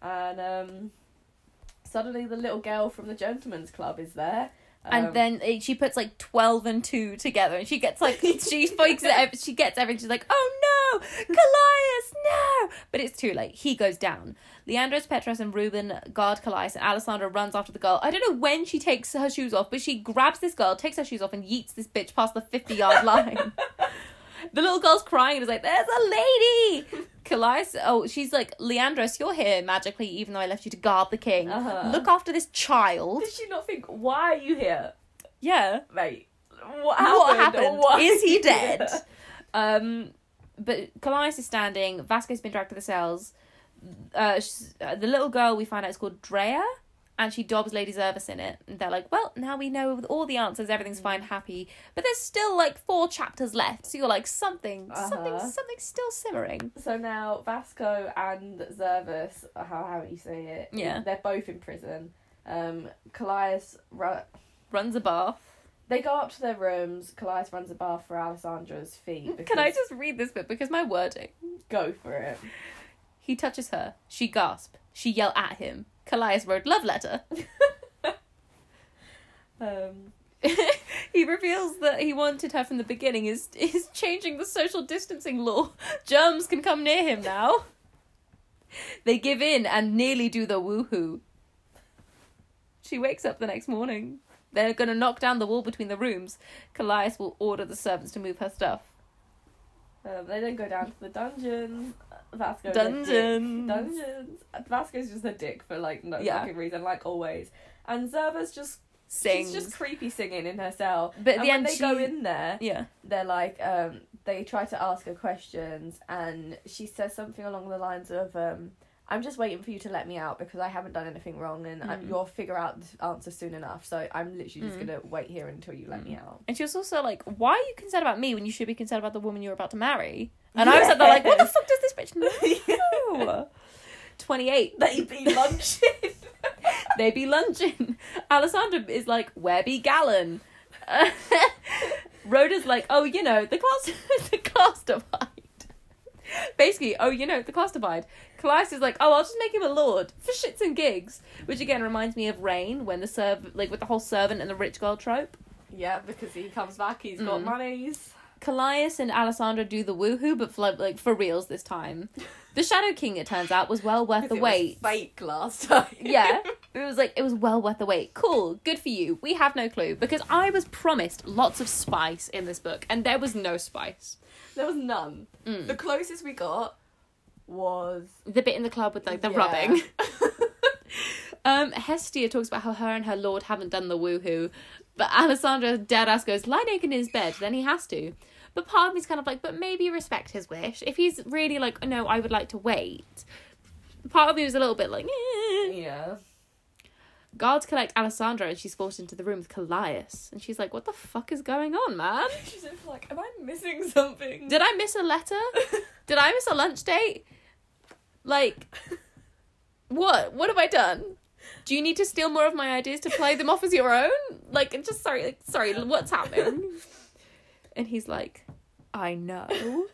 B: and um, suddenly the little girl from the gentleman's club is there. Um,
A: and then it, she puts like 12 and 2 together and she gets like, she speaks it, ev- she gets everything. She's like, oh no, Callias, no! But it's too late. He goes down. Leandros, Petros, and Ruben guard Callias, and Alessandra runs after the girl. I don't know when she takes her shoes off, but she grabs this girl, takes her shoes off, and yeets this bitch past the 50 yard line. the little girl's crying and is like, there's a lady! Callias, oh, she's like, Leandros, you're here magically, even though I left you to guard the king.
B: Uh-huh.
A: Look after this child.
B: Did she not think, why are you here,
A: Yeah.
B: mate? What happened?
A: What happened?
B: Why-
A: Is he dead?
B: Yeah.
A: Um, but Callias is standing. Vasco's been dragged to the cells. Uh, sh- uh, the little girl we find out is called Drea, and she dobs Lady Zervis in it. And they're like, well, now we know with all the answers, everything's fine,
B: Mm.
A: happy. But there's still like four chapters left, so you're like, something, something,
B: Uh-huh.
A: something's still simmering.
B: So now Vasco and Zervus, uh, how how you say it?
A: Yeah.
B: they're both in prison. Um, Callias ru-
A: Runs a bath.
B: They go up to their rooms. Callias runs a bath for Alessandra's feet.
A: Mm, Can I
B: because-
A: just read this bit because my wording.
B: go for it?
A: He touches her. She gasps. She yell at him. Callias wrote love letter.
B: Um,
A: he reveals that he wanted her from the beginning is is changing the social distancing law. Germs can come near him now. They give in and nearly do the woohoo. She wakes up the next morning. They're gonna knock down the wall between the rooms. Callias will order the servants to move her stuff.
B: um, they then go down to the dungeon. Vasco
A: Dungeons.
B: dungeons. Vasco's just a dick for like no
A: Yeah.
B: fucking reason, like always. And Zerva's just
A: Sings.
B: she's just creepy singing in her cell.
A: but at
B: and
A: the
B: when
A: end,
B: they
A: she-
B: go in there,
A: yeah.
B: they're like um, they try to ask her questions, and she says something along the lines of. Um, I'm just waiting for you to let me out because I haven't done anything wrong, and I,
A: Mm.
B: you'll figure out the answer soon enough. So I'm literally just
A: Mm.
B: gonna wait here until you let me out.
A: And she was also like, "Why are you concerned about me when you should be concerned about the woman you're about to marry?" And I was at there like, "What the
B: Yes.
A: fuck does this bitch know?" Twenty eight.
B: They be lunching.
A: they be lunching. Alessandra is like, where be Gallon? Uh, Rhoda's like, oh, you know, the class, the class divide. Basically, oh, you know, the class divide. Callias is like, oh, I'll just make him a lord for shits and gigs, which again reminds me of Rain when the serv, like with the whole servant and the rich girl trope.
B: Yeah, because he comes back, he's got
A: Mm.
B: monies.
A: Callias and Alessandra do the woohoo, but for, like for reals this time. The Shadow King, it turns out, was well worth the wait.
B: fake last time.
A: yeah it was like it was well worth the wait cool good for you we have no clue because i was promised lots of spice in this book and there was no spice
B: there was none.
A: Mm.
B: The closest we got was
A: the bit in the club with like the
B: Yeah.
A: rubbing um hestia talks about how her and her lord haven't done the woohoo but alessandra dead ass goes lie naked in his bed then he has to but part of me's kind of like but maybe respect his wish if he's really like no i would like to wait part of me was a little bit like eh.
B: yeah.
A: Guards collect Alessandra and she's forced into the room with Callias. And she's like, What the fuck is going on, man?
B: She's just like, am I missing something?
A: Um, Did I miss a letter? Did I miss a lunch date? Like, what? What have I done? Do you need to steal more of my ideas to play them off as your own? Like, I'm just sorry, like, sorry, what's happening? And he's like, I know.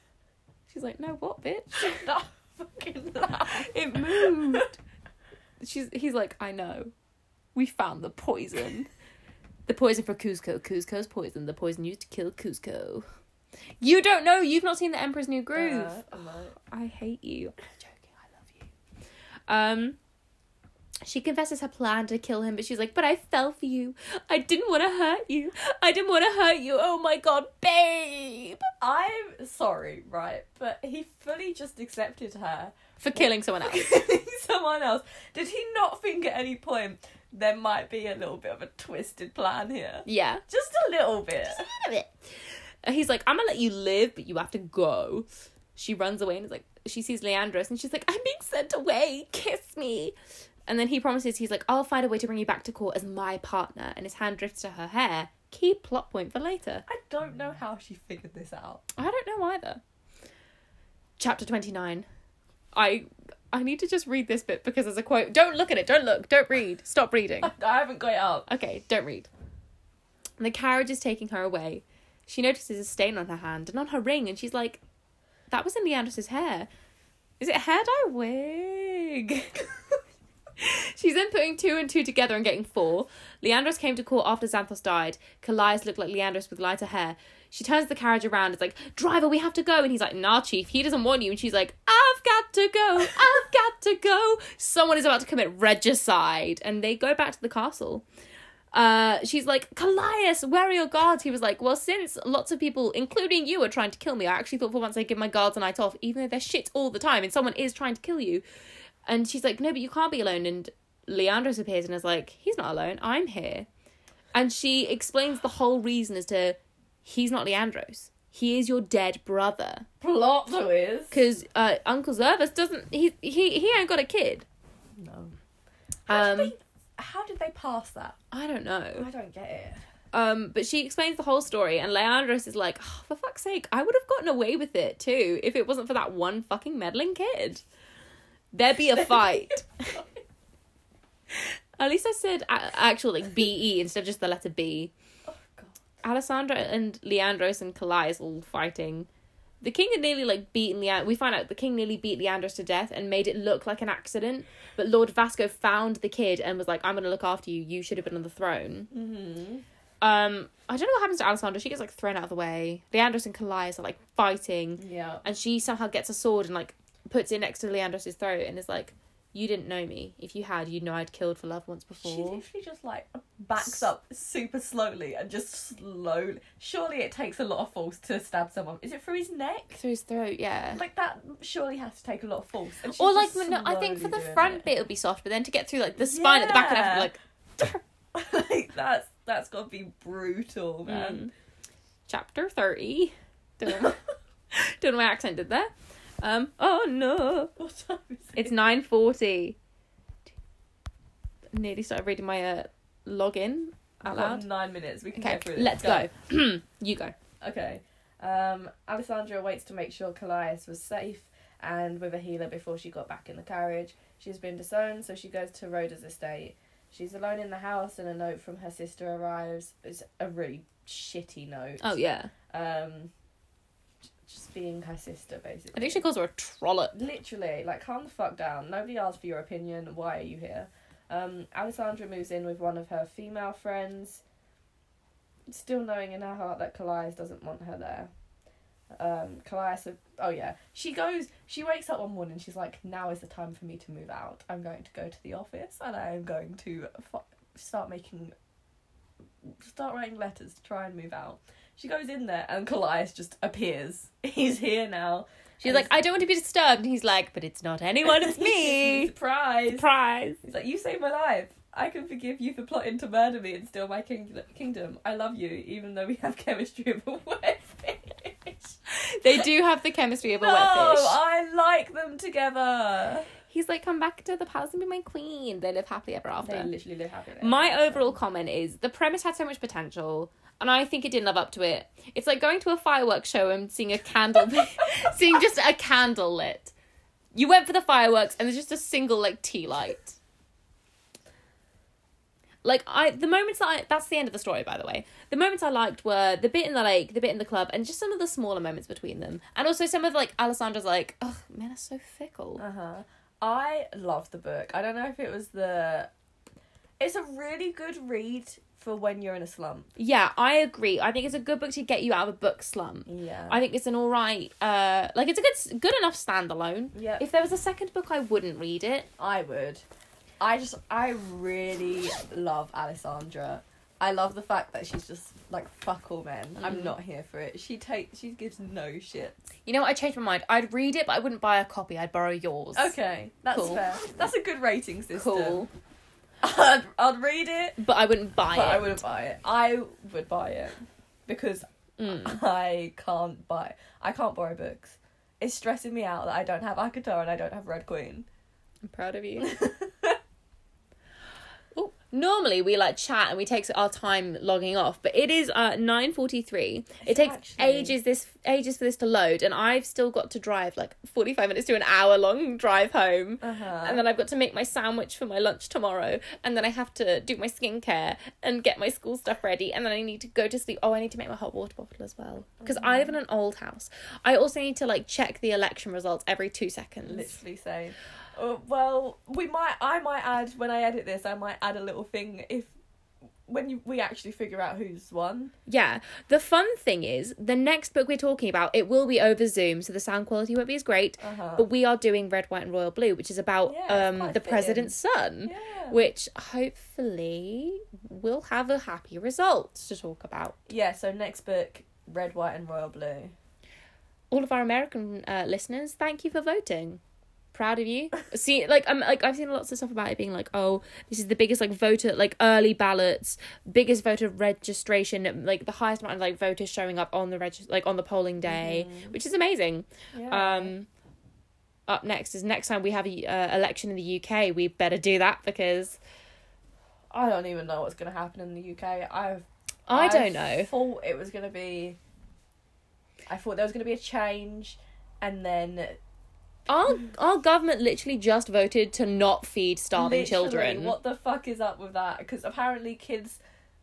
A: She's like, No, what, bitch?
B: Shut up. fucking Uh, laugh.
A: It moved. She's he's like, I know. We found the poison. The poison for Cusco. Cusco's poison. The poison used to kill Cusco. You don't know. You've not seen The Emperor's New Groove.
C: Uh, I'm like,
A: I hate you. I'm joking. I love you. Um, she confesses her plan to kill him, but she's like, "But I fell for you. I didn't want to hurt you. I didn't want to hurt you. Oh my god, babe,
B: I'm sorry, right? But he fully just accepted her.
A: for killing someone else."
B: Someone else. Did he not think at any point there might be a little bit of a twisted plan here?
A: yeah,
B: Just a little bit.
A: Out of it. And He's like, "I'm gonna let you live, but you have to go." She runs away and is like, she sees Leandros and she's like, "I'm being sent away. Kiss me." And then he promises, he's like, "I'll find a way to bring you back to court as my partner." And his hand drifts to her hair. Key plot point for later.
B: I don't know how she figured this out.
A: I don't know either. Chapter 29. I I need to just read this bit because there's a quote. Don't look at it. Don't look. Don't read. Stop reading.
B: I haven't got it up.
A: Okay, don't read. The carriage is taking her away. She notices a stain on her hand and on her ring and she's like, that was in Leandros' hair. Is it hair dye wig? She's then putting two and two together and getting four. Leandros came to court after Xanthos died. Callias looked like Leandros with lighter hair. She turns the carriage around. It's like, driver, we have to go. And he's like, nah, chief, he doesn't want you. And she's like, I've got to go. I've got to go. Someone is about to commit regicide. And they go back to the castle. Uh, she's like, Callias, where are your guards? He was like, well, since lots of people, including you, are trying to kill me, I actually thought for once I'd give my guards a night off, even though they're shit all the time and someone is trying to kill you. And she's like, no, but you can't be alone. And Leandros appears and is like, he's not alone. I'm here. And she explains the whole reason as to he's not Leandros. He is your dead brother.
B: Plot twist.
A: Because uh, Uncle Zervus doesn't, he, he, he ain't got a kid.
B: No. How did
A: Um,
B: they- how did they pass that?
A: I don't know.
B: I don't get it.
A: Um, but she explains the whole story, and Leandros is like, oh, for fuck's sake, I would have gotten away with it too if it wasn't for that one fucking meddling kid. There'd be a fight. At least I said a- actual like B E instead of just the letter B.
B: Oh god.
A: Alessandra and Leandros and Calais all fighting. The king had nearly like beaten Leandros. We find out the king nearly beat Leandros to death and made it look like an accident. But Lord Vasco found the kid and was like, "I'm gonna look after you. You should have been on the throne."
B: Mm-hmm.
A: Um, I don't know what happens to Alessandra. She gets like thrown out of the way. Leandros and Calais are like fighting,
B: Yeah.
A: and she somehow gets a sword and like puts it next to Leandros' throat and is like, "You didn't know me. If you had, you'd know I'd killed for love once
B: She
A: before."
B: literally just like backs up super slowly and just slowly. Surely it takes a lot of force to stab someone. Is it through his neck?
A: Through his throat, yeah.
B: Like that surely has to take a lot of force. And she's
A: or like,
B: just
A: no, I think for
B: slowly
A: the
B: doing
A: front
B: it.
A: bit it'll be soft, but then to get through like the spine at the back and everything, like
B: like that's that's gotta be brutal,
A: Mm.
B: man.
A: "Hmm, chapter thirty. Don't know, don't know my accent did there. Um, oh no.
B: What time is it?
A: It's nine forty. Nearly started reading my uh, login out
B: We've got
A: loud.
B: nine minutes. We can
A: Okay,
B: get through this.
A: let's go. you go.
B: Okay. Um, Alessandra waits to make sure Callias was safe and with a healer before she got back in the carriage. She's been disowned, so she goes to Rhoda's estate. She's alone in the house, and a note from her sister arrives. It's a really shitty note.
A: Oh yeah,
B: Um, j- just being her sister, basically.
A: I think she calls her a trollop.
B: Literally, like, calm the fuck down. Nobody asked for your opinion. Why are you here? Um, Alessandra moves in with one of her female friends, still knowing in her heart that Callias doesn't want her there. Um, Callias, oh yeah, she goes, she wakes up one morning, she's like, now is the time for me to move out. I'm going to go to the office and I am going to fu- start making, start writing letters to try and move out. She goes in there and Callias just appears. He's here now.
A: She's
B: And
A: like, I don't want to be disturbed, and he's like, but it's not anyone, it's me.
B: Surprise!
A: Surprise.
B: He's like, you saved my life. I can forgive you for plotting to murder me and steal my king- kingdom. I love you, even though we have chemistry of a wet fish.
A: They do have the chemistry of a
B: no,
A: wet fish.
B: I like them together.
A: He's like, come back to the palace and be my queen. They live happily ever after.
B: They literally live happily. ever
A: My
B: after.
A: overall comment is the premise had so much potential, and I think it didn't live up to it. It's like going to a fireworks show and seeing a candle, seeing just a candle lit. You went for the fireworks, and there's just a single like tea light. Like I, the moments that I, that's the end of the story, by the way. The moments I liked were the bit in the lake, the bit in the club, and just some of the smaller moments between them, and also some of like Alessandra's like, ugh, men are so fickle.
C: Uh huh.
B: Uh-huh. I love the book. I don't know if it was the. It's a really good read for when you're in a slump.
A: Yeah, I agree. I think it's a good book to get you out of a book slump.
B: Yeah.
A: I think it's an all right, uh, like it's a good, good enough standalone.
B: yeah.
A: If there was a second book, I wouldn't read it.
B: I would. I just I really love Alessandra. I love the fact that she's just like fuck all men. I'm not here for it. She takes she gives no shit.
A: You know, what? I changed my mind. I'd read it, but I wouldn't buy a copy. I'd borrow yours.
B: Okay, that's
A: Cool.
B: fair. That's a good rating system.
A: cool.
B: I'd, I'd read it,
A: But I wouldn't buy
B: but I
A: it.
B: wouldn't buy it. I would buy it because
A: Mm.
B: I can't buy. I can't borrow books. It's stressing me out that I don't have Akatar and I don't have Red Queen.
A: I'm proud of you. Ooh. Normally we like chat and we take our time logging off, but it is uh nine forty three. It
B: It's
A: takes
B: actually-
A: ages this ages for this to load, and I've still got to drive like forty five minutes to an hour long drive home,
B: Uh-huh.
A: and then I've got to make my sandwich for my lunch tomorrow, and then I have to do my skincare and get my school stuff ready, and then I need to go to sleep. Oh, I need to make my hot water bottle as well because I live in an old house. I also need to like check the election results every two seconds.
B: literally saying, uh, "Well, we might. I might add when I edit this. I might add a little thing if when you, we actually figure out who's won."
A: Yeah. The fun thing is, the next book we're talking about, it will be over Zoom, so the sound quality won't be as great.
B: Uh-huh.
A: But we are doing Red, White, and Royal Blue, which is about
B: Yeah, it's
A: um,
B: quite
A: the
B: fitting.
A: president's son,
B: Yeah.
A: which hopefully will have a happy result to talk about.
B: yeah. So next book, red, white, and royal blue.
A: All of our American uh, listeners, thank you for voting. Proud of you. See, like I'm like I've seen lots of stuff about it being like, oh, this is the biggest like voter like early ballots, biggest voter registration, like the highest amount of like voters showing up on the regist- like on the polling day, which is amazing.
B: Yeah.
A: Um, up next is next time we have a uh, election in the UK, we better do that because
B: I don't even know what's gonna happen in the UK. I've
A: I don't know.
B: Thought it was gonna be. I thought there was gonna be a change, and then
A: Our our government literally just voted to not feed starving
B: Literally,
A: children.
B: What the fuck is up with that? Because apparently kids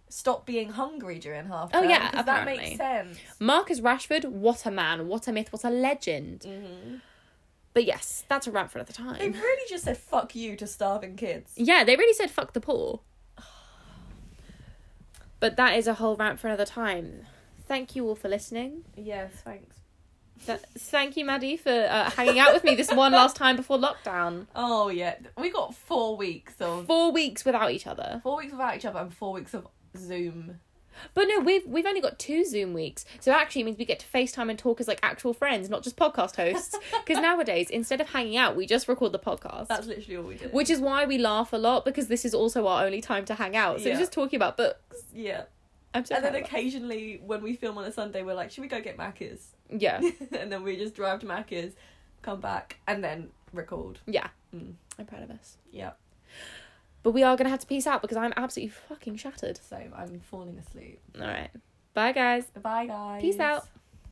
B: stop being hungry during half.
A: Oh,
B: term,
A: yeah,
B: 'cause that makes
A: apparently.
B: sense.
A: Marcus Rashford, what a man, what a myth, what a legend.
B: Mm-hmm.
A: But yes, that's a wrap for another
B: They
A: time.
B: really just said fuck you to starving kids.
A: yeah, they really said fuck the poor. But that is a whole rant for another time. Thank you all for listening.
B: Yes, thanks.
A: Th- thank you, Maddie, for uh, hanging out with me this one last time before lockdown.
B: Oh yeah, we got four weeks of
A: Four weeks without each other.
B: four weeks without each other and four weeks of Zoom.
A: But no, we've we've only got two Zoom weeks, so actually it means we get to FaceTime and talk as like actual friends, not just podcast hosts. Because nowadays, instead of hanging out, we just record the podcast,
B: That's literally all we did.
A: which is why we laugh a lot because this is also our only time to hang out. So
B: Yeah.
A: we're just talking about books.
B: yeah,
A: I'm so
B: and then
A: proud of that.
B: occasionally when we film on a Sunday, we're like, should we go get Macca's?
A: yeah,
B: and then we just drive to Macca's, come back, and then record.
A: yeah,
B: Mm.
A: I'm proud of us.
B: Yeah,
A: But we are gonna have to peace out because I'm absolutely fucking shattered.
B: so I'm falling asleep.
A: All right, bye guys.
B: Bye guys.
A: Peace out.